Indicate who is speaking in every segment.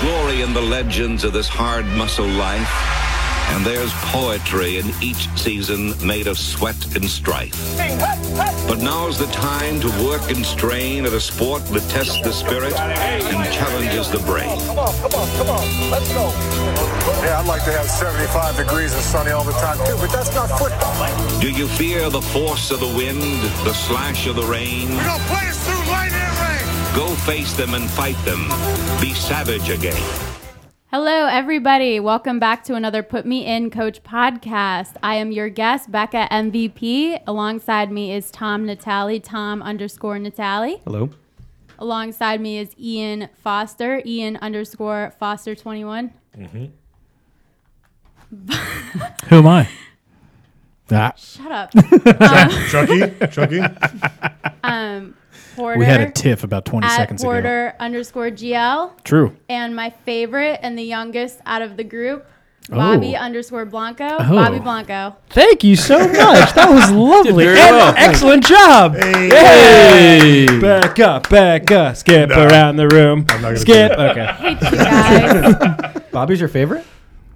Speaker 1: glory in the legends of this hard muscle life, and there's poetry in each season made of sweat and strife. But now's the time to work and strain at a sport that tests the spirit and challenges the brain.
Speaker 2: Come on, come on, come on. Let's go.
Speaker 3: Yeah, I'd like to have 75 degrees and sunny all the time too, but that's not football.
Speaker 1: Do you fear the force of the wind, the slash of the rain?
Speaker 4: We're gonna play us through light and
Speaker 1: Go face them and fight them. Be savage again.
Speaker 5: Hello, everybody. Welcome back to another Put Me In Coach podcast. I am your guest, Becca MVP. Alongside me is Tom Natali, Tom underscore Natali.
Speaker 6: Hello.
Speaker 5: Alongside me is Ian Foster, Ian underscore Foster 21.
Speaker 6: Who am I? Ah,
Speaker 5: Shut up.
Speaker 7: rain. Chucky, Chucky.
Speaker 5: Um, Porter.
Speaker 6: we had a tiff about 20
Speaker 5: at
Speaker 6: seconds ago.
Speaker 5: Porter underscore GL.
Speaker 6: True.
Speaker 5: And my favorite and the youngest out of the group, Bobby
Speaker 6: Oh.
Speaker 5: underscore Blanco. Bobby Blanco.
Speaker 6: Thank you so much. That was lovely.
Speaker 8: very well.
Speaker 6: excellent job. Hey. Back up, back up. Skip around the room.
Speaker 7: gonna
Speaker 6: Skip.
Speaker 7: do
Speaker 6: Okay.
Speaker 5: Hate you guys.
Speaker 8: Bobby's your favorite?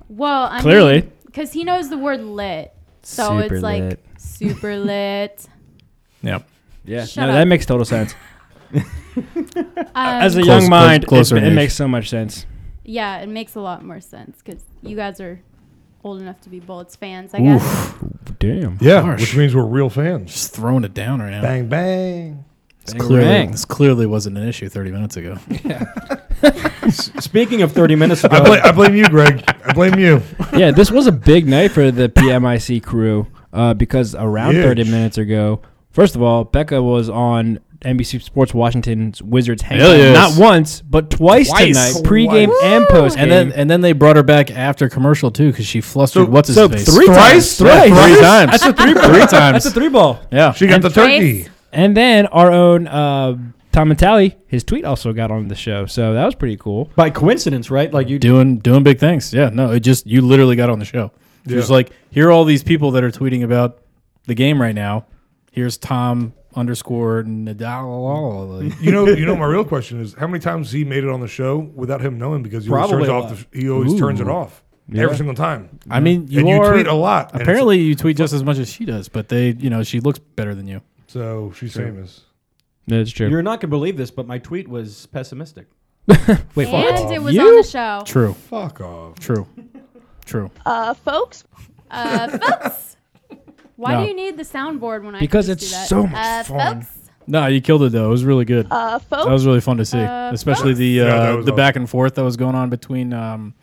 Speaker 5: Well, I
Speaker 6: Clearly.
Speaker 5: because he knows the word lit, so
Speaker 8: Super
Speaker 5: it's like
Speaker 8: lit.
Speaker 5: super lit.
Speaker 6: Yep.
Speaker 8: Yeah.
Speaker 5: Shut
Speaker 6: no,
Speaker 5: up.
Speaker 6: that makes total sense.
Speaker 5: Um,
Speaker 6: As a
Speaker 8: Close-
Speaker 6: young mind,
Speaker 8: close- closer
Speaker 6: it,
Speaker 8: in
Speaker 6: it
Speaker 8: age.
Speaker 6: makes so much sense.
Speaker 5: yeah, it makes a lot more sense because you guys are old enough to be Bullets fans, I guess.
Speaker 6: Oof. Damn.
Speaker 7: Yeah,
Speaker 6: Harsh.
Speaker 7: which means we're real fans.
Speaker 6: Just throwing it down right now.
Speaker 7: Bang bang.
Speaker 6: This, clearly,
Speaker 8: bang.
Speaker 6: this clearly wasn't an issue 30 minutes ago.
Speaker 8: Speaking of 30 minutes ago,
Speaker 7: I, bla- I blame you, Greg. I blame you.
Speaker 9: yeah, this was a big night for the PMIC crew uh, because around
Speaker 7: Huge.
Speaker 9: 30 minutes ago, first of all, Becca was on NBC Sports Washington's Wizards
Speaker 6: Hell
Speaker 9: hangout.
Speaker 6: yes.
Speaker 9: Not once, but twice,
Speaker 6: Twice.
Speaker 9: tonight, pregame and postgame.
Speaker 6: And then and then they brought her back after commercial too because she flustered
Speaker 7: So-
Speaker 6: what's his
Speaker 9: so
Speaker 6: face
Speaker 9: three
Speaker 7: Thrice?
Speaker 9: times.
Speaker 6: Yeah,
Speaker 9: Thrice.
Speaker 6: three times
Speaker 9: That's a three
Speaker 6: three times
Speaker 9: That's a three ball.
Speaker 6: yeah
Speaker 7: She got the turkey.
Speaker 5: Trace.
Speaker 9: And then our own uh, Tom and Tally, his tweet also got on the show. So that was pretty cool.
Speaker 8: by coincidence, right? Like you
Speaker 6: doing doing big things yeah no it just you literally got on the show It was
Speaker 7: Yeah.
Speaker 6: like here are all these people that are tweeting about the game right now here's Tom underscore Nadal
Speaker 7: You know, you know. My real question is, how many times he made it on the show without him knowing? Because he always
Speaker 8: Probably
Speaker 7: turns
Speaker 8: a
Speaker 7: off. The, he always turns it off every single time.
Speaker 6: I mean you,
Speaker 7: and you
Speaker 6: are,
Speaker 7: tweet a lot. and it's-
Speaker 6: apparently you tweet just as much as she does but they you know she looks better than you
Speaker 7: so she's famous.
Speaker 9: That's true.
Speaker 8: You're not gonna believe this, but my tweet was pessimistic.
Speaker 9: Wait,
Speaker 5: and it was
Speaker 9: You?
Speaker 5: on the show.
Speaker 6: true
Speaker 7: Fuck off.
Speaker 6: true true
Speaker 10: Uh, folks,
Speaker 5: Uh, folks, why
Speaker 6: No.
Speaker 5: do you need the soundboard when I
Speaker 9: Because
Speaker 5: can just
Speaker 9: it's
Speaker 5: do that?
Speaker 9: so much
Speaker 5: uh,
Speaker 9: fun.
Speaker 5: Folks,
Speaker 6: no you killed it though it was really good
Speaker 10: uh, folks.
Speaker 6: That was really fun to see,
Speaker 5: Oh. Uh,
Speaker 6: especially the uh,
Speaker 7: Yeah, that
Speaker 6: the
Speaker 7: was awesome.
Speaker 6: back and forth that was going on between um,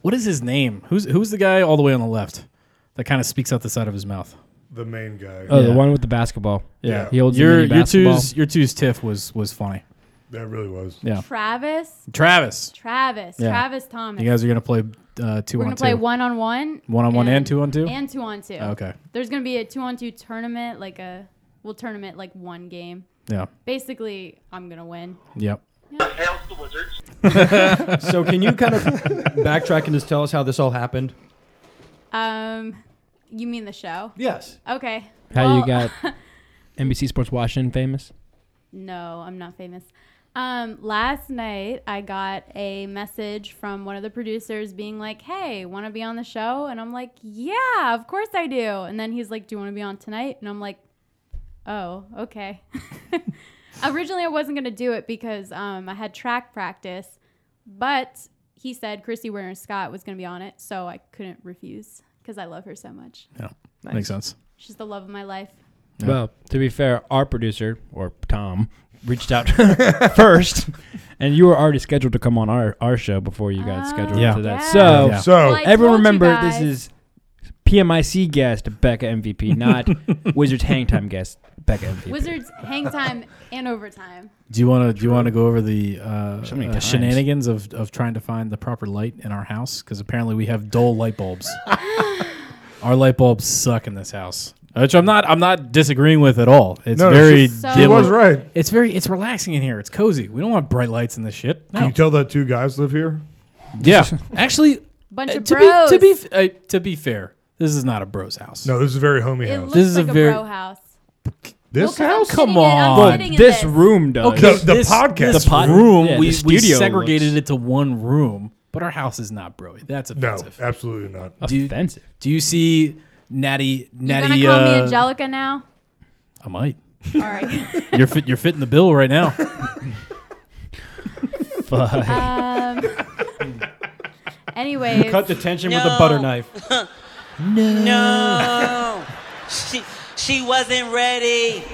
Speaker 6: what is his name? Who's who's the guy all the way on the left that kind of speaks out the side of his mouth?
Speaker 7: The main guy.
Speaker 9: Oh, the
Speaker 6: Yeah.
Speaker 9: one with the basketball.
Speaker 7: Yeah.
Speaker 9: He holds the
Speaker 6: Your
Speaker 9: mini
Speaker 6: your
Speaker 9: basketball.
Speaker 6: two's your two's tiff was was funny.
Speaker 7: that really was.
Speaker 6: Yeah,
Speaker 5: Travis,
Speaker 6: Travis,
Speaker 5: Travis,
Speaker 6: Yeah.
Speaker 5: Travis Thomas.
Speaker 6: you guys are gonna play uh, 2
Speaker 5: We're
Speaker 6: on
Speaker 5: gonna
Speaker 6: two.
Speaker 5: play one on one,
Speaker 6: One-on-one and two-on-two?
Speaker 5: and two on two.
Speaker 6: Okay,
Speaker 5: There's gonna be a two on two tournament, like a we'll tournament like one game.
Speaker 6: yeah,
Speaker 5: Basically, I'm gonna win.
Speaker 6: yep.
Speaker 2: Hail to the Wizards.
Speaker 8: so can you kind of backtrack and just tell us how this all happened?
Speaker 5: Um, you mean the show?
Speaker 8: Yes.
Speaker 5: Okay.
Speaker 9: How
Speaker 5: Well,
Speaker 9: you got NBC Sports Washington famous?
Speaker 5: No, I'm not famous. Um, last night I got a message from one of the producers being like, "Hey, want to be on the show?" And I'm like, "Yeah, of course I do." And then he's like, "Do you want to be on tonight?" And I'm like, "Oh, okay." Originally, I wasn't gonna do it because um, I had track practice, but he said Christy Werner Scott was gonna be on it, so I couldn't refuse because I love her so much.
Speaker 6: Makes sense.
Speaker 5: She's the love of my life.
Speaker 9: Well, to be fair, our producer or Tom reached out first, and you were already scheduled to come on our, our show before you got scheduled
Speaker 6: Oh, Yeah.
Speaker 9: to that.
Speaker 5: yeah.
Speaker 9: So
Speaker 6: Yeah.
Speaker 7: So
Speaker 5: Like- I
Speaker 9: everyone
Speaker 5: told you
Speaker 9: remember this
Speaker 5: guys.
Speaker 9: is PMIC guest Becca MVP, not Wizards Hang Time guest Becca MVP.
Speaker 5: Wizards hang time and overtime.
Speaker 6: Do you want to do you want to go over the uh,
Speaker 9: So many
Speaker 6: uh,
Speaker 9: times.
Speaker 6: shenanigans of, of trying to find the proper light in our house? Because apparently we have dull light bulbs. our light bulbs suck in this house, which I'm not I'm not disagreeing with at all. It's
Speaker 7: No,
Speaker 6: very
Speaker 7: she-
Speaker 5: So-
Speaker 7: he
Speaker 5: Yeah,
Speaker 7: was
Speaker 5: like-
Speaker 7: right.
Speaker 6: it's very it's relaxing in here. It's cozy. We don't want bright lights in this shit.
Speaker 7: Can you tell that two guys live here?
Speaker 6: Yeah, actually,
Speaker 5: Bunch
Speaker 6: uh,
Speaker 5: of
Speaker 6: to
Speaker 5: bros.
Speaker 6: be to be f- uh, to be fair, this is not a bro's house.
Speaker 7: No, this is a very homey
Speaker 5: It
Speaker 7: house.
Speaker 5: looks
Speaker 6: This is
Speaker 5: like
Speaker 6: a
Speaker 5: a,
Speaker 6: very-
Speaker 5: bro house.
Speaker 7: This
Speaker 5: No, 'cause I'm
Speaker 7: house?
Speaker 5: sitting
Speaker 6: Come
Speaker 5: in- I'm
Speaker 6: on.
Speaker 5: sitting in
Speaker 9: this room does.
Speaker 6: Okay,
Speaker 7: The- the podcast
Speaker 6: Uh, this
Speaker 7: The pod-
Speaker 6: room,
Speaker 9: yeah,
Speaker 6: we,
Speaker 9: the
Speaker 6: we
Speaker 9: studio
Speaker 6: segregated
Speaker 9: looks-
Speaker 6: it to one room, but our house is not, bro. That's
Speaker 7: No, Uh,
Speaker 6: offensive.
Speaker 7: absolutely not.
Speaker 6: Do-
Speaker 9: offensive.
Speaker 6: Do you see Natty?
Speaker 5: You're
Speaker 6: Natty?
Speaker 5: gonna call me
Speaker 6: uh,
Speaker 5: Angelica now?
Speaker 6: I might.
Speaker 5: All right.
Speaker 6: You're fit, you're fitting the bill right now.
Speaker 5: um, anyways,
Speaker 8: Cut the tension with a
Speaker 10: No.
Speaker 8: butter knife.
Speaker 10: No. she she wasn't ready.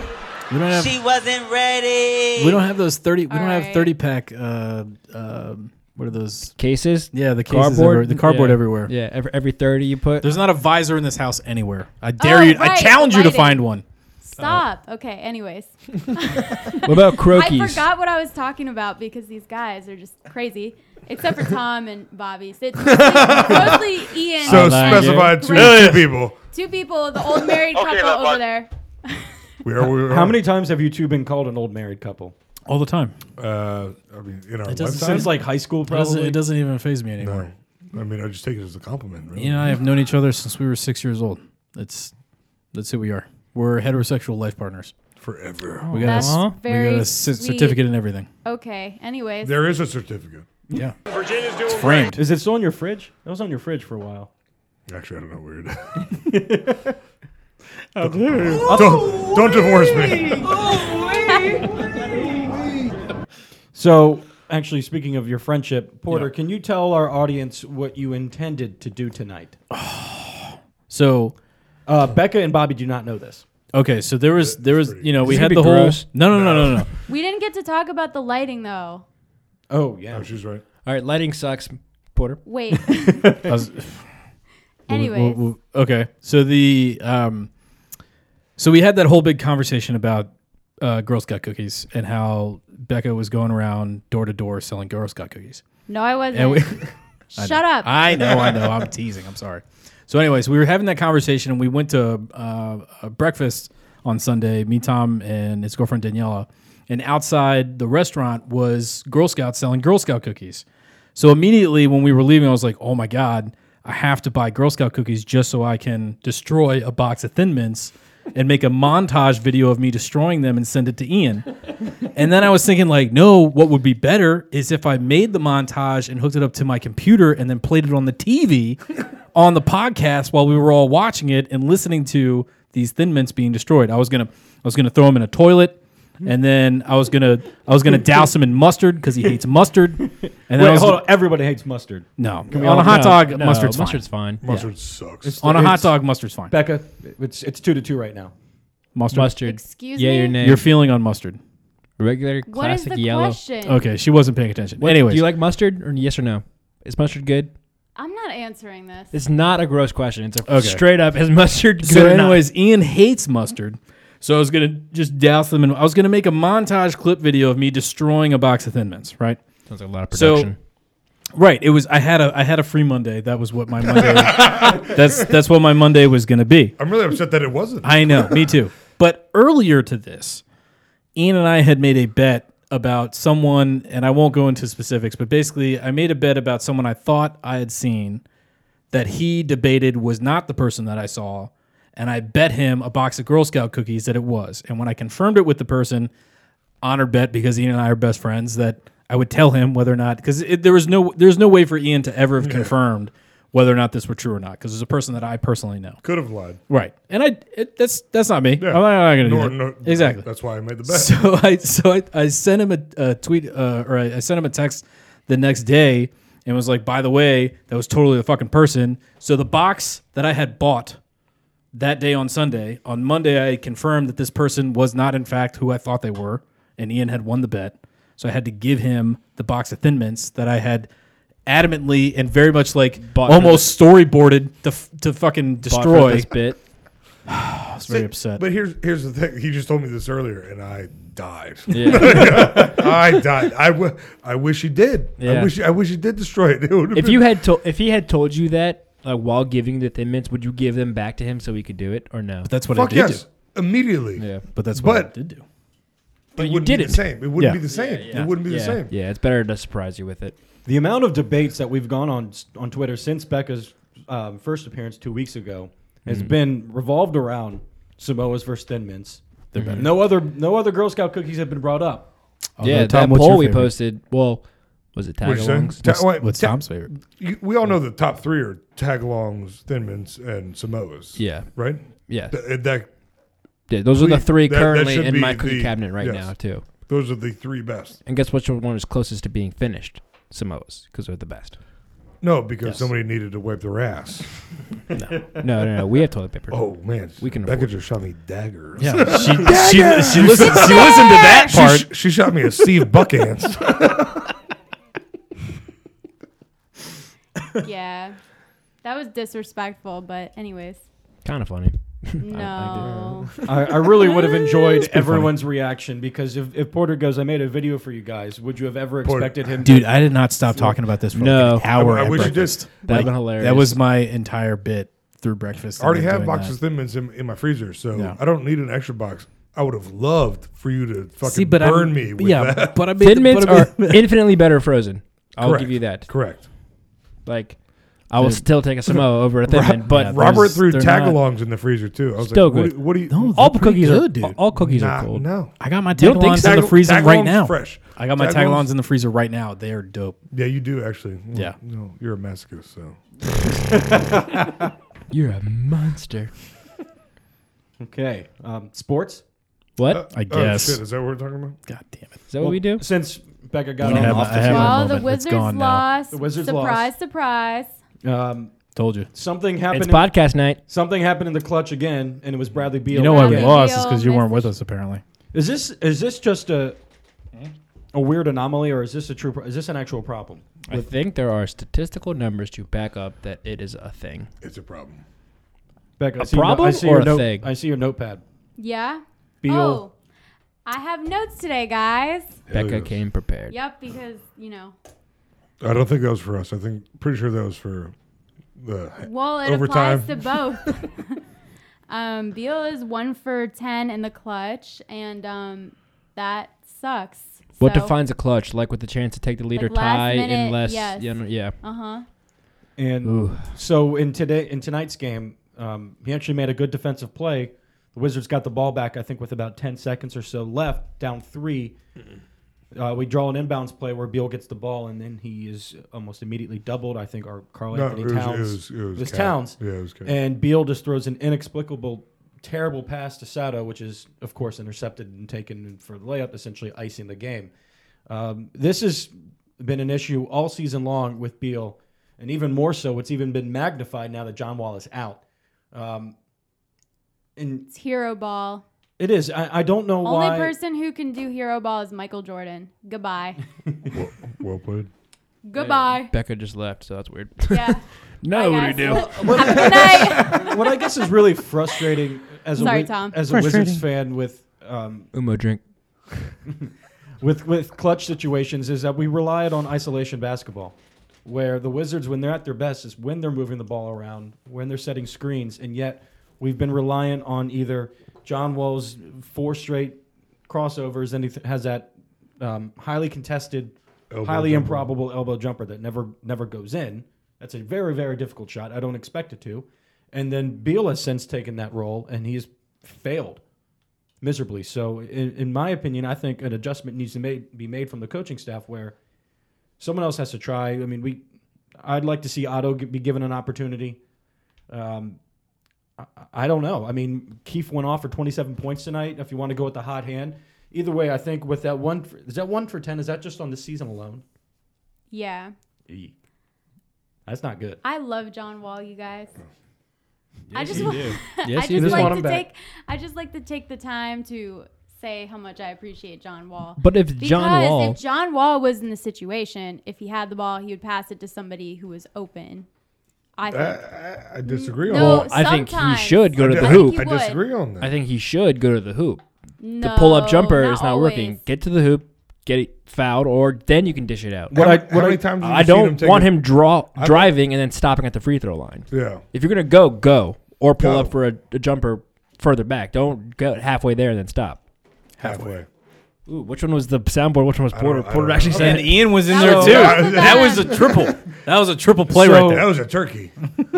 Speaker 6: We don't have
Speaker 10: She wasn't ready.
Speaker 6: we don't have those thirty. We don't have
Speaker 5: Alright.
Speaker 6: thirty pack. Uh, um what are those?
Speaker 9: Cases.
Speaker 6: Yeah, the cases
Speaker 9: Cardboard.
Speaker 6: everywhere- the cardboard
Speaker 9: yeah.
Speaker 6: everywhere.
Speaker 9: Yeah, every, every thirty you put.
Speaker 6: There's not a visor in this house anywhere. I dare
Speaker 5: Oh,
Speaker 6: you. I
Speaker 5: right,
Speaker 6: challenge you to
Speaker 5: lighting.
Speaker 6: find one.
Speaker 5: stop. Okay. Anyways,
Speaker 9: what about croquis?
Speaker 5: I forgot what I was talking about because these guys are just crazy. Except for Tom and Bobby. So It's mostly, mostly Ian.
Speaker 7: So
Speaker 9: like it.
Speaker 7: specify two,
Speaker 5: Great.
Speaker 7: two people.
Speaker 5: two people, the old married
Speaker 2: Okay,
Speaker 5: couple
Speaker 2: look,
Speaker 5: over
Speaker 2: look.
Speaker 5: there.
Speaker 7: We are, we are,
Speaker 8: How many times have you two been called an old married couple?
Speaker 6: All the time.
Speaker 7: Uh, I mean, in our
Speaker 6: It doesn't
Speaker 7: website.
Speaker 8: Since like high school,
Speaker 6: It doesn't,
Speaker 8: probably.
Speaker 6: it doesn't even phase me anymore.
Speaker 7: no. I mean, I just take it as a compliment. Really.
Speaker 6: You and I have known each other since we were six years old. That's that's who we are. We're heterosexual life partners.
Speaker 7: Forever.
Speaker 6: We got a,
Speaker 5: That's
Speaker 6: s- we
Speaker 5: very
Speaker 6: got a c-
Speaker 5: sweet.
Speaker 6: certificate and everything.
Speaker 5: Okay. Anyways,
Speaker 7: There is a certificate.
Speaker 6: Yeah, Virginia's doing it's framed.
Speaker 8: Is it still in your fridge? That was on your fridge for a while.
Speaker 7: Actually, I don't know where it is.
Speaker 6: Oh,
Speaker 7: don't, don't divorce me.
Speaker 8: So, actually, speaking of your friendship, Porter, can you tell our audience what you intended to do tonight?
Speaker 6: So
Speaker 8: Uh, Becca and Bobby do not know this.
Speaker 6: okay, so there was there was you know we
Speaker 9: Is it
Speaker 6: had
Speaker 9: gonna
Speaker 6: the
Speaker 9: be
Speaker 6: whole
Speaker 9: gross?
Speaker 6: no no no no no.
Speaker 5: we didn't get to talk about the lighting though.
Speaker 8: Oh yeah.
Speaker 7: Oh, she's right.
Speaker 9: All right, lighting sucks. Porter.
Speaker 5: Wait.
Speaker 6: I was-
Speaker 5: anyways,
Speaker 6: Well, well, okay. So the um, so we had that whole big conversation about uh, Girl Scout cookies and how Becca was going around door to door selling Girl Scout cookies.
Speaker 5: no, I wasn't.
Speaker 6: And we, Ah,
Speaker 5: Shut up.
Speaker 6: I know, I know. I'm teasing. I'm sorry. So, anyways, we were having that conversation, and we went to uh, a breakfast on Sunday. Me, Tom, and his girlfriend Daniela. And outside the restaurant was Girl Scouts selling Girl Scout cookies. So immediately when we were leaving, I was like, "Oh my god, I have to buy Girl Scout cookies just so I can destroy a box of Thin Mints." And make a montage video of me destroying them and send it to Ian. And then I was thinking, like, no, what would be better is if I made the montage and hooked it up to my computer and then played it on the TV on the podcast while we were all watching it and listening to these thin mints being destroyed. I was gonna I was gonna throw them in a toilet. And then I was gonna I was gonna douse him in mustard because he hates mustard. And then I
Speaker 8: Wait,
Speaker 6: was
Speaker 8: hold on. Everybody hates mustard.
Speaker 6: no
Speaker 8: we
Speaker 6: on
Speaker 8: all-
Speaker 6: a hot
Speaker 8: no,
Speaker 6: dog mustard's, fine.
Speaker 9: mustard's fine.
Speaker 7: Mustard sucks.
Speaker 6: on a hot
Speaker 8: It's-
Speaker 6: dog mustard's fine.
Speaker 8: Becca, it's it's two to two right now.
Speaker 6: Mustard.
Speaker 9: Mustard.
Speaker 5: Excuse
Speaker 9: yeah,
Speaker 5: me?
Speaker 9: your name.
Speaker 6: Your feeling on mustard.
Speaker 9: regular
Speaker 5: what is
Speaker 9: classic
Speaker 5: the
Speaker 9: yellow.
Speaker 5: question?
Speaker 6: Okay, she wasn't paying attention.
Speaker 9: What-
Speaker 6: Anyways,
Speaker 9: do you like mustard or yes or no? Is mustard good?
Speaker 5: I'm not answering this.
Speaker 9: It's not a gross question. It's a
Speaker 6: Okay.
Speaker 9: straight up. Is mustard good?
Speaker 6: So,
Speaker 9: or not?
Speaker 6: anyways, Ian hates mustard. So I was gonna just douse them, and I was gonna make a montage clip video of me destroying a box of Thin Mints. Right,
Speaker 9: sounds like a lot of
Speaker 6: So-
Speaker 9: production.
Speaker 6: right. It was I had a I had a free Monday. That was what my Monday. that's that's what my Monday was gonna be.
Speaker 7: I'm really upset that it wasn't.
Speaker 6: I know, me too. But earlier to this, Ian and I had made a bet about someone, and I won't go into specifics, but basically, I made a bet about someone I thought I had seen that he debated was not the person that I saw, and I bet him a box of Girl Scout cookies that it was. And when I confirmed it with the person, honor bet because Ian and I are best friends that I would tell him whether or not because there was no there's no way for Ian to ever have confirmed whether or not this were true or not because there's a person that I personally know.
Speaker 7: Could have lied.
Speaker 6: Right, and I it, that's that's not me.
Speaker 7: Yeah.
Speaker 6: I'm not, going to do
Speaker 7: Nor-
Speaker 6: that.
Speaker 7: nor-
Speaker 6: exactly.
Speaker 7: That's why I made the bet.
Speaker 6: so I so I, I sent him a, a tweet uh, or I, I sent him a text the next day and was like, by the way, that was totally the fucking person. So the box that I had bought that day on Sunday on Monday, I confirmed that this person was not in fact who I thought they were, and Ian had won the bet. So I had to give him the box of Thin Mints that I had adamantly and very much like
Speaker 9: Bought for
Speaker 6: almost storyboarded to, f- to fucking
Speaker 9: Bought for
Speaker 6: destroy.
Speaker 9: this bit.
Speaker 6: I was very upset.
Speaker 7: But here's here's the thing. He just told me this earlier, and I died.
Speaker 9: Yeah.
Speaker 7: I died. I, w- I wish he did.
Speaker 9: Yeah.
Speaker 7: I wish I wish he did destroy it. It would have
Speaker 9: if
Speaker 7: been-
Speaker 9: you had told, if he had told you that, like while giving the thin mints, would you give them back to him so he could do it or no?
Speaker 6: that's what I
Speaker 7: fuck
Speaker 6: did
Speaker 7: yes
Speaker 6: do.
Speaker 7: immediately.
Speaker 9: yeah.
Speaker 6: But that's what I
Speaker 7: But-
Speaker 6: did do.
Speaker 7: But
Speaker 9: you
Speaker 7: wouldn't
Speaker 9: did
Speaker 7: be
Speaker 9: it.
Speaker 7: the same. It wouldn't
Speaker 6: Yeah.
Speaker 7: be the same.
Speaker 9: yeah.
Speaker 7: It wouldn't be
Speaker 9: yeah.
Speaker 7: the same.
Speaker 9: Yeah, it's better to surprise you with it.
Speaker 8: The amount of debates that we've gone on s- on Twitter since Becca's um,
Speaker 6: Hmm.
Speaker 8: first appearance two weeks ago has been revolved around Samoa's versus Thin Mints,
Speaker 6: They're better.
Speaker 8: No other no other Girl Scout cookies have been brought up.
Speaker 6: Although,
Speaker 9: yeah, that
Speaker 6: Tom, what's your
Speaker 9: poll we
Speaker 6: favorite?
Speaker 9: posted. Well, was it
Speaker 7: What'd you say?
Speaker 9: tagalongs?
Speaker 7: Ta-
Speaker 6: What's,
Speaker 7: wait,
Speaker 6: what's
Speaker 7: ta-
Speaker 6: Tom's favorite?
Speaker 7: you- we all know the top three are Tagalongs, Thinmans, and Samoas.
Speaker 9: Yeah.
Speaker 7: Right?
Speaker 9: Yeah.
Speaker 7: Th- that,
Speaker 9: Yeah, those are the
Speaker 7: Please,
Speaker 9: three
Speaker 7: that- that
Speaker 9: currently
Speaker 7: should
Speaker 9: in
Speaker 7: be
Speaker 9: my cookie
Speaker 7: the-
Speaker 9: cabinet right
Speaker 7: yes.
Speaker 9: now too.
Speaker 7: those are the three best.
Speaker 9: And guess which one is closest to being finished? Samoa's, because they're the best.
Speaker 7: No, because somebody needed to wipe their ass.
Speaker 9: No, no, no. We have toilet paper.
Speaker 7: Oh, man.
Speaker 9: We can
Speaker 7: Becca
Speaker 9: afford
Speaker 7: just shot me daggers.
Speaker 6: Yeah, she, she, she, listened, she listened to that
Speaker 7: She,
Speaker 6: part.
Speaker 7: sh- she shot me a Steve Buckans.
Speaker 5: yeah. That was disrespectful, but anyways.
Speaker 9: Kind of funny.
Speaker 5: No.
Speaker 8: I, I really would have enjoyed everyone's reaction because if, if Porter goes, I made a video for you guys, would you have ever
Speaker 7: Porter.
Speaker 8: expected him
Speaker 6: Dude, I did not stop talking about this for
Speaker 9: No.
Speaker 6: like an hour.
Speaker 7: I
Speaker 6: at
Speaker 7: wish you did.
Speaker 6: breakfast.
Speaker 9: That would've
Speaker 6: Like,
Speaker 9: been hilarious.
Speaker 6: That was my entire bit through breakfast.
Speaker 7: I already
Speaker 6: and
Speaker 7: have
Speaker 6: doing
Speaker 7: boxes
Speaker 6: that.
Speaker 7: of Thinmans in, in my freezer, so
Speaker 6: Yeah.
Speaker 7: I don't need an extra box. I would have loved for you to fucking
Speaker 6: See, but
Speaker 7: burn
Speaker 6: I'm,
Speaker 7: me with
Speaker 6: yeah,
Speaker 7: that.
Speaker 6: but I made
Speaker 9: Thin
Speaker 6: the-
Speaker 9: mints
Speaker 6: but I made-
Speaker 9: are infinitely better frozen. I'll give
Speaker 7: Correct.
Speaker 9: you that.
Speaker 7: Correct.
Speaker 9: Like, I will still take a Samoa over a thin mint,
Speaker 6: yeah,
Speaker 9: but
Speaker 6: they're
Speaker 7: Robert
Speaker 6: There's-
Speaker 7: threw
Speaker 6: they're not-
Speaker 7: tagalongs in the freezer too. I was
Speaker 9: Still
Speaker 7: like, what
Speaker 9: good.
Speaker 7: do- What do you?
Speaker 6: No,
Speaker 9: all
Speaker 6: they're pretty
Speaker 9: cookies are
Speaker 6: good, dude.
Speaker 9: all- all cookies
Speaker 7: Nah,
Speaker 9: are cold.
Speaker 7: no.
Speaker 6: I got my
Speaker 9: You don't think
Speaker 6: tagalongs
Speaker 9: so?
Speaker 6: in the
Speaker 7: Tagal-
Speaker 6: freezer right
Speaker 7: Tagalongs
Speaker 6: now.
Speaker 7: fresh.
Speaker 6: I got my
Speaker 7: Tagalongs-
Speaker 6: tagalongs in the freezer right now. They are dope.
Speaker 7: Yeah, you do actually. Well,
Speaker 6: Yeah.
Speaker 7: No, you're a masochist, so
Speaker 9: You're a monster.
Speaker 8: Okay. Um, sports?
Speaker 9: What?
Speaker 6: I
Speaker 7: Oh,
Speaker 6: guess.
Speaker 7: shit, is that what we're talking about?
Speaker 6: God damn it.
Speaker 9: Is that what we do?
Speaker 8: Since Becca
Speaker 6: I
Speaker 8: got on
Speaker 6: have-
Speaker 8: off
Speaker 6: I have-
Speaker 8: the
Speaker 5: well, the
Speaker 6: moment. It's
Speaker 5: Wizards
Speaker 6: gone now.
Speaker 5: lost.
Speaker 8: The Wizards
Speaker 5: surprise,
Speaker 8: lost.
Speaker 5: surprise.
Speaker 8: field, um,
Speaker 6: Told you.
Speaker 8: something
Speaker 9: It's
Speaker 8: happened in-
Speaker 9: podcast night.
Speaker 8: something happened in the clutch again and it was Bradley Beal.
Speaker 6: You know why we
Speaker 5: Bradley
Speaker 6: lost
Speaker 5: Beal
Speaker 6: is because you weren't with
Speaker 5: message.
Speaker 6: us apparently.
Speaker 8: Is this is this just a a weird anomaly or is this a true pro- is this an actual problem?
Speaker 9: I think there are statistical numbers to back up that it is a thing.
Speaker 7: It's a problem.
Speaker 8: Becca, I
Speaker 9: A
Speaker 8: see your no- I
Speaker 9: problem
Speaker 8: see
Speaker 9: or
Speaker 8: your
Speaker 9: a
Speaker 8: note-
Speaker 9: thing?
Speaker 8: I see your notepad.
Speaker 5: Yeah.
Speaker 8: Beal.
Speaker 5: Oh, I have notes today, guys.
Speaker 9: Becca
Speaker 7: yes.
Speaker 9: came prepared.
Speaker 5: Yep, because you know.
Speaker 7: I don't think that was for us. I think pretty sure that was for the.
Speaker 5: Well, it
Speaker 7: Overtime.
Speaker 5: applies to both. um, Beal is one for ten in the clutch, and um, that sucks.
Speaker 9: What
Speaker 5: So-
Speaker 9: defines a clutch? Like with the chance to take the lead
Speaker 5: Like
Speaker 9: or
Speaker 5: last
Speaker 9: tie,
Speaker 5: minute,
Speaker 9: unless
Speaker 5: yes.
Speaker 9: you know- yeah.
Speaker 5: Uh-huh.
Speaker 8: And
Speaker 9: Ooh.
Speaker 8: so in today in tonight's game, um, he actually made a good defensive play. The Wizards got the ball back, I think, with about ten seconds or so left, down three. Uh, we draw an inbounds play where Beal gets the ball, and then he is almost immediately doubled. I think, or Carl
Speaker 7: No,
Speaker 8: Anthony
Speaker 7: it was- it was-
Speaker 8: Towns.
Speaker 7: it was Cat.
Speaker 8: Towns.
Speaker 7: Yeah, it was Cat.
Speaker 8: And Beal just throws an inexplicable, terrible pass to Sato, which is, of course, intercepted and taken for the layup, essentially icing the game. Um, this has been an issue all season long with Beal, and even more so, it's even been magnified now that John Wall is out. Um, and
Speaker 5: It's hero ball.
Speaker 8: it is. I, I don't know
Speaker 5: Only
Speaker 8: why.
Speaker 5: person who can do hero ball is Michael Jordan. Goodbye.
Speaker 7: well, well played.
Speaker 5: Goodbye.
Speaker 9: Becca just left, so that's weird.
Speaker 5: Yeah. Bye,
Speaker 9: no, what do we do?
Speaker 5: guys. Have a good night.
Speaker 8: what I guess is really frustrating as a
Speaker 5: Sorry,
Speaker 8: Wi-
Speaker 5: Tom.
Speaker 8: as a Wizards fan with um,
Speaker 9: Umo drink.
Speaker 8: with with clutch situations is that we relied on isolation basketball, where the Wizards, when they're at their best, is when they're moving the ball around, when they're setting screens, and yet we've been reliant on either John Wall's four straight crossovers, and he th- has that um, highly contested,
Speaker 7: Elbow
Speaker 8: highly
Speaker 7: jumper.
Speaker 8: improbable elbow jumper that never never goes in. That's a very very difficult shot. I don't expect it to. And then Beal has since taken that role, and he's failed miserably. So, in, in my opinion, I think an adjustment needs to made, be made from the coaching staff where someone else has to try. I mean, we, I'd like to see Otto g- be given an opportunity. Um, I, I don't know. I mean, Keith went off for 27 points tonight. If you want to go with the hot hand, either way, I think with that one, for, is that one for 10? Is that just on the season alone?
Speaker 5: yeah.
Speaker 8: That's not good.
Speaker 5: I love John Wall, you guys. I just, wa-
Speaker 9: Yes,
Speaker 5: I
Speaker 9: you
Speaker 5: just
Speaker 9: do.
Speaker 8: Just want
Speaker 5: like
Speaker 8: him
Speaker 5: to
Speaker 8: back.
Speaker 5: take I just like to take the time to say how much I appreciate John Wall.
Speaker 9: But if
Speaker 5: because
Speaker 9: John Wall,
Speaker 5: if John Wall was in the situation, if he had the ball, he would pass it to somebody who was open. I think.
Speaker 7: I, I disagree on
Speaker 5: No,
Speaker 7: that.
Speaker 9: I think he
Speaker 5: sometimes.
Speaker 9: should go to
Speaker 7: I
Speaker 9: the
Speaker 7: di-
Speaker 5: think
Speaker 9: hoop.
Speaker 5: he
Speaker 7: I
Speaker 5: would.
Speaker 7: disagree on that.
Speaker 9: I think he should go to the hoop.
Speaker 5: no,
Speaker 9: The pull-up jumper is not
Speaker 5: always.
Speaker 9: working. Get to the hoop, get it fouled, or then you can dish it out.
Speaker 8: What
Speaker 7: how,
Speaker 8: I-
Speaker 7: how
Speaker 8: what
Speaker 7: many
Speaker 8: I-
Speaker 7: times have you
Speaker 9: I
Speaker 7: seen
Speaker 9: don't
Speaker 7: take
Speaker 9: want
Speaker 7: a-
Speaker 9: him draw driving and then stopping at the free throw line.
Speaker 7: Yeah.
Speaker 9: If you're gonna go, go or pull
Speaker 7: Go.
Speaker 9: up for a, a jumper further back. Don't go halfway there and then stop.
Speaker 7: Halfway.
Speaker 9: Ooh, which one was the soundboard? Which one was Porter?
Speaker 7: I don't
Speaker 9: Porter
Speaker 7: know.
Speaker 9: actually
Speaker 6: And
Speaker 9: said,
Speaker 6: Ian was in
Speaker 5: That
Speaker 6: there
Speaker 5: was
Speaker 6: too.
Speaker 5: both of
Speaker 6: That was a
Speaker 5: them.
Speaker 6: triple. That was a triple play
Speaker 8: So-
Speaker 6: right there.
Speaker 7: That was a turkey.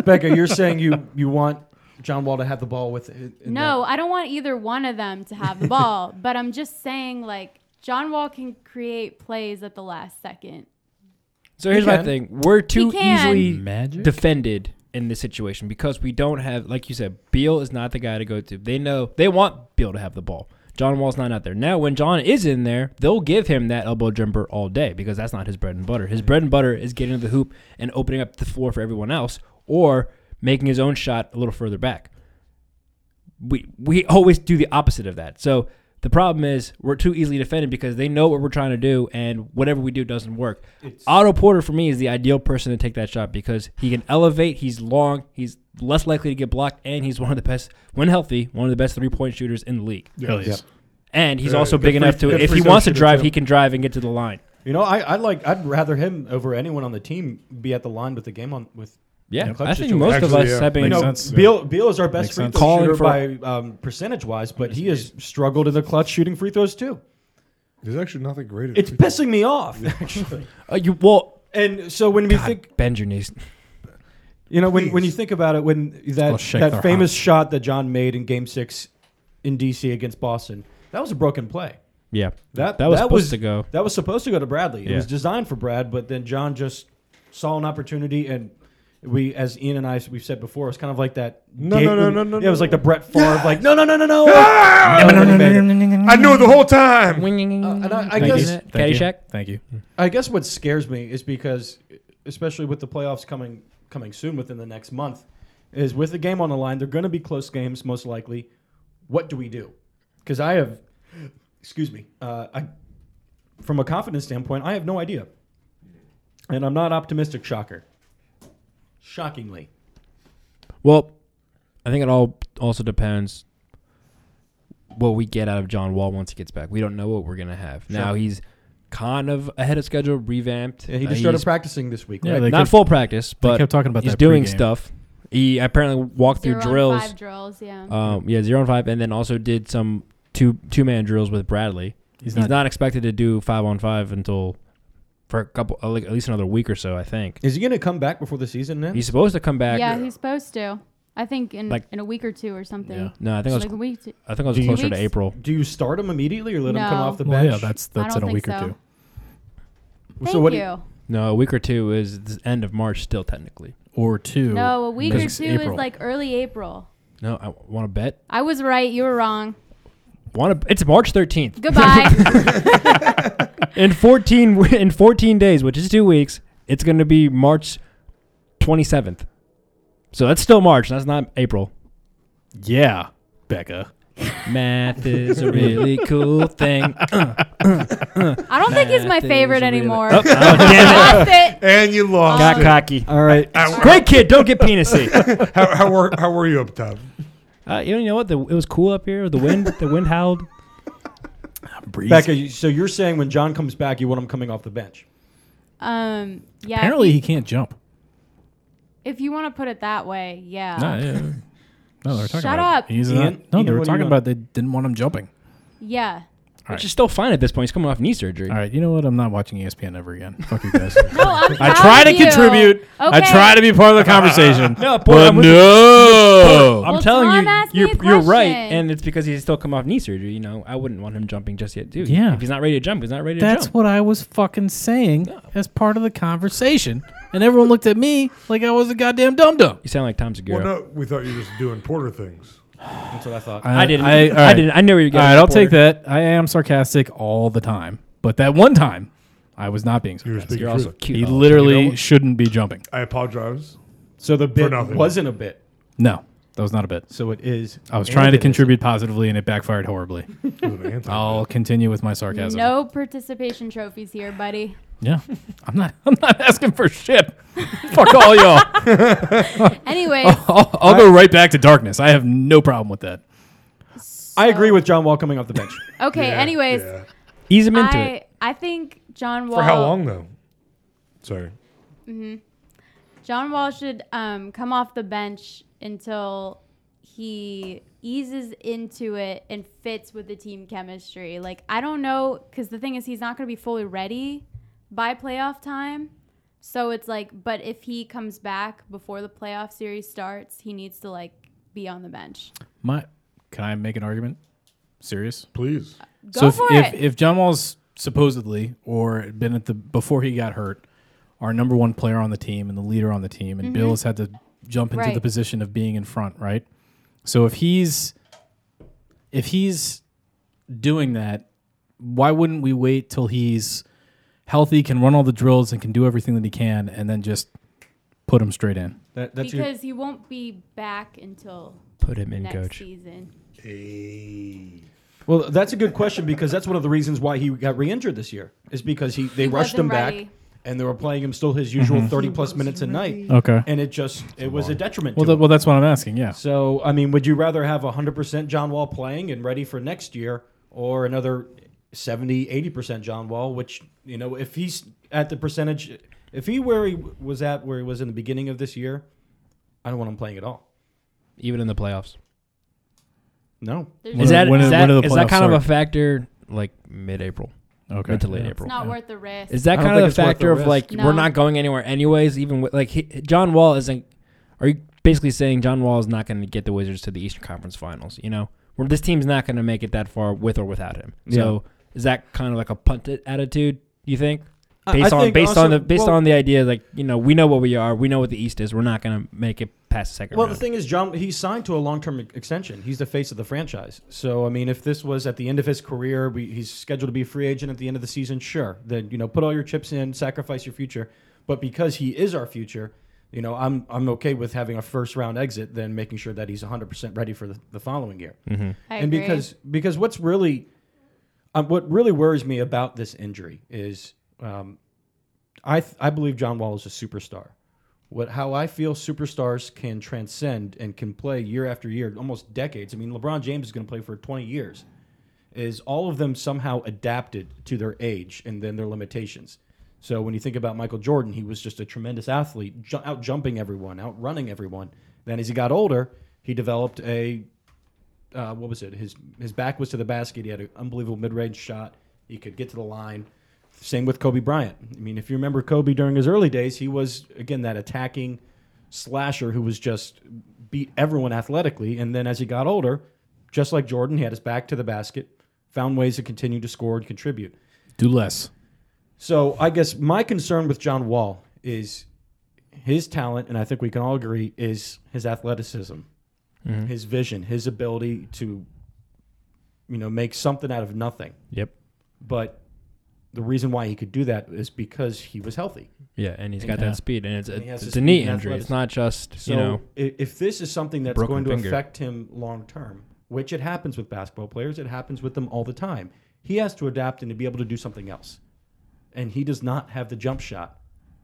Speaker 8: Becca, you're saying you you want John Wall to have the ball with. In, in
Speaker 5: no, I don't want either one of them to have the ball, but I'm just saying, like, John Wall can create plays at the last second.
Speaker 9: So here's
Speaker 8: He
Speaker 9: my
Speaker 8: can.
Speaker 9: thing: we're too
Speaker 5: can.
Speaker 9: easily
Speaker 6: Magic?
Speaker 9: defended in this situation because we don't have, like you said, Beal is not the guy to go to. They know they want Beal to have the ball. John Wall's not out there now. When John is in there, they'll give him that elbow jumper all day because that's not his bread and butter. His bread and butter is getting to the hoop and opening up the floor for everyone else, or making his own shot a little further back we we always do the opposite of that. So the problem is we're too easily defended because they know what we're trying to do, and whatever we do doesn't work. Otto Porter for me is the ideal person to take that shot because he can elevate. He's long. He's less likely to get blocked, and he's one of the best when healthy, one of the best three point shooters in the league.
Speaker 6: Hell yes.
Speaker 9: And he's
Speaker 7: Yeah,
Speaker 9: also
Speaker 7: good
Speaker 9: big
Speaker 7: free-
Speaker 9: enough to
Speaker 7: good
Speaker 9: if
Speaker 7: free
Speaker 9: he
Speaker 7: throw
Speaker 9: wants to
Speaker 7: shooter,
Speaker 9: drive,
Speaker 7: too.
Speaker 9: he can drive and get to the line.
Speaker 8: You know, I, I like. I'd rather him over anyone on the team be at the line with the game on with.
Speaker 9: Yeah,
Speaker 8: Yep.
Speaker 9: I
Speaker 8: Clutch
Speaker 9: think
Speaker 8: situation.
Speaker 9: most of
Speaker 7: Actually,
Speaker 9: us
Speaker 7: yeah.
Speaker 9: have been.
Speaker 8: You know,
Speaker 6: sense.
Speaker 8: Beal Beal is our best
Speaker 6: Makes
Speaker 8: free
Speaker 6: sense.
Speaker 8: throw
Speaker 9: Calling
Speaker 8: shooter
Speaker 9: for-
Speaker 8: by um, percentage wise, but he has struggled in the clutch shooting free throws too.
Speaker 7: There's actually nothing great at
Speaker 8: It's
Speaker 7: free throw.
Speaker 8: pissing me off actually.
Speaker 9: Uh, you well,
Speaker 8: And so when we think
Speaker 9: bend your knees.
Speaker 8: You know, when, when you think about it, when that
Speaker 6: called Shake Their
Speaker 8: that famous shot that John made in Game Six in DC against Boston, that was a broken play.
Speaker 9: Yeah,
Speaker 8: That
Speaker 9: that was supposed
Speaker 8: was,
Speaker 9: to go.
Speaker 8: That was supposed to go to Bradley. It
Speaker 9: Yeah.
Speaker 8: was designed for Brad, but then John just saw an opportunity, and we, as Ian and I, we've said before, it's kind of like that.
Speaker 7: No,
Speaker 8: gate-
Speaker 7: no, no, no, no,
Speaker 8: Yeah, it was
Speaker 7: no.
Speaker 8: like the Brett Favre, like no, no, no, no, no. no, no, no, no, no,
Speaker 7: I knew it the whole time.
Speaker 8: Uh, And I, I
Speaker 9: Thank you.
Speaker 8: guess
Speaker 6: Thank you.
Speaker 9: Caddyshack?
Speaker 6: Thank you.
Speaker 8: I guess what scares me is because, especially with the playoffs coming coming soon within the next month, is with the game on the line, they're going to be close games most likely. What do we do? Because I have, excuse me, uh, I, from a confidence standpoint, I have no idea, and I'm not optimistic. Shocker, shockingly,
Speaker 9: Well, I think it all also depends what we get out of John Wall once he gets back. We don't know what we're gonna have. Now he's kind of ahead of schedule, revamped.
Speaker 8: yeah, he
Speaker 9: Uh,
Speaker 8: just started
Speaker 9: he's-
Speaker 8: practicing this week.
Speaker 6: Yeah,
Speaker 8: right?
Speaker 6: they
Speaker 9: not
Speaker 6: kept-
Speaker 9: full practice, but
Speaker 6: kept talking about
Speaker 9: he's
Speaker 6: that
Speaker 9: doing
Speaker 6: pregame.
Speaker 9: stuff. He apparently walked
Speaker 5: Zero
Speaker 9: through
Speaker 5: on
Speaker 9: drills.
Speaker 5: Five drills, yeah.
Speaker 9: Um, yeah, zero and five, and then also did some two two man drills with Bradley. He's,
Speaker 6: not-
Speaker 9: not, expected to do five on five until for a couple, uh, like, at least another week or so. I think
Speaker 8: Is he going to come back before the season? Now?
Speaker 9: he's supposed to come back.
Speaker 5: yeah, he's supposed to. I think in
Speaker 9: Like-
Speaker 5: in a week or two or something.
Speaker 9: Yeah. No, I think I
Speaker 5: It's
Speaker 9: was
Speaker 5: like a week. To,
Speaker 9: I think I was
Speaker 6: Do you-
Speaker 9: closer to
Speaker 5: Weeks.
Speaker 9: April.
Speaker 8: Do you start him immediately or let him come
Speaker 5: No.
Speaker 8: off the
Speaker 6: Well,
Speaker 8: bench?
Speaker 6: yeah, that's that's
Speaker 5: I
Speaker 6: in
Speaker 5: don't
Speaker 6: a week
Speaker 5: think
Speaker 6: or
Speaker 5: so.
Speaker 6: two.
Speaker 5: Thank
Speaker 8: what do
Speaker 5: you.
Speaker 8: you-
Speaker 9: No, a week or two is the end of March still technically.
Speaker 6: Or two.
Speaker 5: no, a week or
Speaker 6: Because
Speaker 5: two
Speaker 6: April.
Speaker 5: is like early April.
Speaker 9: No, I want to bet.
Speaker 5: I was right. You were wrong.
Speaker 9: Want to? It's March 13th.
Speaker 5: Goodbye.
Speaker 9: In 14 w- in 14 days, which is 2 weeks, it's going to be March 27th. So that's still March. That's not April.
Speaker 6: Yeah, Becca.
Speaker 9: Math is a really cool thing.
Speaker 5: I don't think he's my
Speaker 9: Math is
Speaker 5: favorite
Speaker 9: really-
Speaker 5: anymore.
Speaker 9: Oh, damn it.
Speaker 5: Lost it.
Speaker 7: And you lost.
Speaker 9: Got cocky.
Speaker 8: All right.
Speaker 9: Great kid. Don't get penisy.
Speaker 7: How, how, were, how were you up top?
Speaker 9: Uh, you know, you know what? The, it was cool up here. The wind. The wind howled.
Speaker 6: Breeze.
Speaker 8: Becca, you- so you're saying when John comes back, you want him coming off the bench?
Speaker 5: Um, yeah.
Speaker 6: Apparently,
Speaker 5: if
Speaker 6: he
Speaker 5: you,
Speaker 6: can't jump.
Speaker 5: want to put it that way, yeah.
Speaker 6: No, yeah. no, they were talking
Speaker 5: Shut
Speaker 6: about
Speaker 5: up.
Speaker 6: It. He's
Speaker 8: Ian,
Speaker 6: not, no,
Speaker 8: Ian,
Speaker 6: they were
Speaker 8: what do you
Speaker 6: talking
Speaker 8: want?
Speaker 6: about they didn't want him jumping.
Speaker 5: Yeah.
Speaker 9: Which is still fine at this point. He's coming off knee surgery.
Speaker 6: All right, you know what? I'm not watching E ESPN ever again. Fuck you guys.
Speaker 5: No, I'm
Speaker 6: I
Speaker 5: proud
Speaker 6: try
Speaker 5: of
Speaker 6: to
Speaker 5: you.
Speaker 6: contribute. I
Speaker 5: Okay.
Speaker 6: try to be part of the conversation.
Speaker 9: No, boy,
Speaker 6: but
Speaker 9: I'm with you.
Speaker 6: no.
Speaker 9: I'm
Speaker 5: Well,
Speaker 9: telling
Speaker 5: Tom
Speaker 9: you,
Speaker 5: asked me
Speaker 9: you're,
Speaker 5: a
Speaker 9: you're right,
Speaker 5: question.
Speaker 9: and it's because he's still come off knee surgery. You know, I wouldn't want him jumping just yet, too.
Speaker 6: Yeah.
Speaker 9: if he's not ready to jump, he's not ready to
Speaker 6: That's
Speaker 9: jump.
Speaker 6: what I was fucking saying as part of the conversation, and everyone looked at me like I was a goddamn dum dum.
Speaker 9: You sound like Tom Segura.
Speaker 7: Well, no, we thought you were just doing Porter things.
Speaker 8: That's what I thought.
Speaker 9: I didn't.
Speaker 6: I,
Speaker 9: I,
Speaker 6: all right.
Speaker 9: didn't. I knew where you were
Speaker 6: All
Speaker 9: going.
Speaker 6: right, I'll take that. I am sarcastic all the time, but that one time, I was not being
Speaker 7: You were
Speaker 6: sarcastic.
Speaker 7: speaking
Speaker 9: You're
Speaker 7: truth.
Speaker 9: also cute.
Speaker 6: He
Speaker 9: all
Speaker 7: You
Speaker 9: the
Speaker 7: know
Speaker 6: literally
Speaker 7: what?
Speaker 6: shouldn't be jumping.
Speaker 7: I apologize.
Speaker 8: so the bit
Speaker 7: nothing.
Speaker 8: wasn't a bit.
Speaker 6: No, that was not a bit.
Speaker 8: So it is.
Speaker 6: I was trying to
Speaker 8: and it
Speaker 6: contribute positively, and it backfired horribly.
Speaker 7: It was an anti-
Speaker 6: I'll continue with my sarcasm.
Speaker 5: No participation trophies here, buddy.
Speaker 6: Yeah, I'm not. I'm not asking for shit. Fuck all y'all.
Speaker 5: Anyway,
Speaker 6: I'll, I'll go right back to darkness. I have no problem with that.
Speaker 8: isn't. I agree with John Wall coming off the bench.
Speaker 5: okay.
Speaker 7: Yeah,
Speaker 5: anyways, uh,
Speaker 7: yeah.
Speaker 9: way. ease him into
Speaker 5: I
Speaker 9: it.
Speaker 5: I think John Wall.
Speaker 7: For how long, though? Sorry.
Speaker 5: John Wall should um, come off the bench until he eases into it and fits with the team chemistry. Like, I don't know, because the thing is, he's not going to be fully ready by playoff time. So it's like, but if he comes back before the playoff series starts, he needs to, like, be on the bench.
Speaker 6: My, can I make an argument? Serious?
Speaker 7: Please.
Speaker 5: Go
Speaker 6: so if,
Speaker 5: for
Speaker 6: if
Speaker 5: it.
Speaker 6: if John Wall's supposedly or been at the before he got hurt, our number one player on the team and the leader on the team, and Bill has had to jump into the
Speaker 5: Mm-hmm. Right.
Speaker 6: position of being in front, right? So if he's if he's doing that, why wouldn't we wait till he's healthy, can run all the drills, and can do everything that he can, and then just put him straight in?
Speaker 8: That, that's your,
Speaker 5: because he won't be back until
Speaker 9: Put him in,
Speaker 5: next
Speaker 9: coach.
Speaker 5: season.
Speaker 8: well, that's a good question because that's one of the reasons why he got re-injured this year is because he they rushed him
Speaker 5: wasn't
Speaker 8: back
Speaker 5: ready.
Speaker 8: and they were playing him still his usual thirty plus minutes a night.
Speaker 6: Mm-hmm. Okay.
Speaker 8: and it just it was a detriment.
Speaker 6: Well,
Speaker 8: to
Speaker 6: th-
Speaker 8: him.
Speaker 6: well, that's what I'm asking. Yeah.
Speaker 8: So, I mean, would you rather have 100% John Wall playing and ready for next year or another 70, 80% John Wall, which, you know, if he's at the percentage, if he where he was at, where he was in the beginning of this year, I don't want him playing at all.
Speaker 9: even in the playoffs.
Speaker 8: No.
Speaker 6: When
Speaker 9: Is
Speaker 6: do-
Speaker 9: that,
Speaker 6: when
Speaker 9: is
Speaker 6: do-
Speaker 9: that,
Speaker 6: when do the
Speaker 9: is that
Speaker 6: playoffs
Speaker 9: kind of a
Speaker 6: start?
Speaker 9: factor like mid-April,
Speaker 6: Okay.
Speaker 9: mid to late
Speaker 6: Yeah.
Speaker 9: April?
Speaker 5: It's not worth the risk.
Speaker 9: Is that
Speaker 8: I don't
Speaker 9: kind of
Speaker 8: think
Speaker 9: the
Speaker 8: it's worth the
Speaker 9: factor of
Speaker 8: risk.
Speaker 9: like
Speaker 5: No.
Speaker 9: we're not going anywhere anyways? Even with like he, John Wall isn't. Are you basically saying John Wall is not going to get the Wizards to the Eastern Conference Finals? You know, where this team's not going to make it that far with or without him. So is that kind of like a punted attitude? You think?
Speaker 8: I-
Speaker 9: Based
Speaker 8: I
Speaker 9: on
Speaker 8: think
Speaker 9: based on
Speaker 8: also-
Speaker 9: the based
Speaker 8: well-
Speaker 9: on the idea like you know we know what we are we know what the East is we're not going to make it past the second
Speaker 8: Well, the
Speaker 9: round.
Speaker 8: thing is, John, he's signed to a long-term e- extension. He's the face of the franchise. So, I mean, if this was at the end of his career, we, he's scheduled to be a free agent at the end of the season. Sure, then you know, put all your chips in, sacrifice your future. But because he is our future, you know, I'm I'm okay with having a first-round exit than making sure that he's 100 percent ready for the, the following year.
Speaker 5: I
Speaker 8: and
Speaker 5: agree.
Speaker 8: because because what's really um, what really worries me about this injury is um, I th- I believe John Wall is a superstar. What how I feel superstars can transcend and can play year after year, almost decades. I mean, LeBron James is going to play for 20 years. Is all of them somehow adapted to their age and then their limitations? So when you think about Michael Jordan, he was just a tremendous athlete, ju- out jumping everyone, outrunning everyone. Then as he got older, he developed a uh, what was it? His his back was to the basket. He had an unbelievable mid range shot. He could get to the line. Same with Kobe Bryant. I mean, if you remember Kobe during his early days, he was again that attacking slasher who was just beat everyone athletically. And then as he got older, just like Jordan, he had his back to the basket, found ways to continue to score and contribute.
Speaker 6: Do less.
Speaker 8: So I guess my concern with John Wall is his talent, and I think we can all agree, is his athleticism, his vision, his ability to, you know, make something out of nothing.
Speaker 9: yep.
Speaker 8: But the reason why he could do that is because he was healthy.
Speaker 9: Yeah, and he's got
Speaker 6: Yeah.
Speaker 9: that speed, and it's
Speaker 8: And he
Speaker 9: it's,
Speaker 8: has the
Speaker 9: it's a
Speaker 8: speed
Speaker 9: knee
Speaker 8: and
Speaker 9: injury. It's
Speaker 8: athleticism.
Speaker 9: not just
Speaker 8: So
Speaker 9: you know
Speaker 8: i- if this is something that's
Speaker 9: broken
Speaker 8: going to
Speaker 9: finger.
Speaker 8: affect him long term, which it happens with basketball players, it happens with them all the time. He has to adapt and to be able to do something else. And he does not have the jump shot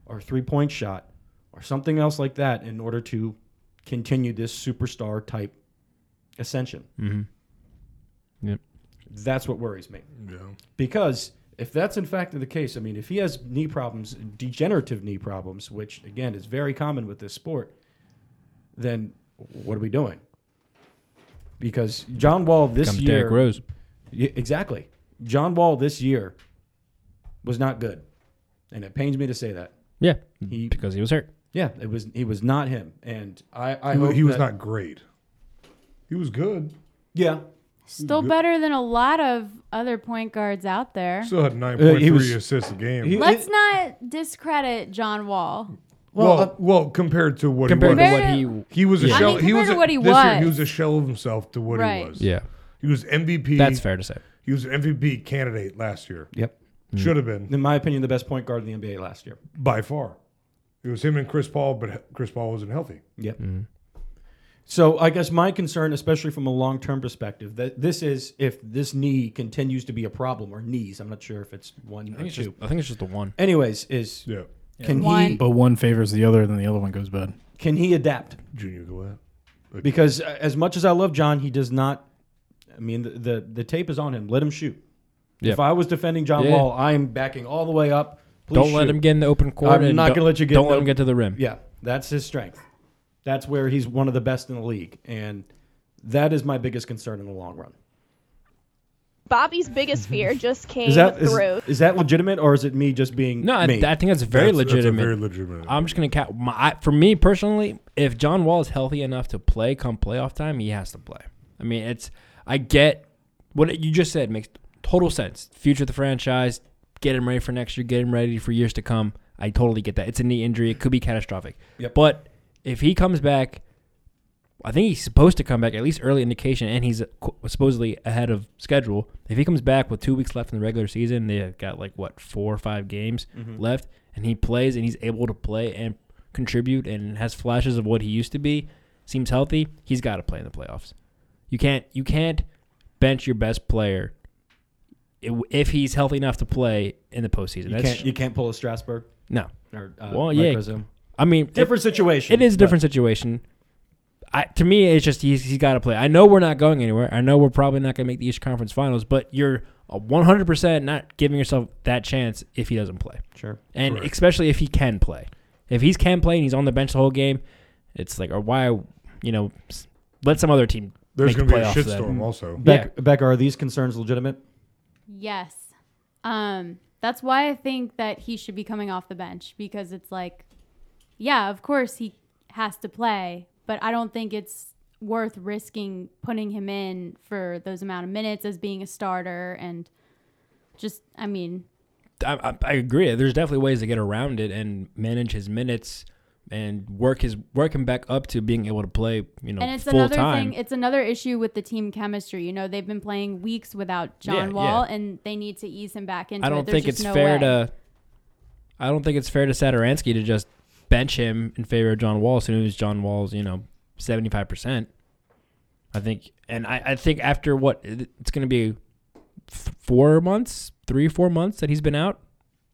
Speaker 8: or three point shot or something else like that in order to continue this superstar type ascension.
Speaker 9: Yep.
Speaker 8: That's what worries me.
Speaker 7: Yeah.
Speaker 8: Because if that's in fact the case, I mean, if he has knee problems, degenerative knee problems, which again is very common with this sport, then what are we doing? Because John Wall this
Speaker 9: comes
Speaker 8: year,
Speaker 9: Derrick Rose.
Speaker 8: Yeah, exactly, John Wall this year was not good, and it pains me to say that.
Speaker 9: Yeah,
Speaker 8: He-
Speaker 9: because he was hurt.
Speaker 8: Yeah, it was he was not him, and I, I
Speaker 7: He,
Speaker 8: hope
Speaker 7: he was
Speaker 8: that-
Speaker 7: not great. He was good.
Speaker 8: Yeah,
Speaker 5: Still better than a lot of other point guards out there.
Speaker 7: Still had 9.3
Speaker 8: was-
Speaker 7: assists a game.
Speaker 8: he-
Speaker 5: Let's
Speaker 8: it-
Speaker 5: not discredit John Wall.
Speaker 7: well,
Speaker 8: uh,
Speaker 7: well, compared to what
Speaker 9: compared
Speaker 7: he
Speaker 9: to
Speaker 7: was.
Speaker 9: what
Speaker 5: Compared
Speaker 9: he.
Speaker 7: he was a
Speaker 9: Yeah. I
Speaker 7: shell.
Speaker 5: mean,
Speaker 7: he
Speaker 5: compared
Speaker 7: was
Speaker 5: to
Speaker 7: a,
Speaker 5: what he
Speaker 7: this Year, he was
Speaker 5: was.
Speaker 7: a shell of himself to what
Speaker 5: Right.
Speaker 7: he was.
Speaker 9: Yeah,
Speaker 7: He was MVP.
Speaker 9: that's fair to say.
Speaker 7: He was an MVP candidate last year.
Speaker 8: yep.
Speaker 7: Should have been
Speaker 8: In my opinion, the best point guard in the NBA last year.
Speaker 7: by far. It was him and Chris Paul, but he- Chris Paul wasn't healthy.
Speaker 8: Yep.
Speaker 9: Mm-hmm.
Speaker 8: So I guess my concern, especially from a long-term perspective, that this is if this knee continues to be a problem or knees. I'm not sure if it's one or two.
Speaker 9: I think it's just the one.
Speaker 8: Anyways, is
Speaker 7: Yeah,
Speaker 8: can
Speaker 5: One.
Speaker 8: he
Speaker 6: But one favors the other, then the other one goes bad.
Speaker 8: can he adapt?
Speaker 7: Junior Gillette.
Speaker 8: Because uh, as much as I love John, he does not. I mean, the the, the tape is on him. Let him shoot.
Speaker 9: Yeah.
Speaker 8: If I was defending John
Speaker 9: Yeah.
Speaker 8: Wall, I am backing all the way up. Please
Speaker 9: Don't let
Speaker 8: shoot.
Speaker 9: him get in the open court.
Speaker 8: I'm
Speaker 9: and
Speaker 8: not
Speaker 9: don't-
Speaker 8: gonna let you get
Speaker 9: Don't
Speaker 8: in
Speaker 9: let
Speaker 8: the-
Speaker 9: him get to the rim.
Speaker 8: Yeah, that's his strength. That's where he's one of the best in the league, and that is my biggest concern in the long run.
Speaker 11: Bobby's biggest fear just came
Speaker 8: Mm-hmm. Is that is,
Speaker 11: through.
Speaker 8: is that legitimate or is it me just being
Speaker 9: No, I,
Speaker 8: me?
Speaker 9: I think that's very legitimate.
Speaker 7: very legitimate.
Speaker 9: I'm just gonna count. My, I, for me personally, if John Wall is healthy enough to play come playoff time, he has to play. I mean, it's I get what you just said makes total sense. Future of the franchise, get him ready for next year, get him ready for years to come. I totally get that. It's a knee injury; it could be catastrophic.
Speaker 8: Yep.
Speaker 9: But if he comes back, I think he's supposed to come back at least early indication, and he's uh, qu- supposedly ahead of schedule. If he comes back with two weeks left in the regular season, they've got like what four or five games
Speaker 8: Mhm.
Speaker 9: left, and he plays and he's able to play and contribute and has flashes of what he used to be, seems healthy. He's got to play in the playoffs. You can't you can't bench your best player i- if he's healthy enough to play in the postseason.
Speaker 8: you
Speaker 9: That's
Speaker 8: can't you can't pull a Strasburg.
Speaker 9: no.
Speaker 8: Or, uh,
Speaker 9: well,
Speaker 8: Mike
Speaker 9: yeah.
Speaker 8: Rizzo.
Speaker 9: I mean,
Speaker 8: Different situation,
Speaker 9: It is a
Speaker 8: but-
Speaker 9: different situation. I, to me, it's just he's, he's got to play. I know we're not going anywhere. I know we're probably not going to make the East Conference Finals, but you're uh, 100% not giving yourself that chance if he doesn't play.
Speaker 8: Sure.
Speaker 9: And
Speaker 8: Correct.
Speaker 9: especially if he can play. If he can play and he's on the bench the whole game, it's like, or why, you know, s- let some other team.
Speaker 7: There's
Speaker 9: going
Speaker 7: gonna
Speaker 9: to
Speaker 7: be a shitstorm also.
Speaker 8: Beck, Beck, are these concerns legitimate?
Speaker 5: Yes. Um, that's why I think that he should be coming off the bench because it's like, yeah, of course he has to play, but I don't think it's worth risking putting him in for those amount of minutes as being a starter and just, I mean,
Speaker 9: I, I, I agree. There's definitely ways to get around it and manage his minutes and work his work him back up to being able to play. You know,
Speaker 5: and it's
Speaker 9: full
Speaker 5: another
Speaker 9: time.
Speaker 5: thing. It's another issue with the team chemistry. You know, they've been playing weeks without
Speaker 9: Yeah,
Speaker 5: John Wall,
Speaker 9: yeah.
Speaker 5: and they need to ease him back into.
Speaker 9: I
Speaker 5: it.
Speaker 9: don't
Speaker 5: There's
Speaker 9: think
Speaker 5: just
Speaker 9: it's
Speaker 5: no
Speaker 9: fair
Speaker 5: way.
Speaker 9: to. I don't think it's fair to Saturansky to just bench him in favor of John Wall as soon as John Wall's you know seventy five percent. I think, and I, I think after what it- it's going to be f- four months, three four months that he's been out.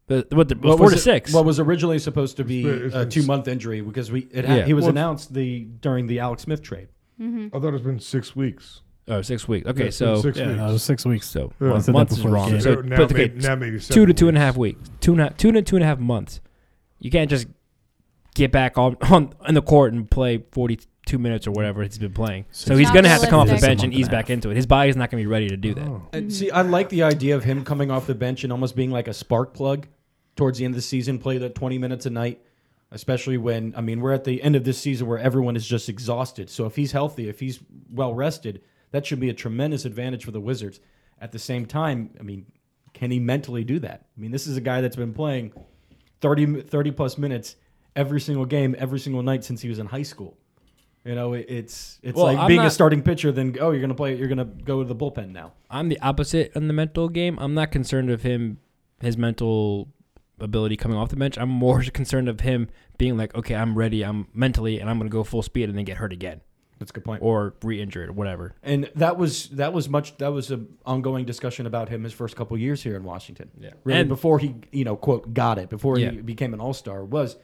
Speaker 9: The, what the, four
Speaker 8: was
Speaker 9: to
Speaker 8: it-
Speaker 9: six?
Speaker 8: What was originally supposed to be
Speaker 7: It's-
Speaker 8: a
Speaker 7: it's-
Speaker 8: two month injury because we it ha-
Speaker 9: Yeah.
Speaker 8: he was
Speaker 9: Well,
Speaker 8: announced the during the Alex Smith trade.
Speaker 7: I thought it's been six weeks.
Speaker 9: Oh, six weeks.
Speaker 7: Yeah,
Speaker 9: Okay,
Speaker 7: it's
Speaker 9: so
Speaker 7: been six Yeah, weeks. no, it was
Speaker 6: six weeks.
Speaker 9: So
Speaker 6: Yeah. I
Speaker 9: months,
Speaker 6: said that
Speaker 9: months is
Speaker 6: before the
Speaker 9: wrong.
Speaker 6: game.
Speaker 9: So,
Speaker 7: So now
Speaker 9: but, okay,
Speaker 7: maybe- now maybe
Speaker 9: two to
Speaker 7: seven
Speaker 9: two and a half weeks. Two and a, two to two and a half months. You can't just get back on on in the court and play forty two minutes or whatever he's been playing. So
Speaker 6: Six
Speaker 9: he's
Speaker 6: months.
Speaker 9: going to have to come off the
Speaker 5: Realistic.
Speaker 9: bench and
Speaker 6: Month and
Speaker 9: ease
Speaker 6: a Oh.
Speaker 9: back into it. His body's not going to be ready to do that.
Speaker 8: And Uh, see, I like the idea of him coming off the bench and almost being like a spark plug towards the end of the season, play the 20 minutes a night, especially when, I mean, we're at the end of this season where everyone is just exhausted. So if he's healthy, if he's well rested, that should be a tremendous advantage for the Wizards. At the same time, I mean, can he mentally do that? I mean, this is a guy that's been playing 30, 30 plus minutes every single game, every single night since he was in high school. You know, it- it's it's
Speaker 9: Well,
Speaker 8: like
Speaker 9: I'm
Speaker 8: being a
Speaker 9: not-
Speaker 8: starting pitcher. Then oh, you're gonna play. You're gonna go to the bullpen now.
Speaker 9: I'm the opposite in the mental game. I'm not concerned of him, his mental ability coming off the bench. I'm more concerned of him being like, okay, I'm ready. I'm mentally, and I'm going to go full speed and then get hurt again
Speaker 8: That's a good point.
Speaker 9: or re-injure it, whatever.
Speaker 8: And that was that was much that was an ongoing discussion about him his first couple years here in Washington. Yeah, really
Speaker 9: And-
Speaker 8: before he you know quote got it before
Speaker 9: Yeah.
Speaker 8: he became an all star was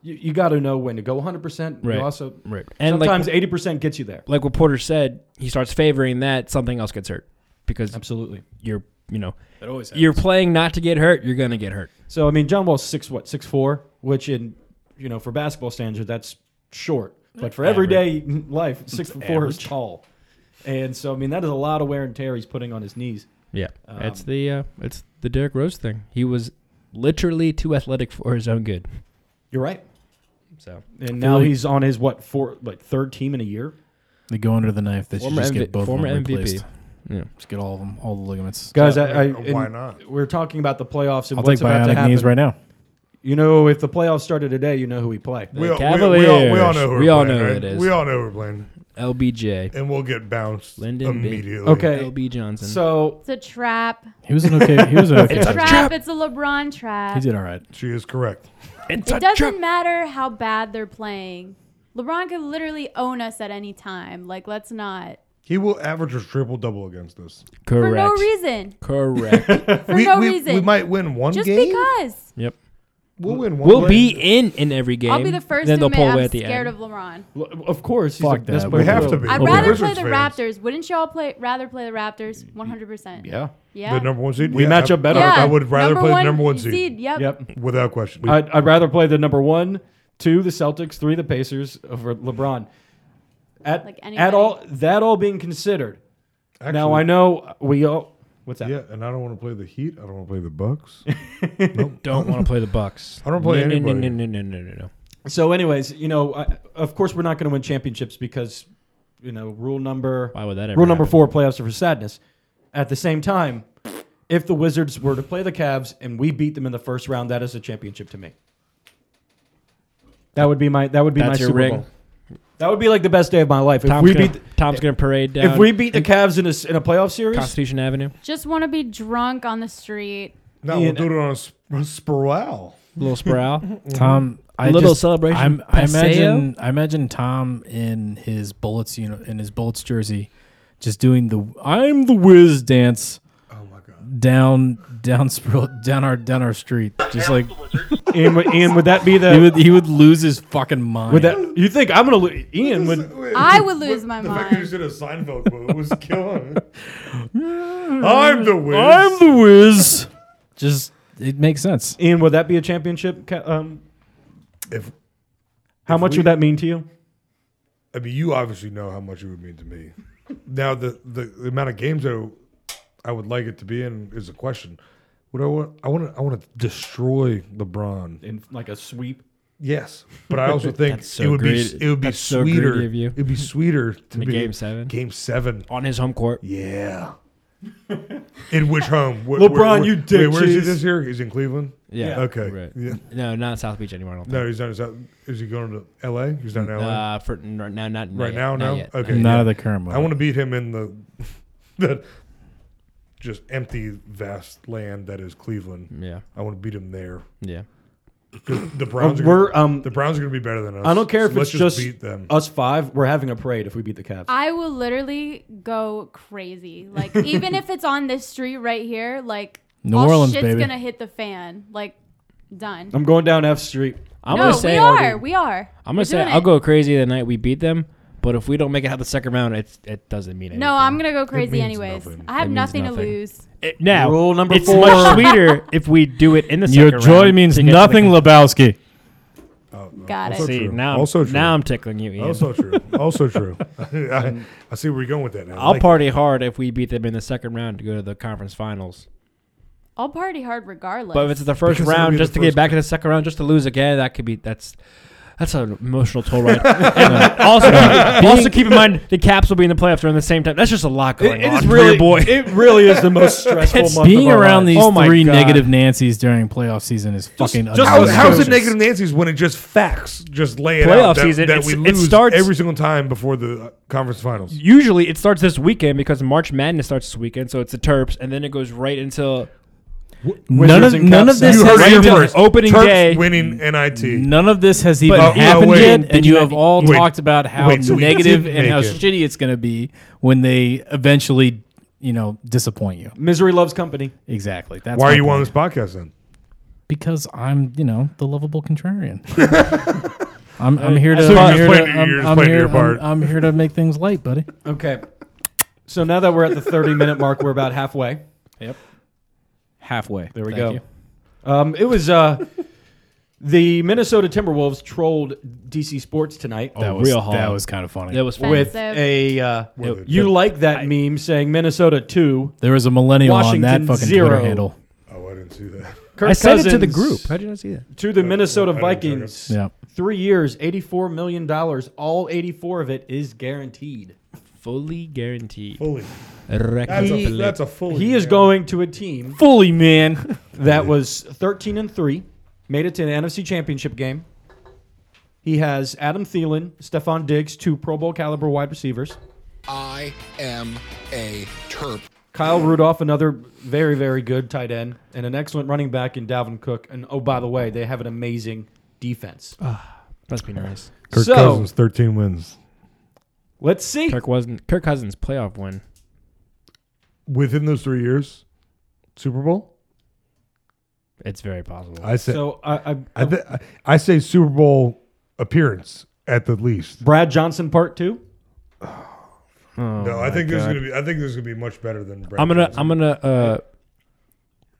Speaker 8: you, you got to know when to go 100. percent
Speaker 9: Right.
Speaker 8: You also
Speaker 9: Right. And, like,
Speaker 8: sometimes 80 percent gets you there.
Speaker 9: like what Porter said, he starts favoring that, something else gets hurt because
Speaker 8: Absolutely.
Speaker 9: you're, you know,
Speaker 6: That always
Speaker 9: you're playing not to get hurt. You're gonna get hurt.
Speaker 8: So I mean, John Wall's six what six four, which in you know for basketball standard that's short, but for everyday life six four is
Speaker 9: average.
Speaker 8: tall. And so I mean that is a lot of wear and tear he's putting on his knees.
Speaker 9: Yeah, it's
Speaker 8: Um,
Speaker 9: the uh, it's the Derrick Rose thing. He was literally too athletic for his own good.
Speaker 8: You're right.
Speaker 9: So
Speaker 8: And now
Speaker 6: like-
Speaker 8: he's on his what four like third team in a year.
Speaker 6: They go under the knife. They should
Speaker 9: former
Speaker 6: just
Speaker 9: MV-
Speaker 6: get both
Speaker 9: former
Speaker 6: of them
Speaker 9: MVP.
Speaker 6: replaced.
Speaker 9: Yeah.
Speaker 6: Just get all of them, all the ligaments.
Speaker 8: Guys,
Speaker 7: Yeah,
Speaker 8: I, I,
Speaker 7: like, Uh, why not?
Speaker 8: We're talking about the playoffs and
Speaker 6: I'll take
Speaker 8: what's about to
Speaker 6: bionic
Speaker 8: happen.
Speaker 6: knees right now.
Speaker 8: You know, if the playoffs started today, you know who we play.
Speaker 7: We, all- we- we, all, we all
Speaker 9: Cavaliers.
Speaker 7: know who we're
Speaker 9: We all
Speaker 7: playing,
Speaker 9: know who
Speaker 7: right?
Speaker 9: it is.
Speaker 7: We all know who we're playing,
Speaker 9: LBJ,
Speaker 7: and we'll get bounced
Speaker 9: Lyndon B.
Speaker 7: immediately.
Speaker 8: Okay.
Speaker 9: LB Johnson.
Speaker 8: So
Speaker 5: It's a trap.
Speaker 6: He was an okay. He was an okay.
Speaker 9: It's a
Speaker 6: player.
Speaker 5: Trap.
Speaker 9: trap.
Speaker 5: It's a LeBron trap.
Speaker 6: he did all right.
Speaker 7: she is correct.
Speaker 9: it's
Speaker 5: It doesn't matter how bad they're playing. LeBron could literally own us at any time. Like, let's not.
Speaker 7: He will average a triple double against us.
Speaker 9: Correct.
Speaker 5: For no reason.
Speaker 9: Correct.
Speaker 5: For
Speaker 7: we,
Speaker 5: no
Speaker 7: we,
Speaker 5: reason.
Speaker 7: we might win one
Speaker 5: Just
Speaker 7: game.
Speaker 5: because.
Speaker 9: yep.
Speaker 7: We'll win one.
Speaker 9: We'll
Speaker 7: game.
Speaker 9: be in in every game.
Speaker 5: I'll be the first to
Speaker 9: Then they'll
Speaker 5: admit
Speaker 9: pull away
Speaker 5: I'm
Speaker 9: at the
Speaker 5: scared
Speaker 9: end.
Speaker 5: of LeBron.
Speaker 8: l- of course, he's
Speaker 6: Fuck
Speaker 8: the best
Speaker 6: that.
Speaker 8: player
Speaker 6: We
Speaker 8: in the
Speaker 7: have to
Speaker 8: world.
Speaker 7: be.
Speaker 5: I'd
Speaker 7: We'll be
Speaker 5: rather play
Speaker 7: Wizards
Speaker 5: the
Speaker 7: fans.
Speaker 5: Raptors. Wouldn't y'all play rather play the Raptors? 100%.
Speaker 8: Yeah.
Speaker 5: Yeah.
Speaker 7: the number one seed.
Speaker 8: We match
Speaker 7: I-
Speaker 8: up better.
Speaker 7: I,
Speaker 5: Yeah,
Speaker 7: I would rather play the number one seed,
Speaker 5: Yep.
Speaker 8: Yep.
Speaker 7: without question. We-
Speaker 8: I'd, I'd rather play the number one, two the Celtics, three the Pacers over LeBron. At
Speaker 5: Like
Speaker 8: at all that all being considered.
Speaker 7: actually,
Speaker 8: now I know we all What's that?
Speaker 7: Yeah, and I don't want to play the Heat. I don't want to play the Bucks.
Speaker 9: Don't want to play the Bucks.
Speaker 7: I don't play
Speaker 9: no, no,
Speaker 7: anybody.
Speaker 9: no, no, no, no, no, no.
Speaker 8: So, anyways, you know, I, of course, we're not going to win championships because, you know, rule number
Speaker 9: Why would that ever
Speaker 8: rule number
Speaker 9: happen?
Speaker 8: four playoffs are for sadness. At the same time, if the Wizards were to play the Cavs and we beat them in the first round, that is a championship to me. That would be my that would be
Speaker 9: That's
Speaker 8: my
Speaker 9: your
Speaker 8: Super
Speaker 9: ring?
Speaker 8: Bowl. That would be like the best day of my life if
Speaker 9: Tom's
Speaker 8: we
Speaker 9: gonna,
Speaker 8: beat the,
Speaker 9: Tom's gonna parade down.
Speaker 8: if we beat the Cavs in a s- in a playoff series.
Speaker 9: Constitution Avenue,
Speaker 5: Just want to be drunk on the street.
Speaker 7: No, we'll
Speaker 8: Ian-
Speaker 7: do it on a, sp- a sprowl.
Speaker 9: little sproul.
Speaker 6: Tom, I
Speaker 9: Little
Speaker 6: just-
Speaker 9: celebration
Speaker 6: I'm, I
Speaker 9: paseo?
Speaker 6: imagine, I imagine Tom in his bullets, you know, in his bullets jersey, just doing the "I'm the Wiz" dance. Down, down, spro- down our, down our street, just like
Speaker 8: Ian, would- Ian, would that be
Speaker 6: he
Speaker 8: the
Speaker 6: would, he would lose his fucking mind.
Speaker 8: would that you think I'm gonna lo- Ian would
Speaker 5: I would lose my
Speaker 7: The fact that you
Speaker 5: mind.
Speaker 7: did a Seinfeld quote was killing. me. I'm the Wiz.
Speaker 6: I'm the Wiz. just it makes sense.
Speaker 8: Ian would that be a championship? ca- Um,
Speaker 7: If
Speaker 8: how
Speaker 7: If
Speaker 8: much
Speaker 7: we-
Speaker 8: would that mean to you?
Speaker 7: I mean, you obviously know how much it would mean to me. Now, the, the, the amount of games that I would like it to be in is a question. Would I want? I want to. I want to destroy LeBron.
Speaker 8: in like a sweep.
Speaker 7: Yes, but I also think
Speaker 9: That's so
Speaker 7: it would
Speaker 9: greedy-
Speaker 7: be it would be
Speaker 9: that's so
Speaker 7: sweeter.
Speaker 9: greedy of you.
Speaker 7: It would be sweeter to
Speaker 9: a
Speaker 7: be
Speaker 9: game seven?
Speaker 7: Game seven.
Speaker 9: on his home court.
Speaker 7: Yeah. in which home? Wh-
Speaker 8: LeBron, you
Speaker 7: Wait, where is he
Speaker 8: ditches.
Speaker 7: this year? He's in Cleveland.
Speaker 9: Yeah.
Speaker 7: Okay.
Speaker 9: Right.
Speaker 7: Yeah.
Speaker 9: No, not South Beach anymore. I don't think.
Speaker 7: No, he's not. Is, that, is he going to L.A.? He's not in L.A.
Speaker 9: Uh, for n- right now, not not
Speaker 7: right
Speaker 9: yet,
Speaker 7: now.
Speaker 9: not
Speaker 7: No.
Speaker 9: yet.
Speaker 7: Okay.
Speaker 6: Not
Speaker 7: yeah.
Speaker 6: of the current moment.
Speaker 7: I want to beat him in the that just empty vast land that is Cleveland.
Speaker 9: Yeah,
Speaker 7: I want to beat him there.
Speaker 9: yeah.
Speaker 7: 'Cause The Browns. Are
Speaker 8: We're
Speaker 7: gonna,
Speaker 8: um.
Speaker 7: the Browns are going to be better than us.
Speaker 8: I don't care if
Speaker 7: so
Speaker 8: it's
Speaker 7: let's just,
Speaker 8: just
Speaker 7: beat them.
Speaker 8: us five. We're having a parade if we beat the Cavs.
Speaker 5: I will literally go crazy. Like even if it's on this street right here, like
Speaker 6: New
Speaker 5: all
Speaker 6: Orleans,
Speaker 5: shit's
Speaker 6: baby.
Speaker 5: gonna hit the fan. Like done.
Speaker 8: I'm going down F Street.
Speaker 9: I'm
Speaker 5: no,
Speaker 9: gonna say
Speaker 5: we are. We are.
Speaker 9: I'm
Speaker 5: We're
Speaker 9: gonna say
Speaker 5: doing
Speaker 9: I'll
Speaker 5: it.
Speaker 9: go crazy the night we beat them, but if we don't make it out the second round, it it doesn't mean anything.
Speaker 5: No, I'm gonna go crazy
Speaker 7: means
Speaker 5: anyways.
Speaker 7: nothing.
Speaker 5: I have
Speaker 9: means
Speaker 5: nothing,
Speaker 9: nothing.
Speaker 5: to lose.
Speaker 9: It- now
Speaker 8: Rule number
Speaker 9: it's
Speaker 8: four.
Speaker 9: much sweeter if we do it in the second
Speaker 6: Your
Speaker 9: round.
Speaker 6: joy means
Speaker 9: to get to the
Speaker 6: nothing,
Speaker 9: con-
Speaker 6: Lebowski.
Speaker 5: Got
Speaker 7: Also
Speaker 5: it.
Speaker 9: See
Speaker 7: true.
Speaker 9: now, I'm-
Speaker 7: Also true.
Speaker 9: now I'm tickling you. Ian.
Speaker 7: Also true. Also true. I, I see where you're going with that now. I
Speaker 9: I'll
Speaker 7: like
Speaker 9: party hard if we beat them in the second round to go to the conference finals.
Speaker 5: I'll party hard regardless.
Speaker 9: But if it's the first
Speaker 7: Because it'll
Speaker 9: round,
Speaker 7: be the
Speaker 9: just to get
Speaker 7: first-
Speaker 9: back to the second round, just to lose again, that could be that's that's an emotional toll ride. And uh, also, keep, also keep in mind the Caps will be in the playoffs during the same time. That's just a lot going
Speaker 8: It- it
Speaker 9: on.
Speaker 8: is
Speaker 9: for
Speaker 8: really
Speaker 9: your boy.
Speaker 8: It really is the most stressful.
Speaker 9: It's
Speaker 8: month of
Speaker 6: Being
Speaker 8: our
Speaker 6: around
Speaker 8: lives.
Speaker 6: these
Speaker 9: Oh
Speaker 6: three
Speaker 9: my God.
Speaker 6: negative Nancys during playoff season is fucking.
Speaker 8: just-
Speaker 7: How,
Speaker 8: those
Speaker 7: how's it
Speaker 8: coaches.
Speaker 7: negative Nancy's when it just facts just lay it
Speaker 9: Playoff
Speaker 7: out that,
Speaker 9: season,
Speaker 7: that
Speaker 9: it's-
Speaker 7: we
Speaker 9: it
Speaker 7: lose
Speaker 9: starts-
Speaker 7: every single time before the uh, conference finals?
Speaker 9: Usually, it starts this weekend because March Madness starts this weekend, so it's the Terps, and then it goes right until
Speaker 6: None of,
Speaker 8: Wizards and
Speaker 6: none of
Speaker 8: Caps
Speaker 6: this
Speaker 8: You
Speaker 6: has
Speaker 9: heard it
Speaker 6: even,
Speaker 9: here first. opening
Speaker 7: Terps
Speaker 9: day.
Speaker 7: winning NIT.
Speaker 6: none of this has even
Speaker 9: But-
Speaker 7: Yeah,
Speaker 6: happened
Speaker 7: wait.
Speaker 6: yet,
Speaker 9: Did
Speaker 6: and
Speaker 9: you
Speaker 6: you
Speaker 9: not-
Speaker 6: have all
Speaker 7: wait.
Speaker 6: talked about how
Speaker 7: Wait, so we
Speaker 6: negative
Speaker 7: did
Speaker 6: and how
Speaker 7: make it.
Speaker 6: shitty it's going to be when they eventually, you know, disappoint you.
Speaker 8: misery loves company.
Speaker 6: Exactly. That's
Speaker 7: Why
Speaker 6: my
Speaker 7: are you on
Speaker 6: point.
Speaker 7: this podcast then?
Speaker 6: Because I'm, you know, the lovable contrarian. I'm, I'm here to.
Speaker 7: So you're
Speaker 6: I'm
Speaker 7: just
Speaker 6: here
Speaker 7: playing-
Speaker 6: to-
Speaker 7: you're
Speaker 6: I'm-
Speaker 7: just
Speaker 6: I'm
Speaker 7: playing
Speaker 6: here-
Speaker 7: your part.
Speaker 6: I'm- I'm here to make things light, buddy.
Speaker 8: Okay. So now that we're at the 30 minute mark, we're about halfway.
Speaker 6: Halfway.
Speaker 8: There we go. Um, it was uh, the Minnesota Timberwolves trolled DC Sports tonight.
Speaker 6: That
Speaker 9: Oh,
Speaker 6: was
Speaker 9: real hard.
Speaker 6: that was kind of funny.
Speaker 9: that was fun.
Speaker 8: with
Speaker 5: Offensive.
Speaker 8: a uh,
Speaker 7: With it.
Speaker 8: you like that meme saying Minnesota two.
Speaker 6: There was a millennial on
Speaker 8: Washington
Speaker 6: that fucking
Speaker 8: zero.
Speaker 6: Twitter handle.
Speaker 7: Oh, I didn't see that.
Speaker 8: Kirk
Speaker 9: I sent it to the
Speaker 8: Cousins
Speaker 9: group. How did you not see that?
Speaker 8: to the Minnesota
Speaker 7: I didn't check
Speaker 8: Vikings.
Speaker 6: Yeah.
Speaker 8: Three years, eighty-four million dollars. All eighty-four of it is guaranteed.
Speaker 9: Fully guaranteed.
Speaker 7: Fully. That's a,
Speaker 9: Record.
Speaker 7: that's a fully.
Speaker 8: He is
Speaker 7: yeah.
Speaker 8: going to a team
Speaker 6: Fully, man.
Speaker 8: that was thirteen and three, made it to an NFC Championship game. He has Adam Thielen, Stephon Diggs, two Pro Bowl caliber wide receivers.
Speaker 12: I am a terp.
Speaker 8: Kyle Rudolph, another very, very good tight end, and an excellent running back in Dalvin Cook. And oh, by the way, they have an amazing defense.
Speaker 9: Must be nice.
Speaker 7: Kirk
Speaker 8: so
Speaker 7: Cousins, 13 wins.
Speaker 8: let's see.
Speaker 9: Kirk wasn't Kirk Cousins playoff win.
Speaker 7: Within those three years, Super Bowl?
Speaker 9: It's very possible.
Speaker 7: I say,
Speaker 8: So I, I,
Speaker 7: I, th- I say Super Bowl appearance at the least.
Speaker 8: Brad Johnson part two. Oh
Speaker 7: no, I think there's gonna be. I think there's gonna be much better than. Brad
Speaker 9: I'm gonna
Speaker 7: Johnson.
Speaker 9: I'm gonna uh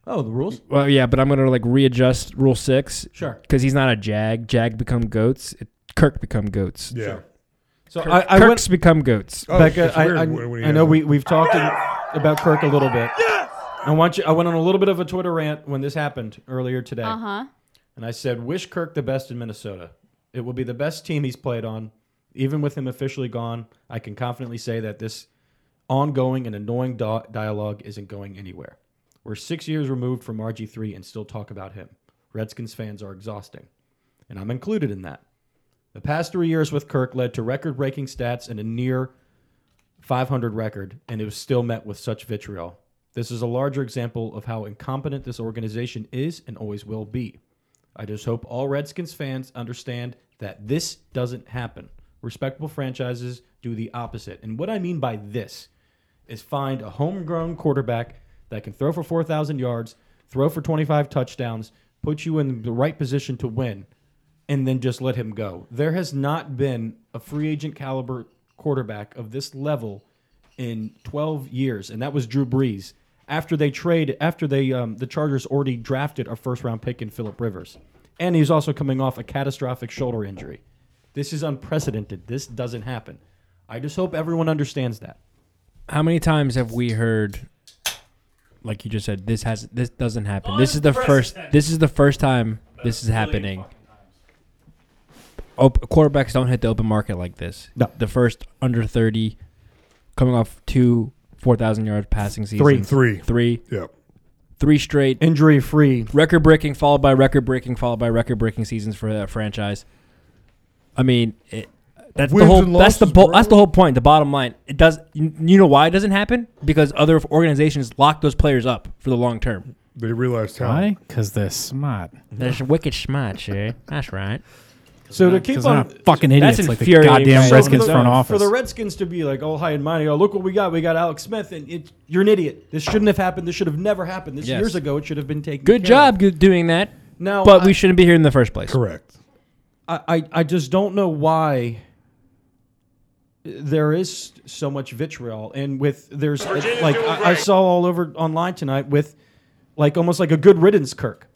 Speaker 8: Oh, the rules.
Speaker 9: well yeah, but I'm gonna like readjust rule six.
Speaker 8: Sure.
Speaker 9: Because he's not a jag. Jag become goats. It, Kirk become goats.
Speaker 7: Yeah.
Speaker 8: So I, I
Speaker 9: Kirks
Speaker 8: went
Speaker 9: become goats.
Speaker 7: Oh,
Speaker 8: Becca.
Speaker 7: it's
Speaker 8: I,
Speaker 7: weird
Speaker 8: I,
Speaker 7: when he
Speaker 8: I
Speaker 7: has
Speaker 8: know
Speaker 7: a-
Speaker 8: we we've talked in- about Kirk a little bit. I want you. I went on a little bit of a Twitter rant when this happened earlier today.
Speaker 5: Uh huh.
Speaker 8: And I said, wish Kirk the best in Minnesota. It will be the best team he's played on. Even with him officially gone, I can confidently say that this ongoing and annoying do- dialogue isn't going anywhere. We're six years removed from RG3 and still talk about him. Redskins fans are exhausting. And I'm included in that. The past three years with Kirk led to record breaking stats and a near 500 record, and it was still met with such vitriol. This is a larger example of how incompetent this organization is and always will be. I just hope all Redskins fans understand that this doesn't happen. Respectable franchises do the opposite. And what I mean by this is find a homegrown quarterback that can throw for 4,000 yards, throw for 25 touchdowns, put you in the right position to win, and then just let him go. There has not been a free agent caliber quarterback of this level in 12 years, and that was Drew Brees. After they trade, after they um, the Chargers already drafted a first round pick in Philip Rivers, and he's also coming off a catastrophic shoulder injury. This is unprecedented. This doesn't happen. I just hope everyone understands that.
Speaker 9: How many times have we heard, like you just said, this has this doesn't happen. This is the first. This is the first time this is happening. Op- quarterbacks don't hit the open market like this.
Speaker 8: No.
Speaker 9: The first under thirty, coming off two four thousand yards passing seasons.
Speaker 8: Three.
Speaker 7: Three.
Speaker 9: Three.
Speaker 7: Yep.
Speaker 9: Three straight
Speaker 8: injury free,
Speaker 9: record breaking, followed by record breaking, followed by record breaking seasons for that franchise. I mean, it, that's the
Speaker 7: Wins
Speaker 9: whole.
Speaker 7: and
Speaker 9: that's the
Speaker 7: losses,
Speaker 9: bo-
Speaker 7: bro.
Speaker 9: that's the whole point. The bottom line. It does. You you know why it doesn't happen? Because other organizations lock those players up for the long term.
Speaker 7: They realized how.
Speaker 6: Why? Because they're smart.
Speaker 9: That's wicked smart, yeah. That's right.
Speaker 8: So to
Speaker 6: not-
Speaker 8: keep
Speaker 6: 'cause they're
Speaker 8: on
Speaker 6: not fucking idiots
Speaker 9: That's
Speaker 6: like the
Speaker 9: infuriating, right?
Speaker 6: goddamn
Speaker 9: So
Speaker 6: Redskins
Speaker 8: for the,
Speaker 6: front
Speaker 8: For
Speaker 6: office.
Speaker 8: the Redskins to be like all high and mighty, oh look what we got, we got Alex Smith, and it, you're an idiot. This shouldn't have happened. This should have never happened. This
Speaker 9: Yes.
Speaker 8: years ago, it should have been taken.
Speaker 9: Good
Speaker 8: care of.
Speaker 9: job good doing that.
Speaker 8: Now,
Speaker 9: but
Speaker 8: I-
Speaker 9: we shouldn't be here in the first place.
Speaker 7: Correct.
Speaker 8: I, I, I just don't know why there is so much vitriol and with there's uh, like I, I saw all over online tonight with like almost like a good riddance Kirk.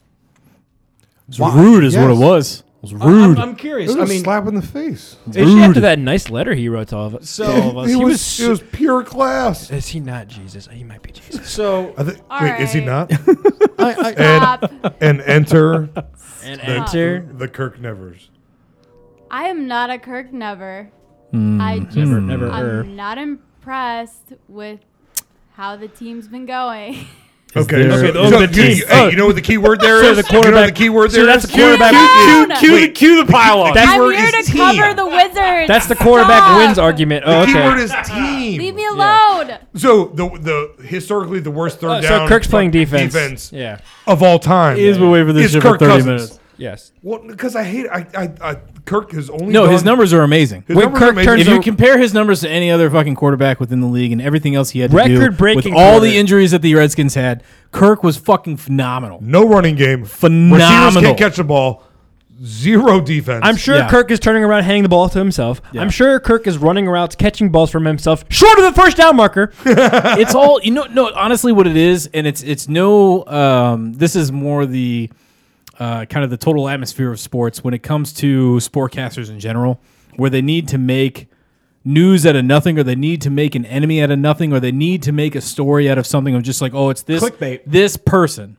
Speaker 6: It's rude, is what it
Speaker 7: Yes.
Speaker 6: was. It was
Speaker 8: I- I'm,
Speaker 6: rude.
Speaker 8: I'm
Speaker 7: It
Speaker 8: curious.
Speaker 7: was
Speaker 8: I
Speaker 7: a
Speaker 8: mean,
Speaker 7: slap in the face.
Speaker 9: Especially after that nice letter he wrote to all of us.
Speaker 8: So-
Speaker 9: to all of us.
Speaker 7: He,
Speaker 9: He
Speaker 7: was,
Speaker 9: was.
Speaker 7: it was pure class.
Speaker 9: Is he not Jesus? He might be Jesus.
Speaker 8: so
Speaker 7: I thi-
Speaker 5: All
Speaker 7: wait, is he
Speaker 5: right.
Speaker 7: not?
Speaker 8: I, I,
Speaker 5: Stop.
Speaker 7: and enter
Speaker 9: And
Speaker 5: Stop.
Speaker 9: enter.
Speaker 7: the Kirk Nevers.
Speaker 5: I am not a Kirk Never.
Speaker 9: Hmm.
Speaker 5: I just
Speaker 9: never er.
Speaker 5: I'm not impressed with how the team's been going.
Speaker 7: Okay,
Speaker 6: there-
Speaker 7: okay.
Speaker 6: the
Speaker 7: so,
Speaker 6: open
Speaker 7: you,
Speaker 6: team.
Speaker 7: hey, you know what the key word there is? You
Speaker 9: So the
Speaker 7: know what
Speaker 9: quarterback-
Speaker 7: the key word
Speaker 9: so
Speaker 7: there
Speaker 9: that's
Speaker 7: is?
Speaker 9: the quarterback-
Speaker 5: Cue-
Speaker 7: Is-
Speaker 5: cue-
Speaker 7: wait,
Speaker 6: the pile
Speaker 9: That's
Speaker 5: I'm
Speaker 9: where
Speaker 5: here to
Speaker 9: is team.
Speaker 5: cover the Wizards.
Speaker 9: That's the quarterback
Speaker 5: Stop.
Speaker 9: wins argument. Oh,
Speaker 7: the key word
Speaker 9: okay.
Speaker 7: is team.
Speaker 5: Leave me alone.
Speaker 7: So the the historically the worst third
Speaker 9: Uh,
Speaker 7: down.
Speaker 9: so Kirk's playing defense.
Speaker 7: defense
Speaker 9: Yeah.
Speaker 7: of all time.
Speaker 6: He's been waiting for this
Speaker 7: It's
Speaker 6: shit for
Speaker 7: Kirk
Speaker 6: 30
Speaker 7: Cousins.
Speaker 6: minutes.
Speaker 9: Yes.
Speaker 7: Well, because I hate I, I I Kirk has only
Speaker 6: No, his
Speaker 7: done-
Speaker 6: numbers are amazing.
Speaker 7: his
Speaker 9: when
Speaker 7: numbers
Speaker 9: Kirk
Speaker 7: are amazing.
Speaker 9: turns
Speaker 6: If
Speaker 9: So-
Speaker 6: you compare his numbers to any other fucking quarterback within the league and everything else he had to do with
Speaker 9: Record-breaking
Speaker 6: all
Speaker 9: quarter-
Speaker 6: the injuries that the Redskins had, Kirk was fucking phenomenal.
Speaker 7: no running game, Receivers
Speaker 6: Phenomenal.
Speaker 7: can't catch the ball. Zero defense.
Speaker 9: I'm sure
Speaker 6: Yeah.
Speaker 9: Kirk is turning around, handing the ball to himself.
Speaker 6: Yeah.
Speaker 9: I'm sure Kirk is running routes, catching balls from himself, short of the first down marker.
Speaker 6: it's all you know. No, honestly, what it is, and it's it's no. Um, this is more the uh, kind of the total atmosphere of sports when it comes to sportcasters in general, where they need to make news out of nothing, or they need to make an enemy out of nothing, or they need to make a story out of something of just like, oh, it's this
Speaker 8: Clickbait.
Speaker 6: this person.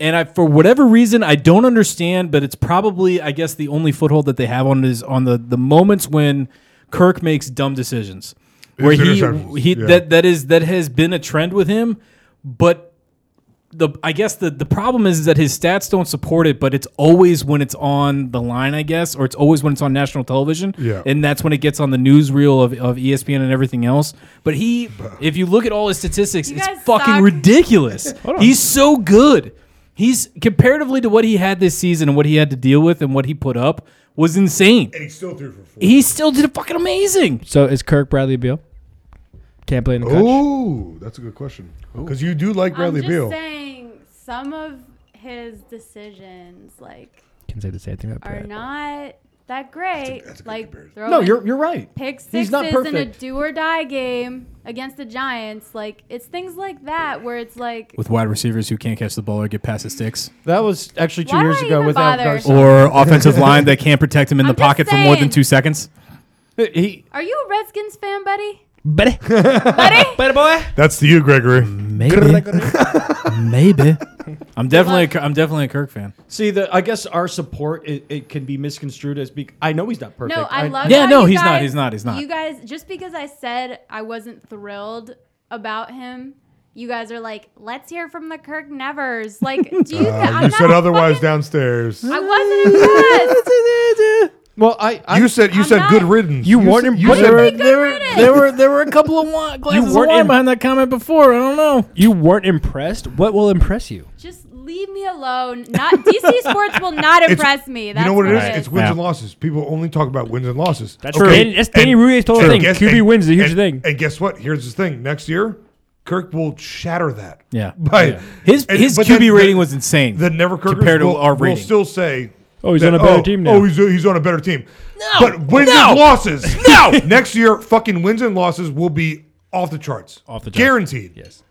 Speaker 6: And I, for whatever reason, I don't understand, but it's probably, I guess, the only foothold that they have on is on the the moments when Kirk makes dumb decisions, where he
Speaker 7: interceptions,
Speaker 6: he
Speaker 7: yeah.
Speaker 6: that that is that has been a trend with him, but the I guess the the problem is, is that his stats don't support it, but it's always when it's on the line, I guess, or it's always when it's on national television,
Speaker 7: Yeah.
Speaker 6: and that's when it gets on the newsreel of, of E ESPN and everything else. But he, if you look at all his statistics,
Speaker 5: You
Speaker 6: it's
Speaker 5: guys
Speaker 6: fucking
Speaker 5: suck.
Speaker 6: ridiculous. He's so good. He's comparatively to what he had this season and what he had to deal with and what he put up was insane.
Speaker 7: he still threw for four.
Speaker 6: He still did fucking amazing.
Speaker 9: so is Kirk Bradley Beal? Can't play in the coach.
Speaker 7: Oh, that's a good question. Because you do like Bradley
Speaker 5: I'm just
Speaker 7: Beal.
Speaker 5: saying some of his decisions like
Speaker 9: Can say the same thing about
Speaker 5: are
Speaker 9: Brad.
Speaker 5: not that great. like throwing
Speaker 8: no, you're you're right.
Speaker 5: pick sixes
Speaker 8: He's not
Speaker 5: in a
Speaker 8: perfect.
Speaker 5: do or die game against the Giants. Like it's things like that where it's like
Speaker 6: With wide receivers who can't catch the ball or get past the sticks,
Speaker 8: That was actually two
Speaker 5: Why do
Speaker 8: years
Speaker 5: I
Speaker 8: ago
Speaker 5: even
Speaker 8: with Al
Speaker 5: bother?
Speaker 8: Garcia.
Speaker 6: or offensive line that can't protect him in
Speaker 5: I'm
Speaker 6: the
Speaker 5: just
Speaker 6: pocket for more than
Speaker 5: saying.
Speaker 6: two seconds.
Speaker 8: He
Speaker 5: Are you a Redskins fan, buddy?
Speaker 9: buddy, buddy, buddy boy.
Speaker 7: That's to you, Gregory.
Speaker 6: Maybe. Maybe. I'm definitely a, Ki- I'm definitely a Kirk fan.
Speaker 8: See, the I guess our support it, it can be misconstrued as be, I know he's not perfect.
Speaker 5: No, I love.
Speaker 6: Yeah,
Speaker 5: how
Speaker 6: no,
Speaker 5: you
Speaker 6: he's not,
Speaker 5: guys-
Speaker 6: he's not, he's not.
Speaker 5: You guys, just because I said I wasn't thrilled about him, you guys are like, let's hear from the Kirk Nevers. Like, do you? Th-
Speaker 7: Uh,
Speaker 5: I'm
Speaker 7: you
Speaker 5: not
Speaker 7: said otherwise downstairs.
Speaker 5: I wasn't impressed.
Speaker 8: Well, I, I
Speaker 7: you said you
Speaker 5: I'm
Speaker 7: said
Speaker 5: not-
Speaker 7: good riddance.
Speaker 9: You weren't
Speaker 7: said-
Speaker 9: impressed.
Speaker 7: said-
Speaker 9: What do you
Speaker 6: there, were, there were there were a couple of wine, glasses of
Speaker 9: weren't
Speaker 6: wine
Speaker 9: in-
Speaker 6: behind that comment before. I don't know.
Speaker 9: You weren't impressed. What will impress you?
Speaker 5: Just leave me alone. Not DC sports will not
Speaker 7: It's-
Speaker 5: impress me. That's
Speaker 7: you know what it is?
Speaker 5: it is.
Speaker 7: It's wins
Speaker 6: Yeah.
Speaker 7: and losses. People only talk about wins and losses.
Speaker 9: That's true. And that's Danny Ruiz told
Speaker 7: and
Speaker 9: thing.
Speaker 7: guess-
Speaker 9: QB
Speaker 7: and-
Speaker 9: wins is a huge
Speaker 7: and-
Speaker 9: thing.
Speaker 7: And guess what? Here's the thing. Next year, Kirk will shatter that.
Speaker 6: Yeah.
Speaker 7: By,
Speaker 6: His
Speaker 7: and-
Speaker 6: his
Speaker 7: but
Speaker 6: QB
Speaker 7: the-
Speaker 6: rating was insane.
Speaker 7: The never Kirkers
Speaker 6: compared to
Speaker 7: will,
Speaker 6: our
Speaker 7: will
Speaker 6: rating.
Speaker 7: still say.
Speaker 9: Oh, he's
Speaker 7: that,
Speaker 9: on a better
Speaker 7: oh,
Speaker 9: team
Speaker 7: Oh,
Speaker 9: now.
Speaker 7: he's, he's on a better team. No, but wins
Speaker 9: No.
Speaker 7: and losses.
Speaker 9: No.
Speaker 7: next year, fucking wins and losses will be off the charts.
Speaker 9: Off the charts.
Speaker 7: guaranteed.
Speaker 9: Yes.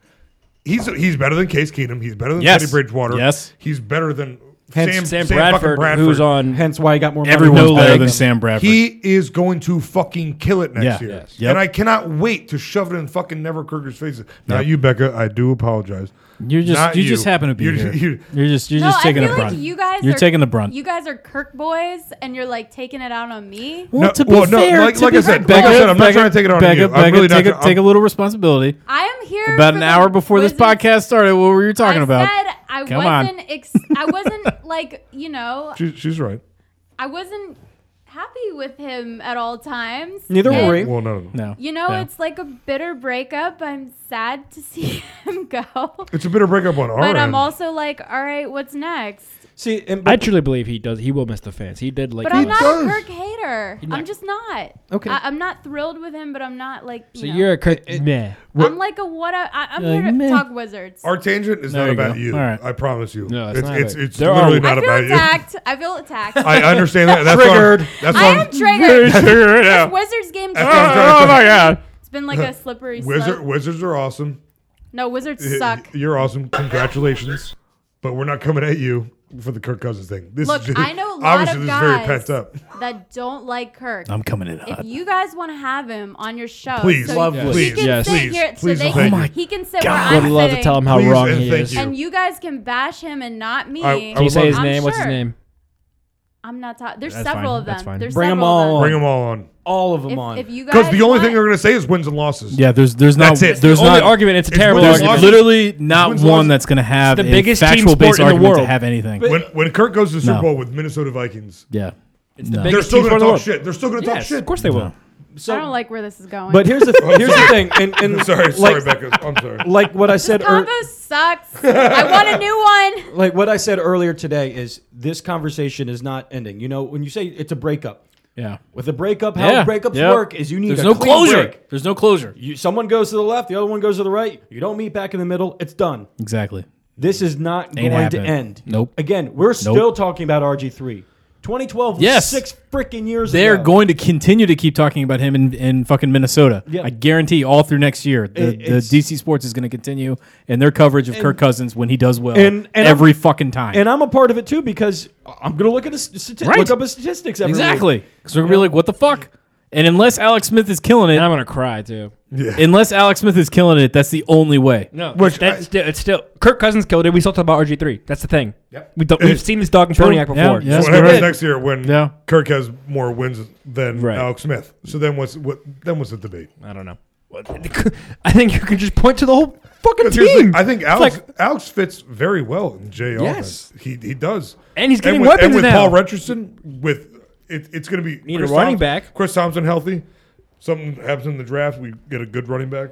Speaker 7: He's he's better than Case Keenum. He's better than
Speaker 6: Yes.
Speaker 7: Teddy Bridgewater.
Speaker 6: Yes.
Speaker 7: He's better than
Speaker 9: Hence
Speaker 7: Sam,
Speaker 9: Sam,
Speaker 7: fucking
Speaker 9: Bradford, who's on.
Speaker 8: Hence why I got more money.
Speaker 6: Everyone's
Speaker 9: No
Speaker 6: better
Speaker 9: legs.
Speaker 6: than Sam Bradford.
Speaker 7: He is going to fucking kill it next
Speaker 6: Yeah.
Speaker 7: year.
Speaker 6: Yes. Yep.
Speaker 7: And I cannot wait to shove it in fucking Never Kirker's faces. Not you, Becca. I do apologize.
Speaker 6: You're just
Speaker 7: Not
Speaker 6: you, just happen to be
Speaker 7: You're-
Speaker 6: here.
Speaker 7: you're-
Speaker 6: You're just you're
Speaker 5: No,
Speaker 6: just taking
Speaker 5: I
Speaker 6: the
Speaker 5: feel like
Speaker 6: brunt.
Speaker 5: you guys
Speaker 6: you're
Speaker 5: are,
Speaker 6: taking the brunt.
Speaker 5: You guys are Kirk boys, and you're like taking it out on me.
Speaker 6: well,
Speaker 7: No,
Speaker 6: to be
Speaker 7: well, no,
Speaker 6: fair,
Speaker 7: like-
Speaker 6: to
Speaker 7: like
Speaker 6: be
Speaker 7: I said-
Speaker 6: fair-
Speaker 7: like I said, I'm not
Speaker 6: Becca-
Speaker 7: trying to take it on
Speaker 6: Becca,
Speaker 7: you. I'm
Speaker 6: Becca,
Speaker 7: really not
Speaker 6: take,
Speaker 7: trying-
Speaker 6: a, take a little responsibility.
Speaker 5: I am here
Speaker 6: About
Speaker 5: for
Speaker 6: an
Speaker 5: the
Speaker 6: hour before this
Speaker 5: quizzes.
Speaker 6: podcast started, what were you talking
Speaker 5: I
Speaker 6: about?
Speaker 5: said I
Speaker 6: Come on.
Speaker 5: wasn't. Ex- I wasn't like you know.
Speaker 7: She, she's right.
Speaker 5: I wasn't happy with him at all times.
Speaker 8: Neither
Speaker 5: And,
Speaker 8: were we.
Speaker 7: Well, none of them.
Speaker 6: no,
Speaker 5: You know,
Speaker 6: no.
Speaker 5: it's like a bitter breakup. I'm sad to see him go, but
Speaker 7: It's a bitter breakup on our end.
Speaker 5: I'm also like, all right, what's next?
Speaker 8: See, and,
Speaker 9: I truly believe he does. He will miss the fans. He did like.
Speaker 5: But I'm
Speaker 9: last-
Speaker 5: not a Kirk hater. I'm just not.
Speaker 8: Okay.
Speaker 5: I, I'm not thrilled with him, but I'm not like. You
Speaker 9: So
Speaker 5: know.
Speaker 9: you're a Kirk. meh.
Speaker 5: I'm like a what? A, I, I'm
Speaker 6: You're
Speaker 5: here to
Speaker 6: like, meh.
Speaker 5: talk wizards.
Speaker 7: Our tangent is
Speaker 6: There
Speaker 7: not
Speaker 6: you
Speaker 7: about
Speaker 6: go.
Speaker 7: you.
Speaker 6: All right.
Speaker 7: I promise you.
Speaker 9: No, it's
Speaker 7: it's
Speaker 9: not
Speaker 7: it's,
Speaker 9: about-
Speaker 7: it's
Speaker 9: There are-
Speaker 7: literally
Speaker 5: I
Speaker 7: not
Speaker 5: feel
Speaker 7: about you.
Speaker 5: attacked. I feel attacked. I,
Speaker 7: I understand that. That's triggered. On, that's on,
Speaker 5: am triggered.
Speaker 6: Figure it
Speaker 5: This
Speaker 6: out.
Speaker 5: Wizards game.
Speaker 7: That's what I'm trying to
Speaker 5: sucks.
Speaker 7: say.
Speaker 6: god.
Speaker 5: It's been like a slippery
Speaker 7: Wizard,
Speaker 5: slope.
Speaker 7: wizards are awesome.
Speaker 5: No, wizards
Speaker 7: Y-
Speaker 5: suck.
Speaker 7: You're awesome. Congratulations. But we're not coming at you for the Kirk Cousins thing. This
Speaker 5: Look,
Speaker 7: is just,
Speaker 5: I know a lot
Speaker 7: obviously
Speaker 5: of
Speaker 7: this is very
Speaker 5: guys- Oh,
Speaker 7: pent up.
Speaker 5: That don't like Kirk.
Speaker 6: I'm coming in
Speaker 5: if
Speaker 6: hot.
Speaker 5: you guys want to have him on your show,
Speaker 7: Please,
Speaker 5: so
Speaker 7: Lovely.
Speaker 5: he
Speaker 7: please,
Speaker 5: can
Speaker 9: yes.
Speaker 5: sit
Speaker 7: please,
Speaker 5: here. So
Speaker 7: please
Speaker 5: they
Speaker 7: and
Speaker 6: Oh
Speaker 7: thank
Speaker 5: can,
Speaker 7: you.
Speaker 5: he can sit
Speaker 9: God,
Speaker 5: where
Speaker 9: would
Speaker 5: I'm
Speaker 9: love
Speaker 5: sitting,
Speaker 9: to tell him how
Speaker 7: Please
Speaker 9: wrong
Speaker 7: and
Speaker 9: he
Speaker 7: thank
Speaker 9: is.
Speaker 7: you.
Speaker 9: Can
Speaker 5: and you guys can bash him and not me.
Speaker 7: I- I
Speaker 9: you
Speaker 7: would
Speaker 9: say
Speaker 7: love-
Speaker 9: his
Speaker 5: I'm
Speaker 9: name? What's his
Speaker 5: sure.
Speaker 9: name?
Speaker 5: I'm not talking. There's
Speaker 9: That's
Speaker 5: several
Speaker 9: fine,
Speaker 5: of
Speaker 9: that's
Speaker 5: them.
Speaker 9: fine.
Speaker 5: There's
Speaker 8: Bring 'em
Speaker 5: several of
Speaker 8: all
Speaker 7: Bring them all on.
Speaker 8: all of them
Speaker 5: If-
Speaker 8: on.
Speaker 5: If, you guys,
Speaker 7: Because the only thing they're
Speaker 5: want-
Speaker 7: going to say is wins and losses.
Speaker 6: Yeah, there's there's not
Speaker 7: That's it.
Speaker 6: there's
Speaker 9: Only
Speaker 6: not
Speaker 9: argument. It's a
Speaker 7: It's
Speaker 9: terrible
Speaker 7: Wins
Speaker 6: there's
Speaker 7: and
Speaker 9: argument.
Speaker 7: losses.
Speaker 6: literally not
Speaker 7: Wins and
Speaker 6: one
Speaker 7: losses.
Speaker 6: that's going to have
Speaker 9: the
Speaker 6: a
Speaker 9: biggest team
Speaker 6: factual
Speaker 9: sport
Speaker 6: based
Speaker 9: in the
Speaker 6: argument to
Speaker 9: world.
Speaker 6: have anything.
Speaker 7: When when Kirk goes to the Super
Speaker 6: No.
Speaker 7: Bowl with Minnesota Vikings,
Speaker 6: yeah, it's the
Speaker 7: they're
Speaker 9: biggest
Speaker 7: still
Speaker 9: team
Speaker 7: going to
Speaker 9: sport in the
Speaker 7: talk
Speaker 9: world.
Speaker 7: shit. They're still going to talk
Speaker 9: Yes,
Speaker 7: shit.
Speaker 9: of course they will.
Speaker 8: so,
Speaker 5: I don't like where this is going.
Speaker 8: but here's the th- here's the thing, and, and
Speaker 7: Sorry, sorry,
Speaker 8: like,
Speaker 7: Becca. I'm sorry.
Speaker 8: like what I said. ear-
Speaker 5: combo sucks. I want a new one.
Speaker 8: like what I said earlier today is this conversation is not ending. You know, when you say it's a breakup,
Speaker 6: yeah.
Speaker 8: with a breakup, how
Speaker 6: Yeah,
Speaker 8: breakups
Speaker 6: yeah.
Speaker 8: work is you need
Speaker 6: There's
Speaker 8: a
Speaker 6: no
Speaker 8: clean
Speaker 6: closure.
Speaker 8: break.
Speaker 6: There's no closure.
Speaker 8: You, someone goes to the left, the other one goes to the right. You don't meet back in the middle. It's done.
Speaker 6: Exactly.
Speaker 8: This is not going
Speaker 6: happening.
Speaker 8: to end.
Speaker 6: Nope.
Speaker 8: Again, we're still talking about RG3. 2012 was
Speaker 6: Yes.
Speaker 8: six freaking years
Speaker 6: They're
Speaker 8: ago.
Speaker 6: going to continue to keep talking about him in, in fucking Minnesota.
Speaker 8: Yeah.
Speaker 6: I guarantee all through next year. The,
Speaker 8: It-
Speaker 6: the
Speaker 8: it's-
Speaker 6: DC Sports is going to continue and their coverage of Kirk Cousins when he does well
Speaker 8: and- and
Speaker 6: every
Speaker 8: I'm-
Speaker 6: fucking time.
Speaker 8: And I'm a part of it too because I'm going to look at his stati-
Speaker 6: Right.
Speaker 8: look up his statistics every
Speaker 6: exactly.
Speaker 8: week.
Speaker 6: Because we're going to be like, what the fuck? And unless Alex Smith is killing it,
Speaker 9: And I'm gonna cry too.
Speaker 6: unless Alex Smith is killing it, that's the only way.
Speaker 9: No,
Speaker 7: Which
Speaker 9: that's
Speaker 7: I-
Speaker 9: still, it's still Kirk Cousins killed it. We still talk about RG three. That's the thing.
Speaker 7: Yep.
Speaker 9: We don't, we've seen this dog and Poniac before.
Speaker 6: Yeah, yeah.
Speaker 7: So what happens
Speaker 6: good.
Speaker 7: next year when
Speaker 6: Yeah.
Speaker 7: Kirk has more wins than
Speaker 9: Right.
Speaker 7: Alex Smith? So then what's what? Then what's the debate?
Speaker 9: I don't know. I think you can just point to the whole fucking
Speaker 7: 'Cause here's the
Speaker 9: team.
Speaker 7: thing, I think
Speaker 9: It's
Speaker 7: Alex
Speaker 9: like-
Speaker 7: Alex fits very well in J
Speaker 9: Yes.
Speaker 7: offense. He he does.
Speaker 9: And he's getting
Speaker 7: with,
Speaker 9: weapons
Speaker 7: And with
Speaker 9: now.
Speaker 7: Paul Richardson, with it, it's going to be
Speaker 9: Need a running
Speaker 7: Thompson-
Speaker 9: back.
Speaker 7: Chris Thompson healthy. Something happens in the draft. We get a good running back.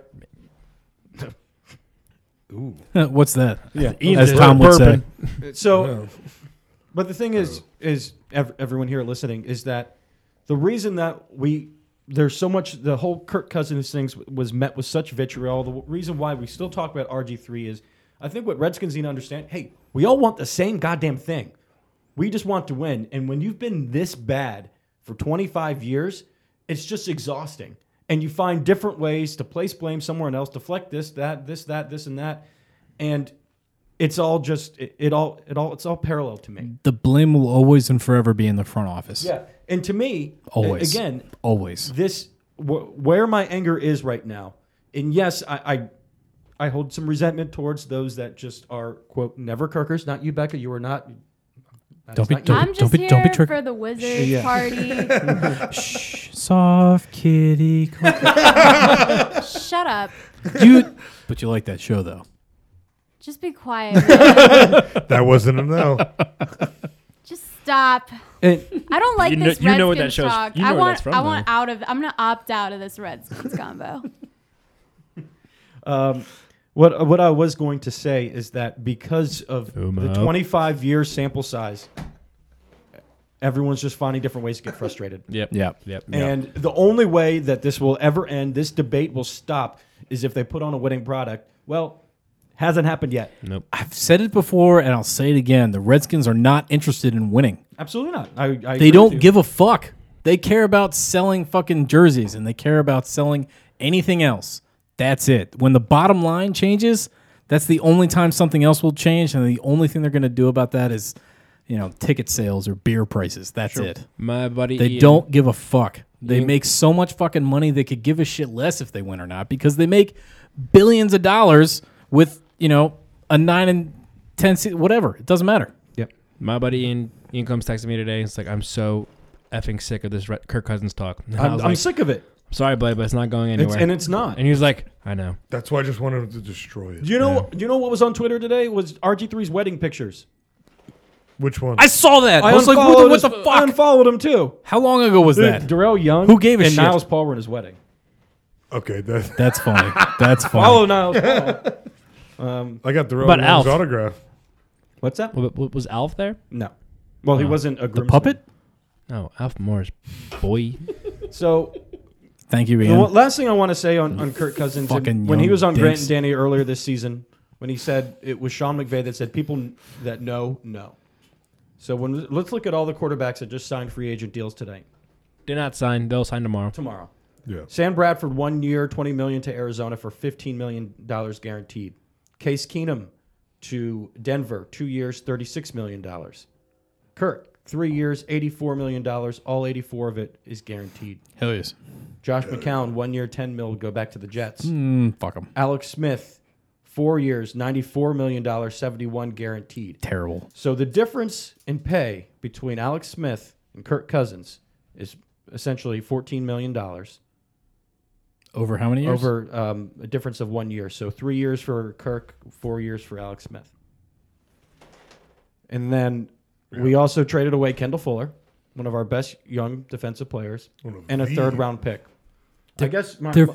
Speaker 6: What's that? Yeah.
Speaker 9: Ian's
Speaker 6: As
Speaker 9: just
Speaker 6: Tom would say.
Speaker 9: burping.
Speaker 8: So, but the thing is, is ev- everyone here listening is that the reason that we there's so much the whole Kirk Cousins things was met with such vitriol. The w- reason why we still talk about RG three is, I think what Redskins need to understand. Hey, we all want the same goddamn thing. We just want to win. And when you've been this bad for 25 years, it's just exhausting. And you find different ways to place blame somewhere else, deflect this, that, this, that, this, and that. And it's all just it, it all it all it's all parallel to me.
Speaker 6: The blame will always and forever be in the front office.
Speaker 8: Yeah. And to me, a-
Speaker 6: Always.
Speaker 8: again,
Speaker 6: Always.
Speaker 8: this wh- where my anger is right now. And yes, I, I I hold some resentment towards those that just are quote never kirkers. Not you, Becca. You are not. that
Speaker 6: Don't
Speaker 8: is
Speaker 6: be-
Speaker 8: not you.
Speaker 5: I'm just here for the wizard
Speaker 8: Yeah.
Speaker 5: party.
Speaker 6: Shh, soft kitty.
Speaker 5: Shut up.
Speaker 6: you, but you like that show though.
Speaker 5: Just be quiet. man.
Speaker 7: That wasn't a no.
Speaker 5: just stop.
Speaker 6: And-
Speaker 5: I don't like
Speaker 6: You kn-
Speaker 5: this
Speaker 6: you know what that
Speaker 5: Redskins
Speaker 6: show's-
Speaker 5: talk.
Speaker 6: you know
Speaker 5: I
Speaker 6: where
Speaker 5: want.
Speaker 6: that's from,
Speaker 5: I want out of. I'm gonna opt out of this Redskins combo.
Speaker 8: Um, what what I was going to say is that because of the
Speaker 9: up.
Speaker 8: 25 year sample size, everyone's just finding different ways to get frustrated.
Speaker 9: Yep. Yep. Yep. Yep.
Speaker 8: And the only way that this will ever end, this debate will stop, is if they put on a winning product. Well, hasn't happened yet.
Speaker 9: Nope.
Speaker 6: I've said it before, and I'll say it again. The Redskins are not interested in winning.
Speaker 8: Absolutely not. I, I agree
Speaker 6: they
Speaker 8: with
Speaker 6: don't
Speaker 8: you.
Speaker 6: give a fuck. They care about selling fucking jerseys and they care about selling anything else. That's it. When the bottom line changes, that's the only time something else will change, and the only thing they're going to do about that is, you know, ticket sales or beer prices. That's
Speaker 9: Sure.
Speaker 6: it.
Speaker 9: My buddy
Speaker 6: They
Speaker 9: Ian-
Speaker 6: don't give a fuck. They
Speaker 9: Ian-
Speaker 6: make so much fucking money they could give a shit less if they win or not because they make billions of dollars with you know a nine and ten se- whatever. It doesn't matter.
Speaker 8: Yep.
Speaker 9: My buddy Ian, Ian comes texting me today. It's like I'm so effing sick of this Re- Kirk Cousins talk. And I
Speaker 8: I'm-
Speaker 9: was
Speaker 8: I'm
Speaker 9: like,
Speaker 8: sick of it.
Speaker 9: Sorry, Blade, but it's not going
Speaker 8: It's-
Speaker 9: anywhere.
Speaker 8: and it's not.
Speaker 9: And he was like, I know.
Speaker 7: That's why I just wanted to destroy it.
Speaker 8: Do you know? Do you know what was on Twitter today? Was RG3's wedding pictures?
Speaker 7: Which one?
Speaker 6: I saw that. I,
Speaker 8: I
Speaker 6: was like, what, the-
Speaker 8: unfollowed
Speaker 6: what
Speaker 8: his-
Speaker 6: the
Speaker 8: I
Speaker 6: fuck?
Speaker 8: unfollowed him too.
Speaker 6: How long ago was
Speaker 8: Dude,
Speaker 6: that?
Speaker 8: Darrell Young.
Speaker 6: Who gave a
Speaker 8: and
Speaker 6: shit?
Speaker 8: Niles Paul were in his wedding.
Speaker 7: Okay, that,
Speaker 6: That's funny. That's funny.
Speaker 8: Follow Niles Paul. um,
Speaker 7: I got the
Speaker 9: But
Speaker 7: wrong
Speaker 9: Alf.
Speaker 7: autograph.
Speaker 8: what's that?
Speaker 9: W- w- Was Alf there?
Speaker 8: No. Well, he
Speaker 9: Oh.
Speaker 8: wasn't a
Speaker 6: the
Speaker 8: groomsman.
Speaker 6: puppet. Oh,
Speaker 9: No, Alf Morris. Boy.
Speaker 8: So
Speaker 6: Thank you,
Speaker 8: the
Speaker 6: Ian.
Speaker 8: one- last thing I want to say on, on Kirk Cousins, and
Speaker 6: Fucking
Speaker 8: when he
Speaker 6: young
Speaker 8: was on Grant
Speaker 6: dicks.
Speaker 8: and Danny earlier this season, when he said it was Sean McVay that said people n- that know know. So when let's look at all the quarterbacks that just signed free agent deals today,
Speaker 9: Did not sign. They'll sign tomorrow.
Speaker 8: tomorrow.
Speaker 7: Yeah.
Speaker 8: Sam Bradford, one year, twenty million to Arizona for fifteen million dollars guaranteed. Case Keenum to Denver, two years, thirty-six million dollars. Kirk, three years, eighty-four million dollars. All eighty-four of it is guaranteed.
Speaker 6: Hell yes.
Speaker 8: Josh McCown, one year, ten mil, go back to the Jets.
Speaker 6: Mm, fuck them.
Speaker 8: Alex Smith, four years, ninety-four million dollars, seventy-one guaranteed.
Speaker 6: Terrible.
Speaker 8: So the difference in pay between Alex Smith and Kirk Cousins is essentially fourteen million dollars
Speaker 6: Over how many years?
Speaker 8: over um, a difference of one year. So three years for Kirk, four years for Alex Smith. And then we also traded away Kendall Fuller, one of our best young defensive players,
Speaker 7: One of
Speaker 8: and a
Speaker 7: the-
Speaker 8: third round pick. I guess my,
Speaker 6: They're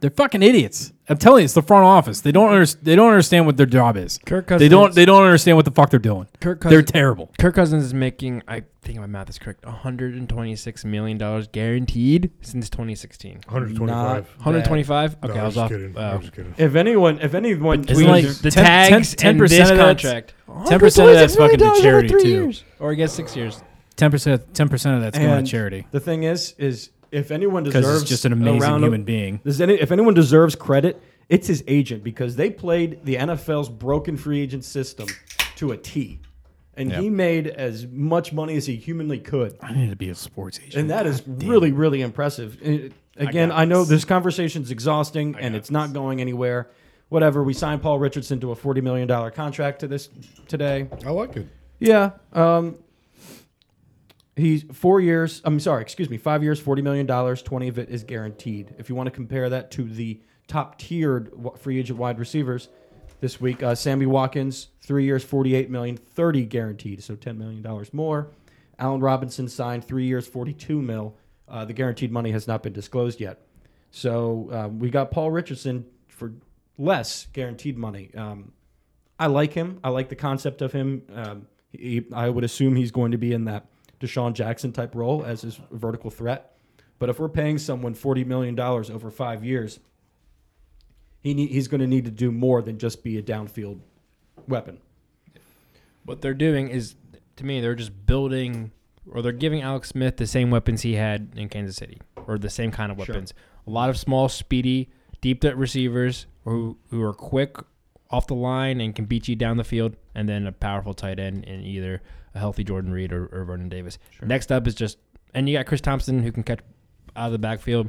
Speaker 6: they're fucking idiots. I'm telling you, it's the front office. They don't under, they don't understand what their job is.
Speaker 9: Kirk
Speaker 6: They don't
Speaker 9: Cousins-
Speaker 6: they don't understand what the fuck they're doing.
Speaker 9: Kirk
Speaker 6: They're
Speaker 9: Cousins-
Speaker 6: terrible.
Speaker 9: Kirk Cousins is making, I think my math is correct, $126 million guaranteed since 2016.
Speaker 7: 125.
Speaker 9: 125?
Speaker 7: No,
Speaker 9: Okay, I
Speaker 7: I'm
Speaker 9: was
Speaker 7: just
Speaker 9: off.
Speaker 7: kidding.
Speaker 9: wow.
Speaker 7: I'm just kidding.
Speaker 8: if anyone, if anyone,
Speaker 9: Isn't
Speaker 8: tweeted-
Speaker 9: like the tags, 10, percent
Speaker 6: of
Speaker 9: of
Speaker 6: that's-
Speaker 9: contract.
Speaker 6: 10% of that's fucking to charity too.
Speaker 9: Or I guess six years.
Speaker 6: Ten percent ten percent of that's going
Speaker 8: And
Speaker 6: to charity
Speaker 8: The thing is, is if anyone
Speaker 6: because
Speaker 8: deserves
Speaker 6: it's just an
Speaker 8: a
Speaker 6: amazing
Speaker 8: round of-
Speaker 6: human being.
Speaker 8: Does any, if anyone deserves credit, it's his agent because they played the NFL's broken free agent system to a T. And he made as much money as he humanly could.
Speaker 6: I need to be a sports agent.
Speaker 8: And that is really, really impressive. And again, I, know this conversation's exhausting and it's not going anywhere. Whatever. We signed Paul Richardson to a $40 million contract to this today.
Speaker 7: I like it.
Speaker 8: Yeah. Um, he's four years. I'm sorry. Excuse me. Five years, forty million dollars. Twenty of it is guaranteed. If you want to compare that to the top tiered w- free agent wide receivers this week, uh, Sammy Watkins, three years, forty-eight million, thirty guaranteed, so ten million dollars more. Allen Robinson signed three years, forty-two mil. Uh, the guaranteed money has not been disclosed yet. So um, we got Paul Richardson for less guaranteed money. Um, I like him. I like the concept of him. Um, he, I would assume he's going to be in that Deshaun Jackson type role as his vertical threat. But if we're paying someone forty million dollars over five years, he need, he's going to need to do more than just be a downfield weapon.
Speaker 9: What they're doing is, to me, they're just building or they're giving Alex Smith the same weapons he had in Kansas City or the same kind of
Speaker 8: Sure.
Speaker 9: weapons. A lot of small, speedy, deep threat receivers who, who are quick off the line and can beat you down the field, and then a powerful tight end in either a healthy Jordan Reed or, or Vernon Davis. Next up is just, and you got Chris Thompson who can catch out of the backfield.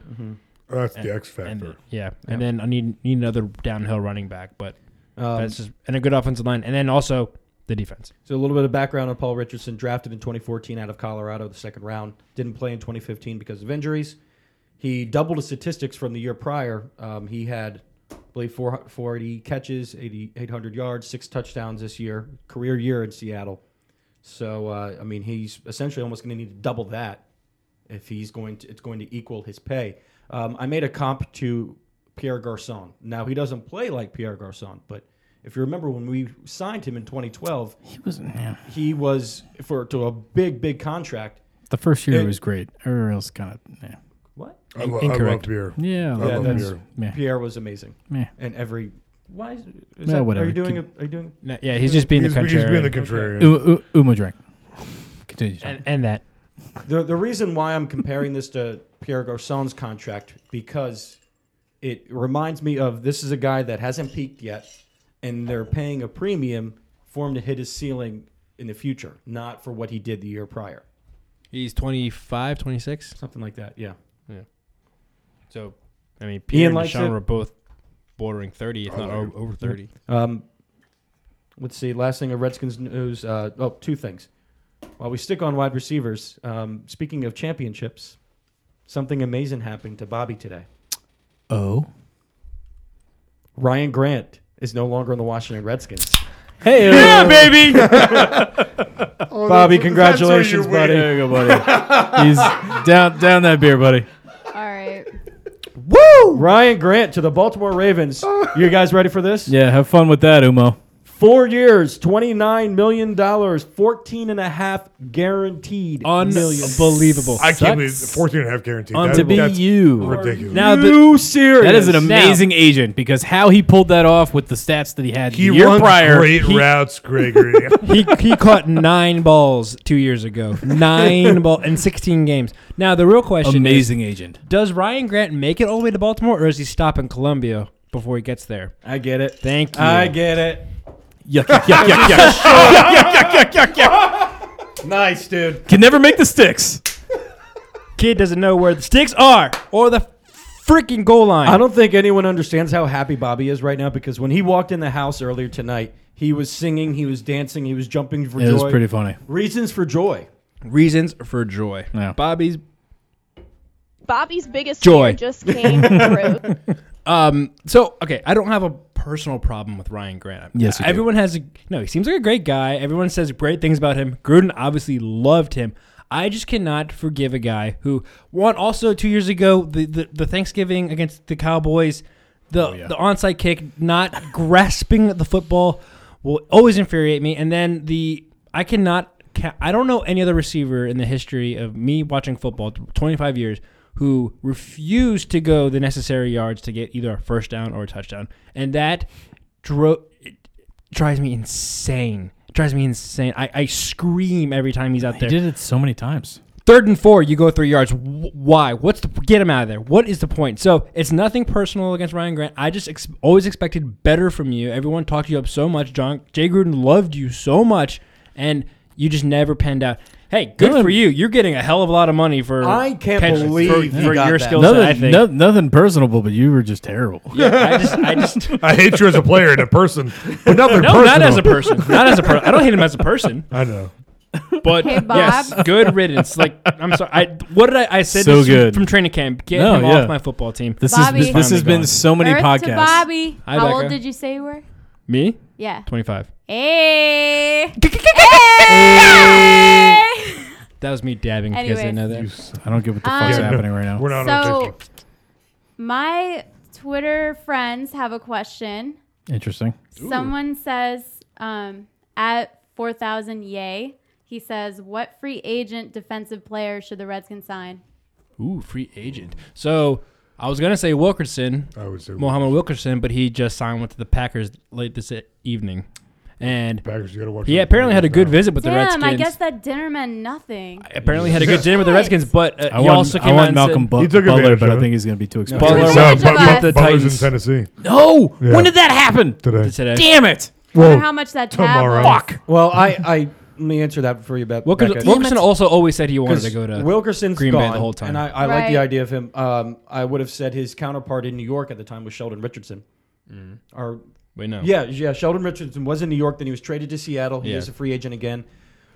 Speaker 7: That's
Speaker 9: And-
Speaker 7: the X
Speaker 9: and-
Speaker 7: factor.
Speaker 9: yeah, and then I need need another downhill running back, but that's just and a good offensive line, and then also the defense.
Speaker 8: So a little bit of background on Paul Richardson, drafted in 2014 out of Colorado, the second round. Didn't play in 2015 because of injuries. He doubled his statistics from the year prior. Um, he had, I believe, four- 480 catches, 80, 800 yards, six touchdowns this year, career year in Seattle. So uh, I mean, he's essentially almost going to need to double that if he's going to. It's going to equal his pay. Um, I made a comp to Pierre Garcon. Now he doesn't play like Pierre Garcon, but if you remember when we signed him in 2012, he was he was for to a big big contract.
Speaker 6: The first year
Speaker 8: It-
Speaker 6: was great. Everyone else kind of yeah.
Speaker 8: What?
Speaker 7: I lo- I loved Pierre.
Speaker 6: Yeah,
Speaker 7: I
Speaker 6: like,
Speaker 7: loved
Speaker 6: that's-
Speaker 7: Pierre.
Speaker 6: meh.
Speaker 8: Pierre was amazing.
Speaker 6: Yeah.
Speaker 8: And every why is, is
Speaker 6: Yeah,
Speaker 8: that,
Speaker 6: whatever.
Speaker 8: Are you doing? A,
Speaker 6: Keep-
Speaker 8: are you doing?
Speaker 9: No, yeah, he's just being the
Speaker 7: He's-
Speaker 9: contrarian.
Speaker 7: he's being the contrarian.
Speaker 6: U- u- Uma drink. Continue. Sean.
Speaker 9: and, and that
Speaker 8: The, the reason why I'm comparing this to Pierre Garcon's contract because it reminds me of this is a guy that hasn't peaked yet, and they're paying a premium for him to hit his ceiling in the future, not for what he did the year prior.
Speaker 9: he's 25, 26.
Speaker 8: Something like that, yeah.
Speaker 9: So I mean, Pierre and
Speaker 8: likes
Speaker 9: Deshaun
Speaker 8: it.
Speaker 9: were both bordering thirty, if not o- over thirty.
Speaker 8: Um, let's see. Last thing of Redskins news. Uh, oh, two things. While we stick on wide receivers, um, speaking of championships, something amazing happened to Bobby today.
Speaker 6: Oh.
Speaker 8: Ryan Grant is no longer on the Washington Redskins.
Speaker 6: Hey,
Speaker 9: yeah, baby. Oh,
Speaker 8: Bobby,
Speaker 7: that's-
Speaker 8: congratulations,
Speaker 7: that's where
Speaker 8: buddy.
Speaker 7: you
Speaker 6: There you go, buddy. He's down down that beer, buddy.
Speaker 5: All right.
Speaker 8: Woo! Ryan Grant to the Baltimore Ravens. You guys ready for this?
Speaker 6: Yeah, have fun with that, Umo.
Speaker 8: Four years, $29 million, 14 and a half guaranteed. million.
Speaker 9: Unbelievable.
Speaker 7: I
Speaker 6: Sucks.
Speaker 7: can't believe 14 and a half guaranteed.
Speaker 6: On
Speaker 7: That-
Speaker 6: to be
Speaker 7: that's
Speaker 6: you.
Speaker 7: ridiculous.
Speaker 6: Now the,
Speaker 8: You serious?
Speaker 6: that is an amazing agent because how he pulled that off with the stats that he had
Speaker 7: he
Speaker 6: the year
Speaker 7: runs
Speaker 6: prior.
Speaker 7: great
Speaker 6: he-
Speaker 7: routes, Gregory.
Speaker 9: he he caught nine balls two years ago. Nine ball in sixteen games. Now the real question is:
Speaker 6: amazing agent.
Speaker 9: Does Ryan Grant make it all the way to Baltimore, or does he stop in Columbia before he gets there?
Speaker 8: I get it.
Speaker 9: Thank you.
Speaker 8: I get it.
Speaker 6: Yuck, yuck, yuck, yuck, yuck. yuck, yuck, yuck, yuck, yuck.
Speaker 8: Nice, dude.
Speaker 6: Can never make the sticks.
Speaker 9: Kid doesn't know where the sticks are or the freaking goal line.
Speaker 8: I don't think anyone understands how happy Bobby is right now because when he walked in the house earlier tonight, he was singing, he was dancing, he was jumping for
Speaker 6: It
Speaker 8: joy.
Speaker 6: was pretty funny.
Speaker 8: Reasons for joy.
Speaker 9: Reasons for joy.
Speaker 6: Yeah.
Speaker 9: Bobby's
Speaker 11: Bobby's biggest
Speaker 9: Joy.
Speaker 11: fear just came through.
Speaker 9: Um. So okay, I don't have a personal problem with Ryan Grant.
Speaker 6: Yes, you do.
Speaker 9: everyone has. A, no, he seems like a great guy. Everyone says great things about him. Gruden obviously loved him. I just cannot forgive a guy who one also two years ago the the, the Thanksgiving against the Cowboys, the
Speaker 6: yeah.
Speaker 9: the onside kick, not grasping the football will always infuriate me. And then the I cannot. ca- I don't know any other receiver in the history of me watching football, 25 years, who refused to go the necessary yards to get either a first down or a touchdown, and that drove it drives me insane. It drives me insane. I, I scream every time he's out
Speaker 6: He
Speaker 9: there.
Speaker 6: did it so many times.
Speaker 9: Third and four, you go three yards. W- Why? What's the get him out of there? What is the point? So it's nothing personal against Ryan Grant. I just ex- always expected better from you. Everyone talked you up so much. John Jay Gruden loved you so much, and you just never panned out. Hey, good
Speaker 6: None-
Speaker 9: for you. You're getting a hell of a lot of money for
Speaker 8: I can't
Speaker 9: catches,
Speaker 8: believe
Speaker 9: for,
Speaker 8: you
Speaker 9: for
Speaker 8: got
Speaker 9: your
Speaker 8: that.
Speaker 9: skill set. I
Speaker 6: Nothing,
Speaker 9: think.
Speaker 6: no, nothing personable, but you were just terrible.
Speaker 9: Yeah, I just, I just.
Speaker 7: I hate you as a player and a person, but nothing
Speaker 9: No,
Speaker 7: personal.
Speaker 9: not as a person. Not as a person. I don't hate him as a person.
Speaker 7: I know.
Speaker 9: But
Speaker 5: Hey, Bob.
Speaker 9: yes, good riddance. Like I'm sorry. I what did I? I said
Speaker 6: So
Speaker 9: this
Speaker 6: good.
Speaker 9: from training camp. Get
Speaker 6: No,
Speaker 9: him
Speaker 6: yeah.
Speaker 9: off my football team.
Speaker 6: This
Speaker 5: Bobby.
Speaker 6: is this has
Speaker 9: Finally gone.
Speaker 6: been so many
Speaker 5: Earth
Speaker 6: podcasts.
Speaker 5: to Bobby.
Speaker 9: Hi,
Speaker 5: How
Speaker 9: Becca.
Speaker 5: old did you say you were?
Speaker 9: Me,
Speaker 5: Yeah.
Speaker 9: 25.
Speaker 5: Hey.
Speaker 9: That was me dabbing because I
Speaker 5: Anyways.
Speaker 9: know that.
Speaker 6: I don't get what the fuck's
Speaker 5: Um,
Speaker 7: Yeah, no,
Speaker 6: happening right now.
Speaker 7: We're not on
Speaker 5: so,
Speaker 7: TikTok.
Speaker 5: my Twitter friends have a question.
Speaker 6: Interesting.
Speaker 5: Someone says um, at 4,000 yay, he says, What free agent defensive player should the Redskins sign?
Speaker 9: Ooh, free agent. So I was gonna say Wilkerson,
Speaker 7: I would say
Speaker 9: Mohammed Wilkerson, but he just signed with the Packers late this evening, and
Speaker 7: Packers, you gotta watch.
Speaker 9: he
Speaker 7: them.
Speaker 9: apparently had a good
Speaker 7: Now.
Speaker 9: visit with the
Speaker 5: Damn,
Speaker 9: Redskins.
Speaker 5: I guess that dinner meant nothing.
Speaker 9: apparently had a good dinner with the
Speaker 5: Yes.
Speaker 9: Redskins, but uh,
Speaker 6: I
Speaker 9: he
Speaker 6: want,
Speaker 9: also
Speaker 6: I
Speaker 9: came out
Speaker 6: want
Speaker 9: and
Speaker 6: Malcolm
Speaker 9: said,
Speaker 6: Bu-
Speaker 7: He took
Speaker 6: Butler,
Speaker 7: advantage
Speaker 6: but I
Speaker 7: of it.
Speaker 6: think he's going to be too expensive.
Speaker 9: Butler-
Speaker 7: No,
Speaker 5: Butler went to
Speaker 7: but,
Speaker 5: Boston.
Speaker 7: but, Butler's
Speaker 9: Titans.
Speaker 7: in Tennessee
Speaker 6: No,
Speaker 7: Yeah.
Speaker 6: when did that happen?
Speaker 7: today.
Speaker 9: today.
Speaker 6: Damn it!
Speaker 5: I wonder
Speaker 7: Well,
Speaker 5: how much that tab
Speaker 7: tomorrow.
Speaker 5: was.
Speaker 7: Fuck.
Speaker 8: Well, I, I let me answer that for you, Beth.
Speaker 9: Wilkins-
Speaker 8: Becca.
Speaker 9: Wilkinson also always said he wanted to go to
Speaker 8: Wilkerson's
Speaker 9: Green Bay
Speaker 8: gone,
Speaker 9: the whole time.
Speaker 8: and I, I like
Speaker 9: Right.
Speaker 8: the idea of him. Um, I would have said his counterpart in New York at the time was Sheldon Richardson.
Speaker 9: Mm.
Speaker 8: Or
Speaker 9: Wait, no.
Speaker 8: yeah, yeah. Sheldon Richardson was in New York, then he was traded to Seattle. He
Speaker 9: Yeah.
Speaker 8: is a free agent again.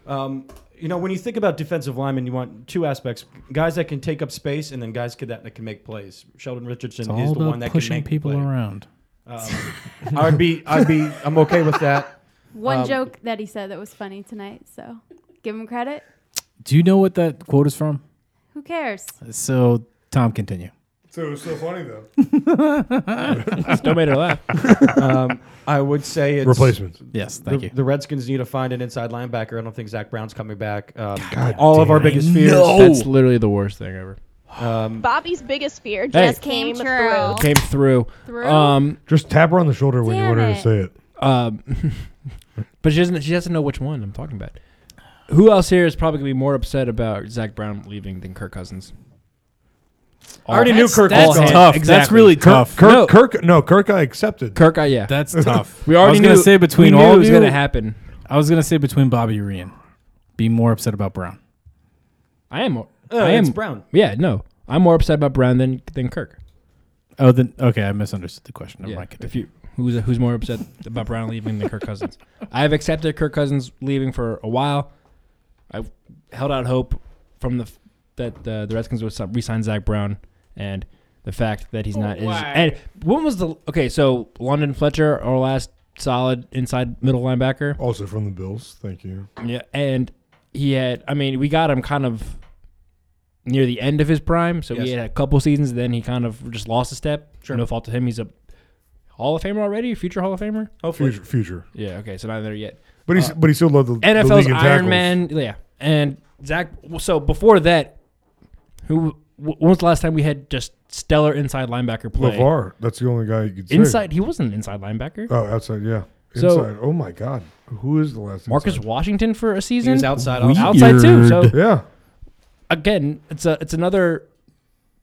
Speaker 8: Um, you know, when you think about defensive linemen, you want two aspects: guys that can take up space, and then guys could, that, that can make plays. Sheldon Richardson
Speaker 6: It's all
Speaker 8: is the
Speaker 6: about
Speaker 8: one that
Speaker 6: pushing
Speaker 8: can make
Speaker 6: people
Speaker 8: play.
Speaker 6: around.
Speaker 8: Um, I'd be, I'd be, I'm okay with that.
Speaker 5: One
Speaker 8: Um,
Speaker 5: joke that he said that was funny tonight, so give him credit.
Speaker 6: Do you know what that quote is from?
Speaker 5: Who cares?
Speaker 6: So, Tom, continue.
Speaker 7: So it was so funny though.
Speaker 9: Still made her laugh.
Speaker 8: um, I would say it's
Speaker 7: Replacements.
Speaker 6: Yes, thank
Speaker 8: the,
Speaker 6: you.
Speaker 8: The Redskins need to find an inside linebacker. I don't think Zach Brown's coming back. Um,
Speaker 9: God
Speaker 8: all of
Speaker 9: damn
Speaker 8: our
Speaker 9: it.
Speaker 8: biggest fears.
Speaker 9: No. That's literally the worst thing ever.
Speaker 8: Um,
Speaker 11: Bobby's biggest fear
Speaker 9: Hey.
Speaker 11: just came,
Speaker 5: Came true.
Speaker 11: through.
Speaker 9: Came through.
Speaker 5: Through?
Speaker 9: Um,
Speaker 7: Just tap her on the shoulder when
Speaker 5: Damn
Speaker 7: you want her
Speaker 5: it.
Speaker 7: to say it.
Speaker 9: um, but she doesn't. She doesn't know which one I'm talking about. Who else here is probably gonna be more upset about Zach Brown leaving than Kirk Cousins?
Speaker 8: I already knew Kirk
Speaker 9: that's
Speaker 8: was gone.
Speaker 9: tough.
Speaker 6: That's really tough.
Speaker 7: Kirk,
Speaker 9: No.
Speaker 7: Kirk, no, Kirk, I accepted.
Speaker 9: Kirk, I, yeah,
Speaker 6: That's tough.
Speaker 9: We already
Speaker 6: I was gonna
Speaker 9: knew-
Speaker 6: say between
Speaker 9: we knew
Speaker 6: all
Speaker 9: it
Speaker 6: of
Speaker 9: was
Speaker 6: you-
Speaker 9: gonna happen.
Speaker 6: I was gonna say between Bobby and Ryan, be more upset about Brown.
Speaker 9: I am. more-
Speaker 8: Uh,
Speaker 9: I am
Speaker 8: it's Brown.
Speaker 9: Yeah, no, I'm more upset about Brown than than Kirk.
Speaker 6: Oh, then okay, I misunderstood the question. Never
Speaker 9: Yeah,
Speaker 6: mind.
Speaker 9: if you who's who's more upset about Brown leaving than Kirk Cousins? I've accepted Kirk Cousins leaving for a while. I've held out hope from the f- that uh, the Redskins would s- re-sign Zach Brown and the fact that he's not. Is,
Speaker 6: Why?
Speaker 9: and when was the okay? So London Fletcher, our last solid inside middle linebacker.
Speaker 7: Also from the Bills. Thank you.
Speaker 9: Yeah, and he had. I mean, we got him kind of near the end of his prime, so he
Speaker 8: Yes.
Speaker 9: had a couple seasons. Then he kind of just lost a step.
Speaker 8: Sure.
Speaker 9: No fault to him. He's a Hall of Famer already, future Hall of Famer.
Speaker 8: hopefully,
Speaker 7: Future, future.
Speaker 9: Yeah. Okay. So not there yet.
Speaker 7: But
Speaker 9: Uh,
Speaker 7: he's but he still led the the
Speaker 9: NFL's
Speaker 7: league in
Speaker 9: Iron
Speaker 7: tackles.
Speaker 9: Man. Yeah. And Zach. So before that, who? When was the last time we had just stellar inside linebacker play?
Speaker 7: Lavar. That's the only guy you could say.
Speaker 9: Inside, he wasn't an inside linebacker.
Speaker 7: Oh, outside. Yeah. Inside.
Speaker 9: So-
Speaker 7: oh my God. Who is the last?
Speaker 9: Marcus
Speaker 7: inside?
Speaker 9: Washington for a
Speaker 8: he
Speaker 9: season.
Speaker 8: was outside.
Speaker 6: We-
Speaker 8: outside.
Speaker 9: outside too. So
Speaker 6: Weird.
Speaker 7: Yeah.
Speaker 9: again, it's a it's another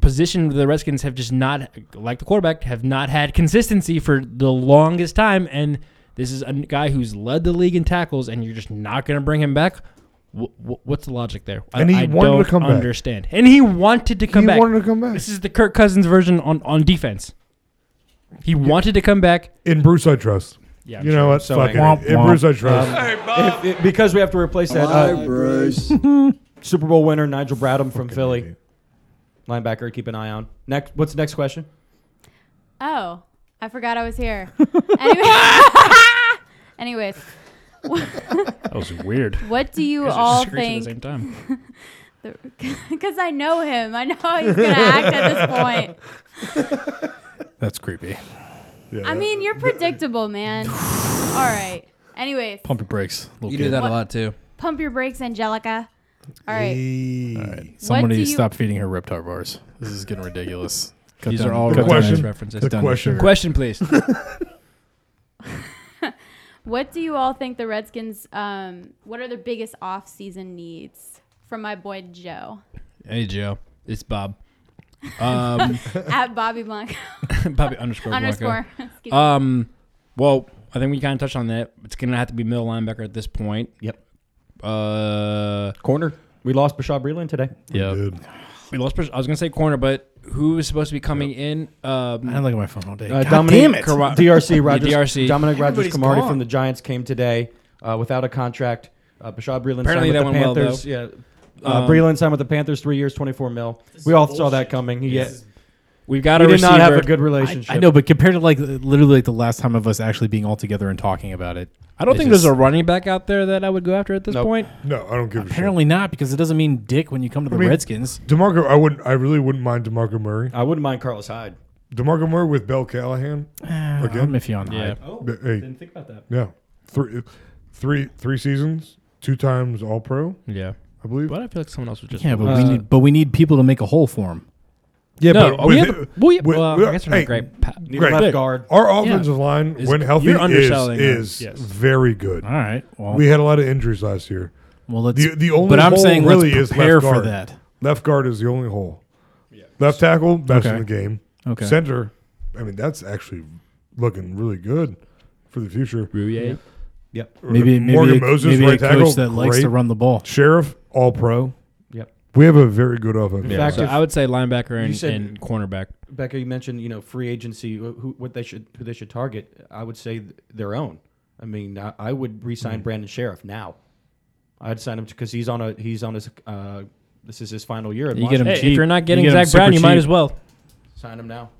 Speaker 9: position the Redskins have just not like the quarterback have not had consistency for the longest time, and this is a n- guy who's led the league in tackles, and you're just not going to bring him back. Wh- wh- What's the logic there? I-
Speaker 7: And he
Speaker 9: I
Speaker 7: wanted to
Speaker 9: don't
Speaker 7: come back.
Speaker 9: understand. And he wanted to come
Speaker 7: He
Speaker 9: back.
Speaker 7: wanted to come back.
Speaker 9: This is the Kirk Cousins version on, on defense. He wanted to come back.
Speaker 7: In Bruce, I trust.
Speaker 9: Yeah,
Speaker 7: Yeah.
Speaker 9: I'm
Speaker 7: you know
Speaker 9: sure.
Speaker 7: what?
Speaker 8: So
Speaker 7: Fuck it.
Speaker 6: angry.
Speaker 7: In
Speaker 6: Womp
Speaker 7: Bruce, I trust.
Speaker 8: If- if- because we have to replace that. uh, Super Bowl winner Nigel Bradham from Philly,
Speaker 7: idiot.
Speaker 8: linebacker. Keep an eye on. Next, what's the next question?
Speaker 5: Oh, I forgot I was here. anyway, anyways,
Speaker 9: That was weird.
Speaker 5: what do you all think? Because I know him. I know how he's gonna act at this point.
Speaker 6: That's creepy.
Speaker 7: Yeah,
Speaker 5: I
Speaker 7: that-
Speaker 5: mean, you're predictable, man. All right. Anyways,
Speaker 6: Pump your brakes, little
Speaker 9: You
Speaker 6: kid.
Speaker 9: do that
Speaker 5: What-
Speaker 9: a lot too.
Speaker 5: pump your brakes, Angelica. All right.
Speaker 7: Hey.
Speaker 6: All right, someone
Speaker 5: do
Speaker 6: needs to
Speaker 5: you-
Speaker 6: stop feeding her Reptar bars. This is getting ridiculous. Cut
Speaker 9: These
Speaker 6: down-
Speaker 9: are all
Speaker 6: cut down
Speaker 7: question.
Speaker 6: his
Speaker 9: question.
Speaker 6: rep-
Speaker 9: references.
Speaker 7: The
Speaker 6: done with
Speaker 7: question.
Speaker 6: sugar.
Speaker 9: Question, please.
Speaker 5: What do you all think the Redskins? Um, what are their biggest off-season needs? From my boy Joe
Speaker 9: hey, Joe. It's Bob. Um,
Speaker 5: at Bobby Blank
Speaker 9: Bobby
Speaker 5: underscore.
Speaker 9: underscore underscore.
Speaker 5: Excuse me.
Speaker 9: Um, well, I think we kind of touched on that. It's gonna have to be middle linebacker at this point.
Speaker 8: Yep.
Speaker 9: Uh,
Speaker 8: Corner. We lost Bashad Breeland today.
Speaker 9: yeah.
Speaker 7: Dude.
Speaker 9: We lost. pers- I was gonna say corner, but who is supposed to be coming in?
Speaker 6: I
Speaker 9: Um,
Speaker 6: didn't look at my phone all day.
Speaker 8: Uh,
Speaker 6: God
Speaker 8: Dominic
Speaker 6: damn it!
Speaker 9: Carra-
Speaker 8: DRC Rogers.
Speaker 9: Yeah, DRC.
Speaker 8: Dominic Rogers
Speaker 6: Everybody's
Speaker 8: Camardi
Speaker 6: gone.
Speaker 8: from the Giants came today uh, without a contract. Uh, Bashad Breeland
Speaker 9: Apparently that
Speaker 8: signed with
Speaker 9: went
Speaker 8: the
Speaker 9: well,
Speaker 8: Panthers.
Speaker 9: though. Um,
Speaker 8: yeah. Uh, Breeland signed with the Panthers three years, twenty four mil. We all saw that coming. He,
Speaker 9: we've got
Speaker 8: he
Speaker 9: a
Speaker 8: did
Speaker 9: receiver.
Speaker 8: not have a good relationship.
Speaker 6: I know, but compared to like literally like the last time of us actually being all together and talking about it,
Speaker 9: I don't
Speaker 6: it
Speaker 9: think
Speaker 6: just-
Speaker 9: there's a running back out there that I would go after at this
Speaker 8: Nope.
Speaker 9: point.
Speaker 7: No, I don't give
Speaker 6: Apparently not, because it doesn't mean dick when you come to the
Speaker 7: mean-
Speaker 6: Redskins.
Speaker 7: a shit. Demarco, I wouldn't. I really wouldn't mind Demarco Murray.
Speaker 8: I wouldn't mind Carlos Hyde.
Speaker 7: Demarco Murray with Bell Callahan.
Speaker 6: Again? Uh, I'm iffy on
Speaker 9: Yeah.
Speaker 6: hype.
Speaker 8: Oh,
Speaker 7: But, hey.
Speaker 8: didn't think about that.
Speaker 7: Yeah, three, three, three seasons, two times All Pro,
Speaker 9: Yeah.
Speaker 7: I believe.
Speaker 9: But I feel like someone else was just.
Speaker 6: Yeah, but
Speaker 8: Uh,
Speaker 6: we need but we need people to make a hole for him.
Speaker 7: Yeah,
Speaker 9: no, we have, we have, well, I guess we're not great. Pa-
Speaker 7: Great.
Speaker 8: Left guard.
Speaker 7: Our offensive line,
Speaker 9: Is-
Speaker 7: when healthy,
Speaker 9: you're
Speaker 7: is,
Speaker 9: underselling
Speaker 7: is
Speaker 9: us, yes.
Speaker 7: very good.
Speaker 6: All right. Well,
Speaker 7: We had a lot of injuries last year.
Speaker 6: well let's.
Speaker 7: The, the only
Speaker 6: but I'm
Speaker 7: hole
Speaker 6: saying
Speaker 7: really
Speaker 6: let's
Speaker 7: is
Speaker 6: prepare
Speaker 7: left
Speaker 6: for
Speaker 7: guard. Uh,
Speaker 6: that.
Speaker 7: Left guard is the only hole. Left tackle, best
Speaker 6: Okay.
Speaker 7: in the game.
Speaker 6: Okay.
Speaker 7: Center, I mean, that's actually looking really good for the future. Uh,
Speaker 9: Rouye.
Speaker 8: Yep.
Speaker 6: Maybe- maybe
Speaker 7: Morgan
Speaker 6: a-
Speaker 7: Moses,
Speaker 6: maybe a
Speaker 7: right tackle,
Speaker 6: coach that likes to
Speaker 7: great.
Speaker 6: run the ball.
Speaker 7: Sheriff, all pro.
Speaker 8: Yep.
Speaker 7: We have a very good offense.
Speaker 8: In fact,
Speaker 9: so
Speaker 8: if-
Speaker 9: I would say linebacker
Speaker 8: you
Speaker 9: and,
Speaker 8: said-
Speaker 9: and cornerback.
Speaker 8: Becca, you mentioned you know free agency, wh- who, what they should who they should target. I would say th- their own. I mean, I, I would
Speaker 9: Mm-hmm.
Speaker 8: re-sign Brandon Sheriff now. I'd sign him because he's on a he's on his uh, this is his final year. At
Speaker 9: You get him
Speaker 8: Washington.
Speaker 9: cheap. if you're not getting Zach Brown, you might as well.
Speaker 8: sign him now.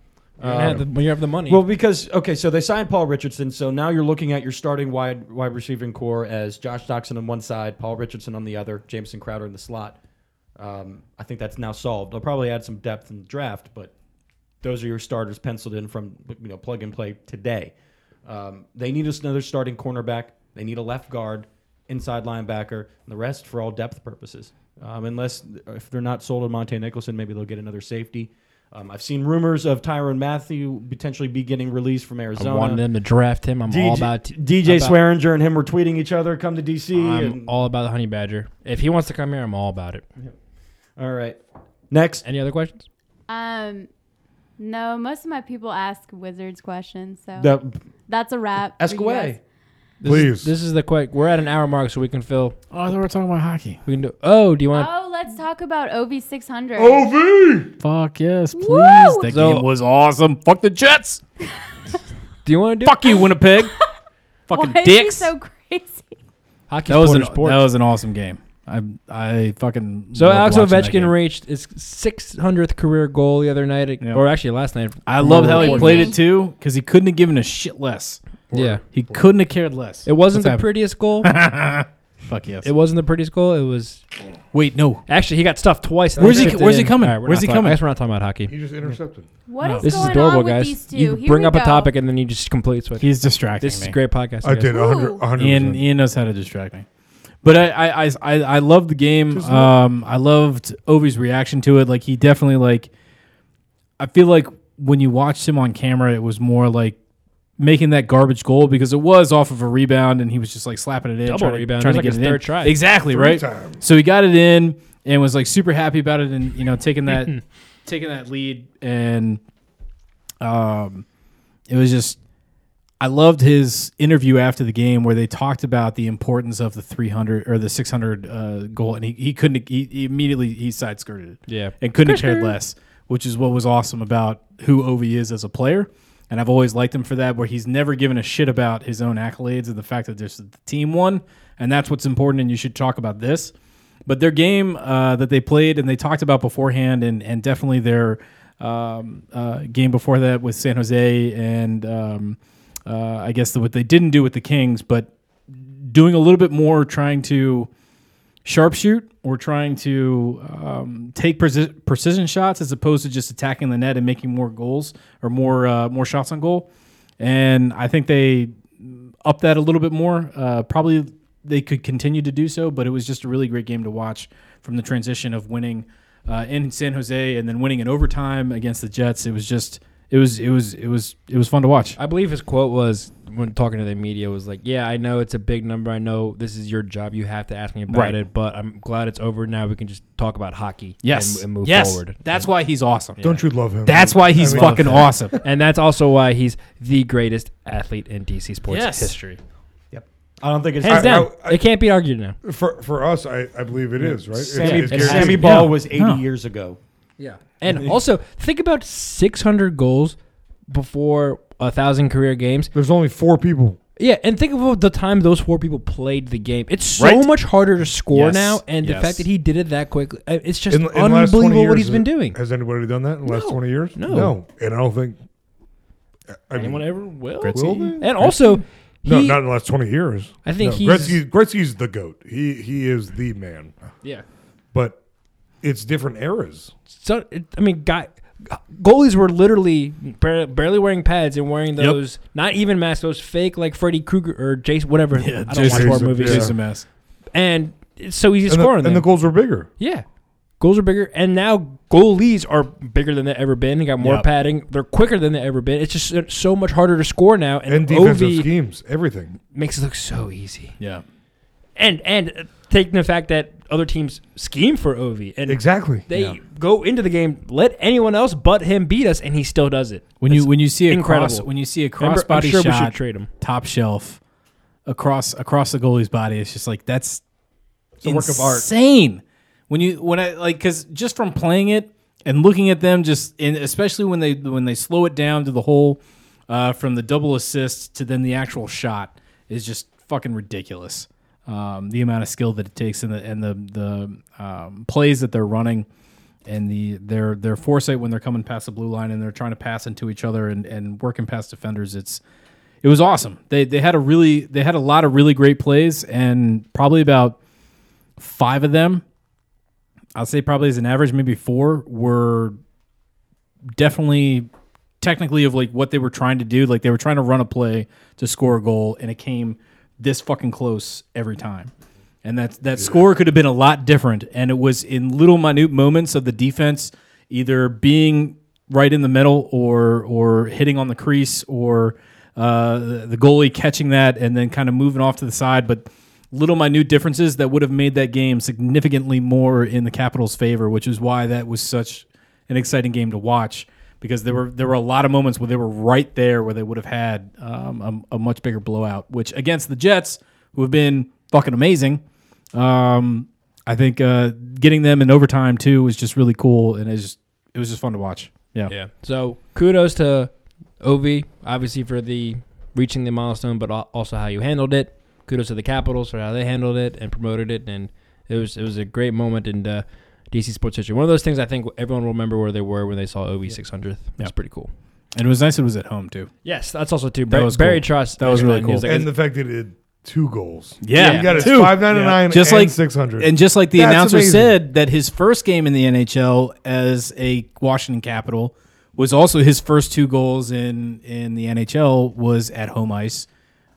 Speaker 8: Um,
Speaker 9: You're gonna have the- when you have the money.
Speaker 8: Well, because okay, so they signed Paul Richardson, so now you're looking at your starting wide wide receiving core as Josh Doxson on one side, Paul Richardson on the other, Jameson Crowder in the slot. Um, I think that's now solved. They'll probably add some depth in the draft, but those are your starters penciled in from you know plug and play today. Um, they need us another starting cornerback. They need a left guard, inside linebacker, and the rest for all depth purposes. Um, unless if they're not sold on Monte Nicholson, maybe they'll get another safety. Um, I've seen rumors of Tyron Matthew potentially be getting released from Arizona.
Speaker 9: wanted them to draft him. I'm all about-
Speaker 8: DJ
Speaker 9: about-
Speaker 8: Swearinger and him were tweeting each other. Come to DC.
Speaker 9: I'm
Speaker 8: and-
Speaker 9: all about the honey badger. If he wants to come here, I'm all about it.
Speaker 8: all right. Next.
Speaker 9: Any other questions?
Speaker 5: Um, no, most of my people ask Wizards questions, so
Speaker 9: That-
Speaker 5: that's a wrap.
Speaker 9: Ask
Speaker 5: for you
Speaker 9: away.
Speaker 5: guys.
Speaker 9: This
Speaker 7: Please.
Speaker 9: Is, this is the quick. We're at an hour mark, so we can fill.
Speaker 6: Oh, I thought we were talking about hockey.
Speaker 9: We can do. Oh, do you want?
Speaker 5: Oh, let's talk about OV six hundred.
Speaker 6: Fuck yes, please.
Speaker 5: Woo!
Speaker 6: That
Speaker 9: So-
Speaker 6: game was awesome. Fuck the Jets.
Speaker 9: do you want to do?
Speaker 6: Fuck you, Winnipeg. Fucking
Speaker 5: Why Is he
Speaker 6: dicks.
Speaker 5: so crazy.
Speaker 9: Hockey's
Speaker 6: that was
Speaker 9: born
Speaker 6: an
Speaker 9: of sports.
Speaker 6: that was an awesome game. I I fucking
Speaker 9: So
Speaker 6: loved
Speaker 9: Alex
Speaker 6: watching that game.
Speaker 9: Ovechkin reached his 600th career goal the other night, or actually last night.
Speaker 6: I love how he
Speaker 9: Amazing.
Speaker 6: played it too, because he couldn't have given a shit less.
Speaker 9: Yeah.
Speaker 6: he couldn't have cared less.
Speaker 9: It wasn't the
Speaker 6: What's happening?
Speaker 9: prettiest goal.
Speaker 6: Fuck yes.
Speaker 9: It wasn't the prettiest goal. It was.
Speaker 6: Wait, no.
Speaker 9: Actually, he got stuffed twice. and
Speaker 6: Where's
Speaker 9: then
Speaker 6: he-
Speaker 9: tipped it
Speaker 6: where's he
Speaker 9: in.
Speaker 6: coming?
Speaker 9: All right, we're
Speaker 6: Where's
Speaker 9: not
Speaker 6: he
Speaker 9: talking-
Speaker 6: coming?
Speaker 9: I guess we're not talking about hockey.
Speaker 7: He just intercepted.
Speaker 5: What is
Speaker 9: this
Speaker 5: going
Speaker 9: is adorable,
Speaker 5: on with
Speaker 9: guys.
Speaker 5: these two?
Speaker 9: You
Speaker 5: Here
Speaker 9: bring
Speaker 5: we
Speaker 9: up a
Speaker 5: go.
Speaker 9: topic and then you just complete switch.
Speaker 6: He's distracting
Speaker 9: This is
Speaker 6: me.
Speaker 9: great podcast.
Speaker 7: I
Speaker 9: guys.
Speaker 7: did 100
Speaker 5: Ooh.
Speaker 7: 100%.
Speaker 6: Ian, Ian knows how to distract me. But I I, I, I, I love the game. Um, I loved Ovi's reaction to it. Like he definitely like. I feel like when you watched him on camera, it was more like making that garbage goal because it was off of a rebound and he was just like slapping it in,
Speaker 9: Double
Speaker 6: trying to-
Speaker 9: rebound.
Speaker 6: trying
Speaker 9: It
Speaker 6: to
Speaker 9: was like
Speaker 6: get
Speaker 9: his
Speaker 6: it in.
Speaker 9: third try.
Speaker 6: Exactly
Speaker 7: Three
Speaker 6: right.
Speaker 7: times.
Speaker 6: So he got it in and was like super happy about it, and you know taking that taking that lead and um, it was just I loved his interview after the game where they talked about the importance of the 300 or the 600 uh, goal, and he, he couldn't he, he immediately he side skirted it,
Speaker 9: Yeah.
Speaker 6: and couldn't have cared less, which is what was awesome about who Ovi is as a player, and I've always liked him for that, where he's never given a shit about his own accolades and the fact that there's the team won, and that's what's important, and you should talk about this. But their game uh, that they played and they talked about beforehand, and and definitely their um, uh, game before that with San Jose, and um, uh, I guess the, what they didn't do with the Kings, but doing a little bit more trying to sharpshoot or trying to um, take preci- precision shots as opposed to just attacking the net and making more goals or more uh, more shots on goal. And I think they up that a little bit more. Uh, probably they could continue to do so, but it was just a really great game to watch from the transition of winning uh, in San Jose and then winning in overtime against the Jets. It was just it was it was it was it was fun to watch.
Speaker 9: I believe his quote was when talking to the media was like, "Yeah, I know it's a big number. I know this is your job. You have to ask me about
Speaker 6: Right.
Speaker 9: it, but I'm glad it's over now. We can just talk about hockey
Speaker 6: Yes,
Speaker 9: and, and move
Speaker 6: yes.
Speaker 9: forward."
Speaker 6: That's why he's awesome.
Speaker 7: Don't you love him?
Speaker 6: That's why he's
Speaker 7: I mean-
Speaker 6: fucking awesome.
Speaker 9: and that's also why he's the greatest athlete in DC sports
Speaker 6: Yes.
Speaker 9: history.
Speaker 8: Yep. I don't think it's
Speaker 9: Hands
Speaker 7: I-
Speaker 9: down.
Speaker 7: I-
Speaker 9: it can't be argued now.
Speaker 7: For for us, I, I believe it is right. It's-
Speaker 8: Sammy,
Speaker 7: it's
Speaker 8: and
Speaker 7: guaranteed.
Speaker 8: Sammy Ball
Speaker 6: Yeah.
Speaker 8: was 80
Speaker 6: No.
Speaker 8: years ago.
Speaker 9: Yeah. And also, think about 600 goals before a 1,000 career games.
Speaker 7: There's only four people.
Speaker 9: Yeah, and think of the time those four people played the game. It's so
Speaker 6: Right.
Speaker 9: much harder to score
Speaker 6: Yes.
Speaker 9: now, and the
Speaker 6: Yes.
Speaker 9: fact that he did it that quickly, uh, it's just
Speaker 7: In, in the last 20
Speaker 9: unbelievable what
Speaker 7: years, uh,
Speaker 9: he's been doing.
Speaker 7: Has anybody done that in the last
Speaker 9: No.
Speaker 7: 20 years?
Speaker 9: No.
Speaker 7: And I don't think. I mean,
Speaker 9: ever will?
Speaker 7: Will they?
Speaker 9: And also, he,
Speaker 7: no, not in the last 20 years.
Speaker 9: I think
Speaker 7: no,
Speaker 9: he's-
Speaker 7: Gretzky, Gretzky's the GOAT. He, he is the man.
Speaker 9: yeah.
Speaker 7: But it's different eras.
Speaker 9: So it, I mean, guy, goalies were literally bar- barely wearing pads and wearing those not even masks, those fake like Freddy Krueger or Jason, whatever. I don't
Speaker 7: Jason-
Speaker 9: watch horror movies.
Speaker 7: Yeah.
Speaker 6: Jason Mass.
Speaker 9: And it's so easy to
Speaker 7: And the,
Speaker 9: score on
Speaker 7: and
Speaker 9: them.
Speaker 7: the goals were bigger.
Speaker 9: yeah, goals are bigger, and now goalies are bigger than they've ever been. They got more
Speaker 6: Yep.
Speaker 9: padding. They're quicker than they've ever been. It's just so- so much harder to score now, and,
Speaker 7: And defensive
Speaker 9: Ovi
Speaker 7: schemes, everything.
Speaker 9: makes it look so easy.
Speaker 6: Yeah.
Speaker 9: And and uh, taking the fact that other teams scheme for Ovi and
Speaker 7: Exactly.
Speaker 9: They go into the game, let anyone else but him beat us, and he still does it.
Speaker 6: When you when you see a
Speaker 9: incredible.
Speaker 6: cross when you see a
Speaker 9: I'm- I'm
Speaker 6: crossbody
Speaker 9: sure we should
Speaker 6: shot,
Speaker 9: trade him.
Speaker 6: top shelf, across across the goalie's body. It's just like that's
Speaker 8: It's a work of art.
Speaker 6: Insane. When you when I like because just from playing it and looking at them, just and especially when they when they slow it down to the whole uh, from the double assist to then the actual shot is just fucking ridiculous. Um, the amount of skill that it takes and the and the the um, plays that they're running and the their their foresight when they're coming past the blue line and they're trying to pass into each other and, and working past defenders. It's it was awesome. They they had a really they had a lot of really great plays and probably about five of them, I'll say probably as an average, maybe four were definitely technically of like what they were trying to do. Like they were trying to run a play to score a goal, and it came this fucking close every time. And that that score could have been a lot different. And it was in little minute moments of the defense either being right in the middle or or hitting on the crease or uh, the the goalie catching that and then kind of moving off to the side, but little minute differences that would have made that game significantly more in the Capitals' favor, which is why that was such an exciting game to watch because there were there were a lot of moments where they were right there where they would have had um, a, a much bigger blowout. Which against the Jets, who have been fucking amazing, um, I think uh, getting them in overtime too was just really cool, and it was just, it was just fun to watch. Yeah,
Speaker 9: Yeah. So kudos to Ovi, obviously for the reaching the milestone, but al- also how you handled it. Kudos to the Capitals for how they handled it and promoted it, and it was it was a great moment in uh, DC sports history. One of those things I think everyone will remember where they were when they saw Ovi 600th. It's pretty cool.
Speaker 6: and it was nice. It was at home too.
Speaker 9: Yes, that's also too.
Speaker 6: That
Speaker 9: Barry,
Speaker 6: was
Speaker 9: Barry
Speaker 6: cool.
Speaker 9: Trotz-
Speaker 6: That was really
Speaker 9: he
Speaker 6: cool.
Speaker 9: like,
Speaker 7: and the fact that it had two goals.
Speaker 6: Yeah,
Speaker 7: he got his
Speaker 6: Two.
Speaker 7: five ninety nine,
Speaker 6: Just
Speaker 7: and
Speaker 6: like
Speaker 7: six hundred,
Speaker 6: and just like the announcer said that his first game in the NHL as a Washington Capital was also his first two goals in in the NHL was at home ice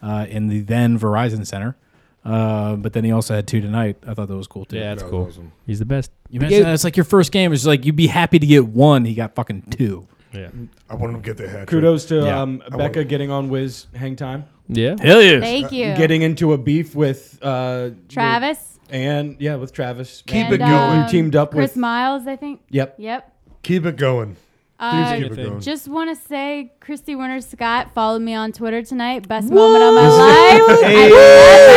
Speaker 6: uh, in the then Verizon Center. Uh, but then he also had two tonight. I thought that was cool too.
Speaker 9: Yeah, that's cool. He's the best.
Speaker 6: You mentioned that it's like your first game. It's like you'd be happy to get one. He got fucking two.
Speaker 9: Yeah.
Speaker 7: I want him to get the hat.
Speaker 8: Kudos to
Speaker 6: Yeah.
Speaker 8: um,
Speaker 7: I
Speaker 8: Becca getting on Wiz Hang Time.
Speaker 9: Yeah.
Speaker 6: Hell yeah.
Speaker 5: Thank you.
Speaker 8: Getting into a beef with uh,
Speaker 5: Travis.
Speaker 8: with- and yeah, with Travis.
Speaker 5: and, um,
Speaker 8: We teamed up
Speaker 5: Chris
Speaker 8: with
Speaker 5: Miles, I think.
Speaker 8: Yep.
Speaker 5: Yep.
Speaker 7: Keep it going.
Speaker 5: Uh,
Speaker 7: keep it going.
Speaker 5: just want to say, Christy Winter Scott followed me on Twitter tonight. Best moment of my life.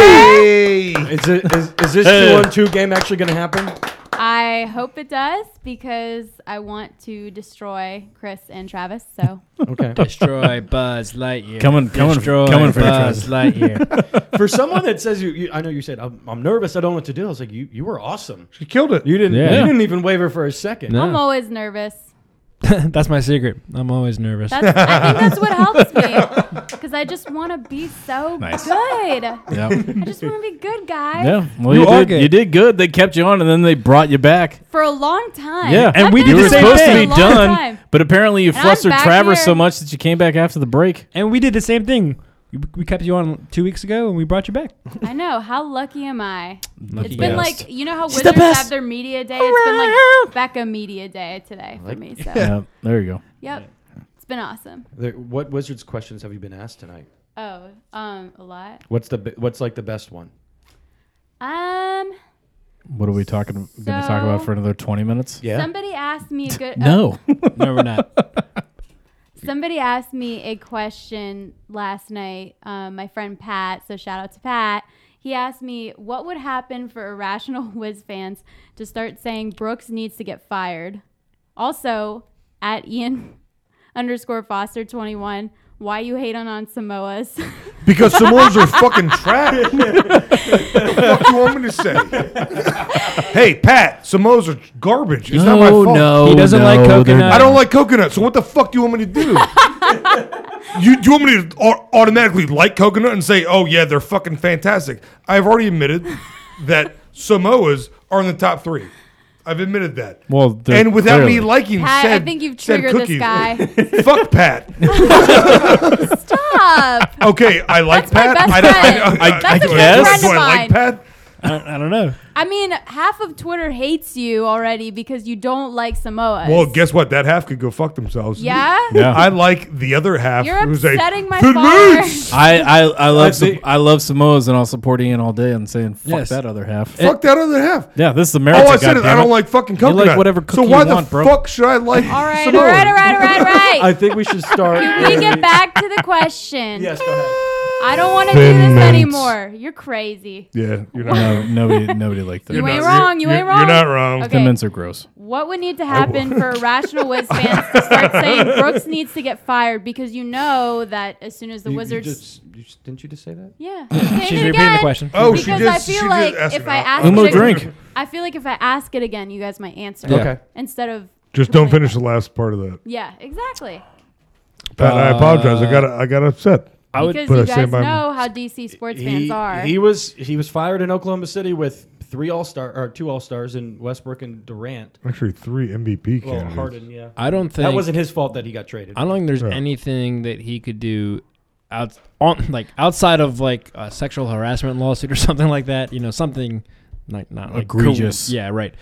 Speaker 8: Is, it, is, is this
Speaker 9: Hey.
Speaker 8: two on two game actually going to happen?
Speaker 5: I hope it does because I want to destroy Chris and Travis. So
Speaker 8: Okay.
Speaker 9: Destroy Buzz Lightyear.
Speaker 6: Coming- coming-
Speaker 9: Destroy
Speaker 6: coming for you,
Speaker 9: Buzz
Speaker 6: Travis.
Speaker 9: Lightyear.
Speaker 8: For someone that says you, you I know you said I'm, I'm nervous. I don't know what to do. I was like, you, you were awesome.
Speaker 7: She killed it.
Speaker 8: You didn't.
Speaker 9: Yeah.
Speaker 8: You didn't even waver for a second.
Speaker 9: No.
Speaker 5: I'm always nervous.
Speaker 9: that's my secret. I'm always nervous.
Speaker 5: That's, I think that's what helps me because I just want to be so good.
Speaker 6: Yeah.
Speaker 5: I just want to be good, guys.
Speaker 6: Yeah. Well,
Speaker 9: You
Speaker 6: you,
Speaker 9: are
Speaker 6: did,
Speaker 9: good.
Speaker 6: you did good. They kept you on and then they brought you back.
Speaker 5: For a long time.
Speaker 6: Yeah.
Speaker 9: And we
Speaker 5: been
Speaker 9: did
Speaker 6: You
Speaker 9: the
Speaker 5: doing
Speaker 6: were
Speaker 9: same
Speaker 5: this
Speaker 6: supposed
Speaker 5: for
Speaker 6: to
Speaker 5: a
Speaker 6: be
Speaker 5: long
Speaker 6: done,
Speaker 5: time.
Speaker 6: but apparently you
Speaker 5: And I'm
Speaker 6: flustered
Speaker 5: back
Speaker 6: Travers
Speaker 5: here.
Speaker 6: so much that you came back after the break.
Speaker 9: and we did the same thing. We, we kept you on two weeks ago, and we brought you back.
Speaker 5: I know. How lucky am I?
Speaker 9: Lucky
Speaker 5: it's been
Speaker 9: best.
Speaker 5: like you know how
Speaker 9: the
Speaker 5: Wizards
Speaker 9: best.
Speaker 5: have their media day. It's been like Becca media day today for me. So
Speaker 6: Yeah, there you go.
Speaker 5: yep, it's been awesome.
Speaker 8: There, what wizards questions have you been asked tonight?
Speaker 5: Oh, um, a lot.
Speaker 8: What's the be- what's like the best one?
Speaker 5: Um,
Speaker 6: What are we talking? Going to talk about
Speaker 5: So-
Speaker 6: for another twenty minutes?
Speaker 8: Yeah.
Speaker 5: somebody asked me a good.
Speaker 6: No.
Speaker 9: no, we're not.
Speaker 5: Somebody asked me a question last night. Um, my friend Pat, so shout out to Pat. He asked me what would happen for irrational Wiz fans to start saying Brooks needs to get fired. Also, at Ian underscore Foster twenty one, why you hating on Samoa's?
Speaker 7: Because Samoans are fucking trash. what the fuck you want me to say? hey, Pat, Samoans are garbage. It's not my fault.
Speaker 9: He doesn't like coconut.
Speaker 7: I don't like coconut, so what the fuck do you want me to do? you, do you want me to au- automatically like coconut and say, oh, yeah, they're fucking fantastic? I've already admitted that Samoas are in the top three. I've admitted that.
Speaker 6: Well, they're
Speaker 7: and without me
Speaker 6: clearly-
Speaker 7: liking
Speaker 5: Pat,
Speaker 7: said,
Speaker 5: I think you've
Speaker 7: said
Speaker 5: triggered this
Speaker 7: cookies,
Speaker 5: guy.
Speaker 7: Fuck Pat.
Speaker 5: Stop.
Speaker 7: Okay, I like
Speaker 5: That's my
Speaker 7: Pat.
Speaker 5: best
Speaker 7: I, don't-
Speaker 5: friend.
Speaker 7: I, I,
Speaker 5: That's
Speaker 7: I, do
Speaker 5: a
Speaker 7: I-
Speaker 5: good friend
Speaker 7: Do I
Speaker 5: of
Speaker 7: like Pat?
Speaker 9: I, I don't know.
Speaker 5: I mean, half of Twitter hates you already because you don't like Samoa's.
Speaker 7: Well, guess what? That half could go fuck themselves.
Speaker 5: yeah.
Speaker 6: Yeah.
Speaker 7: I like the other half.
Speaker 5: You're
Speaker 7: who's a
Speaker 5: upsetting my
Speaker 7: good
Speaker 5: followers.
Speaker 7: mood.
Speaker 6: I, I, I love Sam-
Speaker 7: think-
Speaker 6: I love Samoas and I'll support Ian all day and saying fuck
Speaker 9: Yes.
Speaker 6: that other half.
Speaker 7: Fuck that other half.
Speaker 6: yeah, this is America.
Speaker 7: All I said is I
Speaker 6: goddammit.
Speaker 7: don't like fucking
Speaker 6: You like
Speaker 7: coconut.
Speaker 6: whatever
Speaker 7: so
Speaker 6: cookie
Speaker 7: why
Speaker 6: you
Speaker 7: the
Speaker 6: want, bro.
Speaker 7: fuck should I like?
Speaker 5: All right,
Speaker 7: Samoa?
Speaker 5: all right, all right, all right, all right.
Speaker 8: I think we should start.
Speaker 5: Can we get back to the question?
Speaker 8: Yes, go ahead.
Speaker 5: I don't want to do
Speaker 6: Ten
Speaker 5: this
Speaker 6: minutes.
Speaker 5: anymore. You're crazy.
Speaker 7: Yeah,
Speaker 6: you're not. No, nobody, nobody liked that.
Speaker 5: You ain't wrong. You ain't wrong.
Speaker 6: The mints are gross.
Speaker 5: What would need to happen for Rational Wiz fans to start saying Brooks needs to get fired because you know that as soon as the
Speaker 8: You- you
Speaker 5: Wizards.
Speaker 8: just- you just- didn't you just say that?
Speaker 5: yeah.
Speaker 9: She's repeating the question.
Speaker 5: Oh,
Speaker 9: Oh,
Speaker 5: because
Speaker 9: she
Speaker 5: I feel
Speaker 9: did- she did
Speaker 5: like
Speaker 9: ask
Speaker 5: if
Speaker 9: it
Speaker 5: I
Speaker 9: out.
Speaker 5: ask
Speaker 7: Umo
Speaker 5: it,
Speaker 7: drink.
Speaker 5: I feel like if I ask it again, you guys might answer.
Speaker 7: Yeah. Okay.
Speaker 5: Instead of
Speaker 7: Just don't finish the last part of that.
Speaker 5: yeah, exactly.
Speaker 7: Pat, I apologize. I
Speaker 8: Uh,
Speaker 7: got I got upset.
Speaker 5: because you guys know how DC sports fans are.
Speaker 8: He was he was fired in Oklahoma City with three All Star or two All Stars in Westbrook and Durant.
Speaker 7: actually three MVP
Speaker 8: Well,
Speaker 7: candidates.
Speaker 8: Harden, yeah.
Speaker 9: I don't think
Speaker 8: that wasn't his fault that he got traded.
Speaker 9: I don't think there's
Speaker 8: Yeah.
Speaker 9: anything that he could do out on like outside of like a sexual harassment lawsuit or something like that. You know, something like not like,
Speaker 6: Egregious.
Speaker 9: cool. Yeah, right.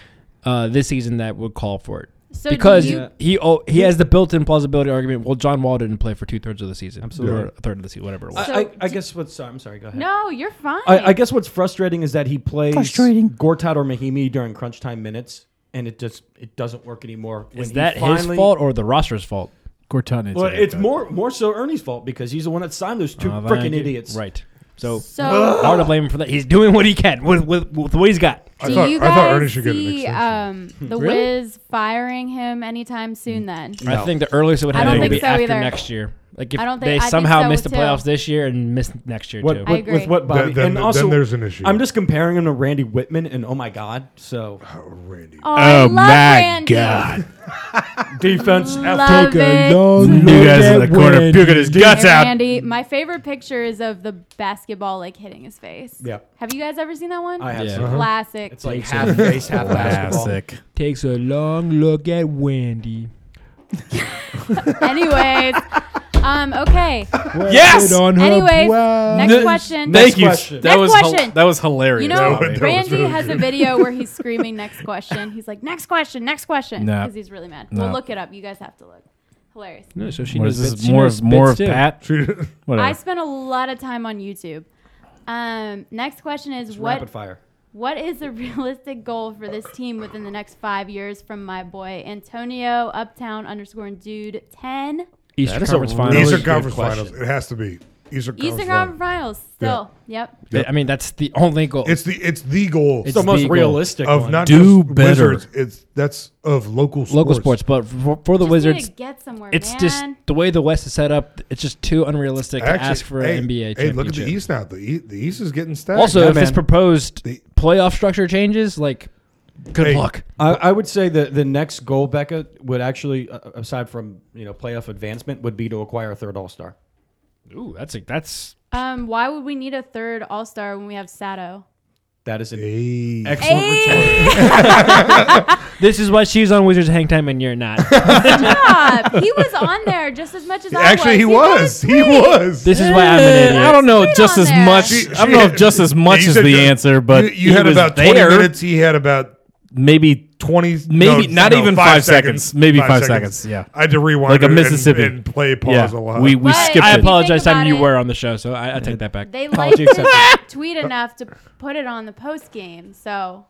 Speaker 9: Uh, this season that would call for it
Speaker 5: So do
Speaker 9: because
Speaker 5: you-
Speaker 9: he oh, he has the built-in plausibility argument. Well, John Wall didn't play for two thirds of the season,
Speaker 8: Absolutely.
Speaker 9: or a third of the season, whatever it was.
Speaker 8: I, I, I guess what's sorry, I'm sorry. Go ahead.
Speaker 5: No, you're fine.
Speaker 8: I, I guess what's frustrating is that he plays
Speaker 9: Frustrating.
Speaker 8: Gortat or Mahimi during crunch time minutes, and it just it doesn't work anymore. When
Speaker 9: Is
Speaker 8: he
Speaker 9: that his
Speaker 8: finally-
Speaker 9: fault or the roster's fault?
Speaker 6: Gortat
Speaker 8: Well, it's
Speaker 6: uh,
Speaker 8: more more so Ernie's fault because he's the one that signed those two
Speaker 9: Uh, thank
Speaker 8: freaking
Speaker 9: you.
Speaker 8: idiots.
Speaker 9: Right. So,
Speaker 5: So-
Speaker 9: hard to blame him for that. He's doing what he can with with, with what he's got.
Speaker 5: Do you guys see um, the
Speaker 9: Really? Mm.
Speaker 5: Wiz firing him anytime soon? Then
Speaker 9: I think the earliest it would
Speaker 5: I don't
Speaker 9: happen would
Speaker 5: think
Speaker 9: be
Speaker 5: so
Speaker 9: after
Speaker 5: either.
Speaker 9: next year. Like if
Speaker 5: I don't think-
Speaker 9: they
Speaker 5: I think
Speaker 9: somehow
Speaker 5: so
Speaker 9: missed the
Speaker 5: too.
Speaker 9: playoffs this year and missed next year
Speaker 8: What,
Speaker 9: too.
Speaker 8: with- with what Bobby
Speaker 7: Then-
Speaker 8: and
Speaker 7: then
Speaker 8: also
Speaker 7: there's an issue.
Speaker 8: I'm just comparing him to Randy Whitman, and oh my god, so Randy.
Speaker 5: Oh, I Oh love my Randy. God.
Speaker 8: defense
Speaker 5: Love
Speaker 8: after
Speaker 5: it.
Speaker 6: You guys in the corner puking his guts out.
Speaker 5: Randy, my favorite picture is of the basketball like hitting his face.
Speaker 6: Yeah.
Speaker 5: Have you guys ever seen that one?
Speaker 9: I have Yeah. seen it.
Speaker 5: Classic.
Speaker 8: It's like half face, half basketball.
Speaker 6: Classic.
Speaker 9: Takes a long look at Wendy.
Speaker 5: Anyways, um, okay.
Speaker 6: Yes!
Speaker 9: on her
Speaker 5: Anyways,
Speaker 9: blouse.
Speaker 5: next question.
Speaker 6: Thank
Speaker 5: next
Speaker 6: you.
Speaker 5: Question.
Speaker 6: That
Speaker 5: next
Speaker 6: was hil-
Speaker 5: question.
Speaker 6: that was hilarious,
Speaker 5: You know,
Speaker 6: Bobby. That was
Speaker 5: Randy
Speaker 6: really
Speaker 5: has a
Speaker 6: good.
Speaker 5: video where he's screaming "Next question." He's like, "Next question, next question,"
Speaker 6: Nah.
Speaker 5: because he's really mad.
Speaker 6: Nah.
Speaker 5: We'll look it up. You guys have to look. Hilarious.
Speaker 9: No, so she
Speaker 6: What
Speaker 9: knows
Speaker 6: is
Speaker 9: bits-
Speaker 6: this?
Speaker 9: she
Speaker 6: More
Speaker 9: knows
Speaker 6: of more of
Speaker 9: bits, too.
Speaker 6: Pat. Whatever.
Speaker 5: I spent a lot of time on YouTube. Um, next question is
Speaker 8: It's
Speaker 5: what?
Speaker 8: rapid fire.
Speaker 5: What is the realistic goal for this team within the next five years? From my boy Antonio Uptown underscore dude ten.
Speaker 9: Eastern
Speaker 7: That is a
Speaker 9: Conference
Speaker 7: really
Speaker 9: Finals.
Speaker 7: Eastern
Speaker 9: Good
Speaker 7: Conference
Speaker 9: question.
Speaker 7: Finals. It has to be Eastern Conference.
Speaker 5: Eastern Conference Finals. Still, yep.
Speaker 9: Th- I mean, that's the only goal.
Speaker 7: It's the it's the goal.
Speaker 9: It's the most
Speaker 7: goal
Speaker 9: realistic
Speaker 7: of
Speaker 9: one.
Speaker 7: not
Speaker 9: Do
Speaker 7: just
Speaker 9: better.
Speaker 7: Wizards, it's that's of local sports.
Speaker 9: local sports, but for, for the
Speaker 5: Just need to
Speaker 9: Wizards,
Speaker 5: get somewhere,
Speaker 9: it's just
Speaker 5: man.
Speaker 9: the way the West is set up. It's just too unrealistic
Speaker 7: Actually,
Speaker 9: to ask for
Speaker 7: hey,
Speaker 9: an NBA
Speaker 7: Hey,
Speaker 9: championship.
Speaker 7: look at the East now. The East, the East is getting stacked.
Speaker 9: Also, if this
Speaker 7: man.
Speaker 9: proposed playoff structure changes, like good
Speaker 8: Hey,
Speaker 9: luck.
Speaker 8: I, I would say that the next goal, Becca, would actually, uh, aside from you know playoff advancement, would be to acquire a third All Star.
Speaker 9: Ooh, that's a, that's
Speaker 5: Um, why would we need a third All Star when we have Sato?
Speaker 8: that is an
Speaker 5: excellent Hey.
Speaker 9: return. this is why she's on Wizards hang time and you're not.
Speaker 5: Stop. he was on there just as much as I was.
Speaker 6: Actually, he was. He was.
Speaker 9: This is why I'm an idiot.
Speaker 6: I don't know just as much. I don't know if just as much
Speaker 7: You
Speaker 6: as
Speaker 7: said
Speaker 6: the
Speaker 7: you-
Speaker 6: answer, but
Speaker 7: you, you
Speaker 6: he
Speaker 7: had
Speaker 6: was
Speaker 7: about
Speaker 6: there.
Speaker 7: minutes. He had about
Speaker 6: maybe
Speaker 7: twenty,
Speaker 6: maybe
Speaker 7: no,
Speaker 6: not
Speaker 7: no,
Speaker 6: even
Speaker 7: five
Speaker 6: five seconds, maybe five, seconds. Yeah,
Speaker 7: I had to rewind
Speaker 6: like
Speaker 7: it
Speaker 6: a
Speaker 7: and-
Speaker 6: Mississippi
Speaker 7: and play pause
Speaker 6: Yeah.
Speaker 7: a lot.
Speaker 6: We we
Speaker 5: But
Speaker 6: skipped.
Speaker 9: I
Speaker 6: it.
Speaker 9: apologize,
Speaker 5: think about
Speaker 9: Simon. You
Speaker 5: it-
Speaker 9: were on the show, so I, I take that back.
Speaker 5: They liked his tweet enough to put it on the post game. So,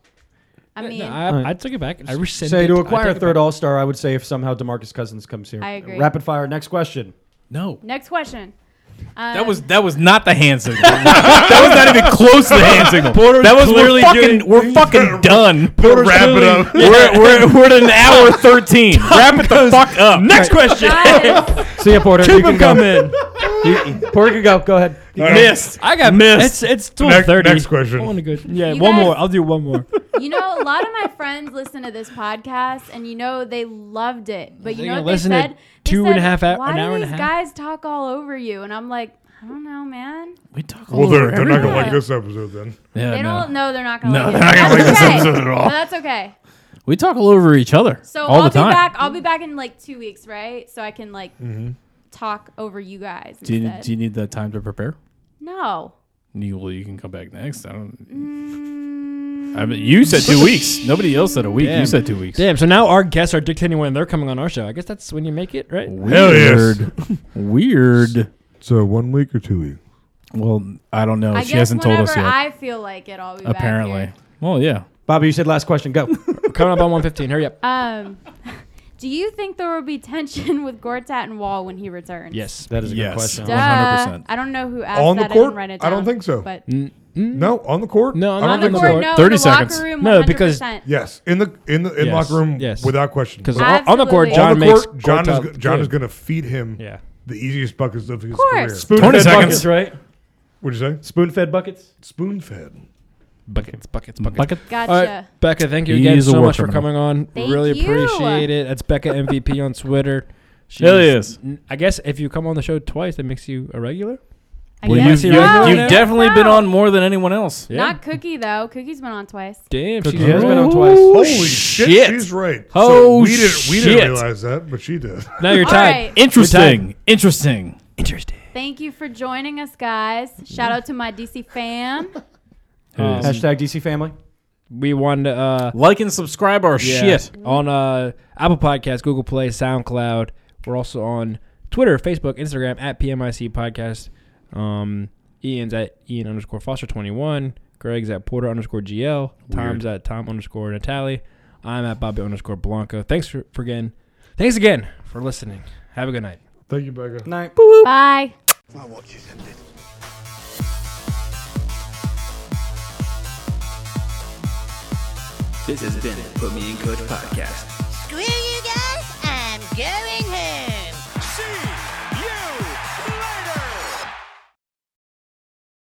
Speaker 5: I mean,
Speaker 9: I, I took it back. I rescinded.
Speaker 8: say
Speaker 9: I
Speaker 8: to
Speaker 9: take
Speaker 8: acquire a
Speaker 9: it
Speaker 8: third All Star, I would say if somehow Demarcus Cousins comes here.
Speaker 5: I agree.
Speaker 8: Rapid fire. Next question.
Speaker 6: No.
Speaker 5: next question. Um,
Speaker 6: That was that was not the hand signal. that was not even close to the hand signal.
Speaker 9: Porter's
Speaker 6: that was literally
Speaker 9: clearly
Speaker 6: fucking,
Speaker 9: doing-
Speaker 6: we're fucking done.
Speaker 9: Porter's Wrap it clearly- up.
Speaker 6: We're, we're, we're at an hour thirteen. Wrap it the fuck up.
Speaker 9: Next question.
Speaker 8: See ya, Porter.
Speaker 9: Keep
Speaker 8: you can
Speaker 9: him
Speaker 8: go.
Speaker 9: coming.
Speaker 8: You- Porter can go. Go ahead.
Speaker 9: All right. Missed. I got missed. It's- it's 12:30.
Speaker 7: Next, next question.
Speaker 9: I wanna go- Yeah,
Speaker 5: You
Speaker 9: one
Speaker 5: guys-
Speaker 9: more. I'll do one more.
Speaker 5: you know, a lot of my friends listen to this podcast, and you know they loved it. But you
Speaker 9: They're
Speaker 5: know
Speaker 9: gonna
Speaker 5: what they
Speaker 9: listen to
Speaker 5: said? They
Speaker 9: two and
Speaker 5: said,
Speaker 9: a half hou-
Speaker 5: Why
Speaker 9: an hour
Speaker 5: do
Speaker 9: and a
Speaker 5: these
Speaker 9: half?"
Speaker 5: guys talk all over you? And I'm like, I don't know, man.
Speaker 6: We talk
Speaker 7: Well, they're, they're not gonna like this episode then.
Speaker 6: Yeah,
Speaker 5: they
Speaker 6: no.
Speaker 5: don't. No, they're not gonna.
Speaker 6: No,
Speaker 5: like it.
Speaker 6: they're not gonna like
Speaker 5: That's
Speaker 6: this
Speaker 5: okay.
Speaker 6: episode at all.
Speaker 5: No, that's okay.
Speaker 6: We talk all over each other
Speaker 5: So
Speaker 6: all
Speaker 5: I'll
Speaker 6: the
Speaker 5: be
Speaker 6: time.
Speaker 5: back. I'll be back in like two weeks, right? So I can like
Speaker 9: Mm-hmm.
Speaker 6: Mhm.
Speaker 5: talk over you guys.
Speaker 6: Do you,
Speaker 5: instead.
Speaker 6: do you need the time to prepare?
Speaker 5: no.
Speaker 6: You well, you can come back next. I don't.
Speaker 5: Mm.
Speaker 6: I mean, you said two weeks. Nobody else said a week. You
Speaker 9: Damn.
Speaker 6: said two weeks.
Speaker 9: Damn. So now our guests are dictating when they're coming on our show. I guess that's when you make it, right?
Speaker 6: Weird. Weird.
Speaker 7: So one week or two weeks?
Speaker 6: Well, I don't know.
Speaker 5: I
Speaker 6: she
Speaker 5: guess
Speaker 6: hasn't told
Speaker 5: whenever
Speaker 6: us yet.
Speaker 5: I feel like it, I'll be
Speaker 6: apparently. Well, yeah.
Speaker 8: Bobby, you said last question. Go.
Speaker 5: Uh,
Speaker 9: coming up on one fifteen. Hurry up.
Speaker 5: back. Um, Do you think there will be tension with Gortat and Wall when he returns?
Speaker 9: Yes,
Speaker 8: that is a
Speaker 9: Yes.
Speaker 8: good question.
Speaker 5: Duh. I don't know who asked
Speaker 7: On the
Speaker 5: that. I
Speaker 7: court?
Speaker 5: didn't write it
Speaker 7: I
Speaker 5: down.
Speaker 7: don't think so.
Speaker 5: But
Speaker 7: No, on the court. No,
Speaker 5: On the court, Mm-hmm. no, in the locker room,
Speaker 9: No, because- 100%.
Speaker 7: yes, in the in the in
Speaker 9: Yes,
Speaker 7: locker room,
Speaker 9: yes.
Speaker 7: without question.
Speaker 9: 'Cause on- on the court,
Speaker 7: On
Speaker 9: John
Speaker 7: the
Speaker 9: makes
Speaker 7: court, John is
Speaker 9: Gortat
Speaker 7: go- John is
Speaker 9: good.
Speaker 7: going to feed him
Speaker 9: Yeah.
Speaker 7: the easiest buckets of his
Speaker 5: course.
Speaker 7: career.
Speaker 9: Spoon 20 fed seconds. buckets,
Speaker 8: right?
Speaker 7: What'd you say?
Speaker 8: Spoon fed buckets.
Speaker 7: Spoon fed.
Speaker 9: Buckets, buckets, buckets.
Speaker 5: Gotcha.
Speaker 9: Becca, thank you
Speaker 6: He
Speaker 9: again
Speaker 6: is a
Speaker 9: so
Speaker 6: war
Speaker 9: much for
Speaker 6: criminal.
Speaker 9: coming on.
Speaker 5: Thank
Speaker 9: really
Speaker 5: you.
Speaker 9: appreciate it. That's Becca MVP on Twitter. She's,
Speaker 6: Hell yes.
Speaker 9: I guess if you come on the show twice, that makes you a regular.
Speaker 5: I Well, guess
Speaker 6: you've
Speaker 5: you've- so.
Speaker 6: you've definitely been
Speaker 5: No.
Speaker 6: on more than anyone else.
Speaker 5: not Cookie though. Cookie's been on twice.
Speaker 9: Damn,
Speaker 6: Cookie
Speaker 9: she's
Speaker 6: has
Speaker 9: been on
Speaker 6: Oh,
Speaker 9: twice.
Speaker 7: Holy
Speaker 6: shit.
Speaker 7: shit, she's right.
Speaker 6: Oh,
Speaker 7: we didn't we
Speaker 6: shit.
Speaker 7: didn't realize that, but she did.
Speaker 9: Now you're
Speaker 5: All
Speaker 9: tied.
Speaker 5: right.
Speaker 6: Interesting. Interesting. Interesting.
Speaker 5: Thank you for joining us, guys. Shout out to my DC fam.
Speaker 9: Um,
Speaker 8: Hashtag DC family.
Speaker 9: we wanted to uh,
Speaker 6: Like and subscribe our
Speaker 9: yeah,
Speaker 6: shit.
Speaker 9: on uh, Apple Podcasts, Google Play, SoundCloud. We're also on Twitter, Facebook, Instagram at PMIC Podcast. Um, Ian's at Ian underscore Foster twenty one. Greg's at Porter underscore GL. Tom's at Tom underscore Natali. I'm at Bobby underscore Blanco. Thanks for, for again. Thanks again for listening. Have a good night.
Speaker 7: Thank you, Becca.
Speaker 8: Night.
Speaker 5: Bye.
Speaker 13: This has been a Put Me in Coach podcast.
Speaker 14: Screw you guys, I'm going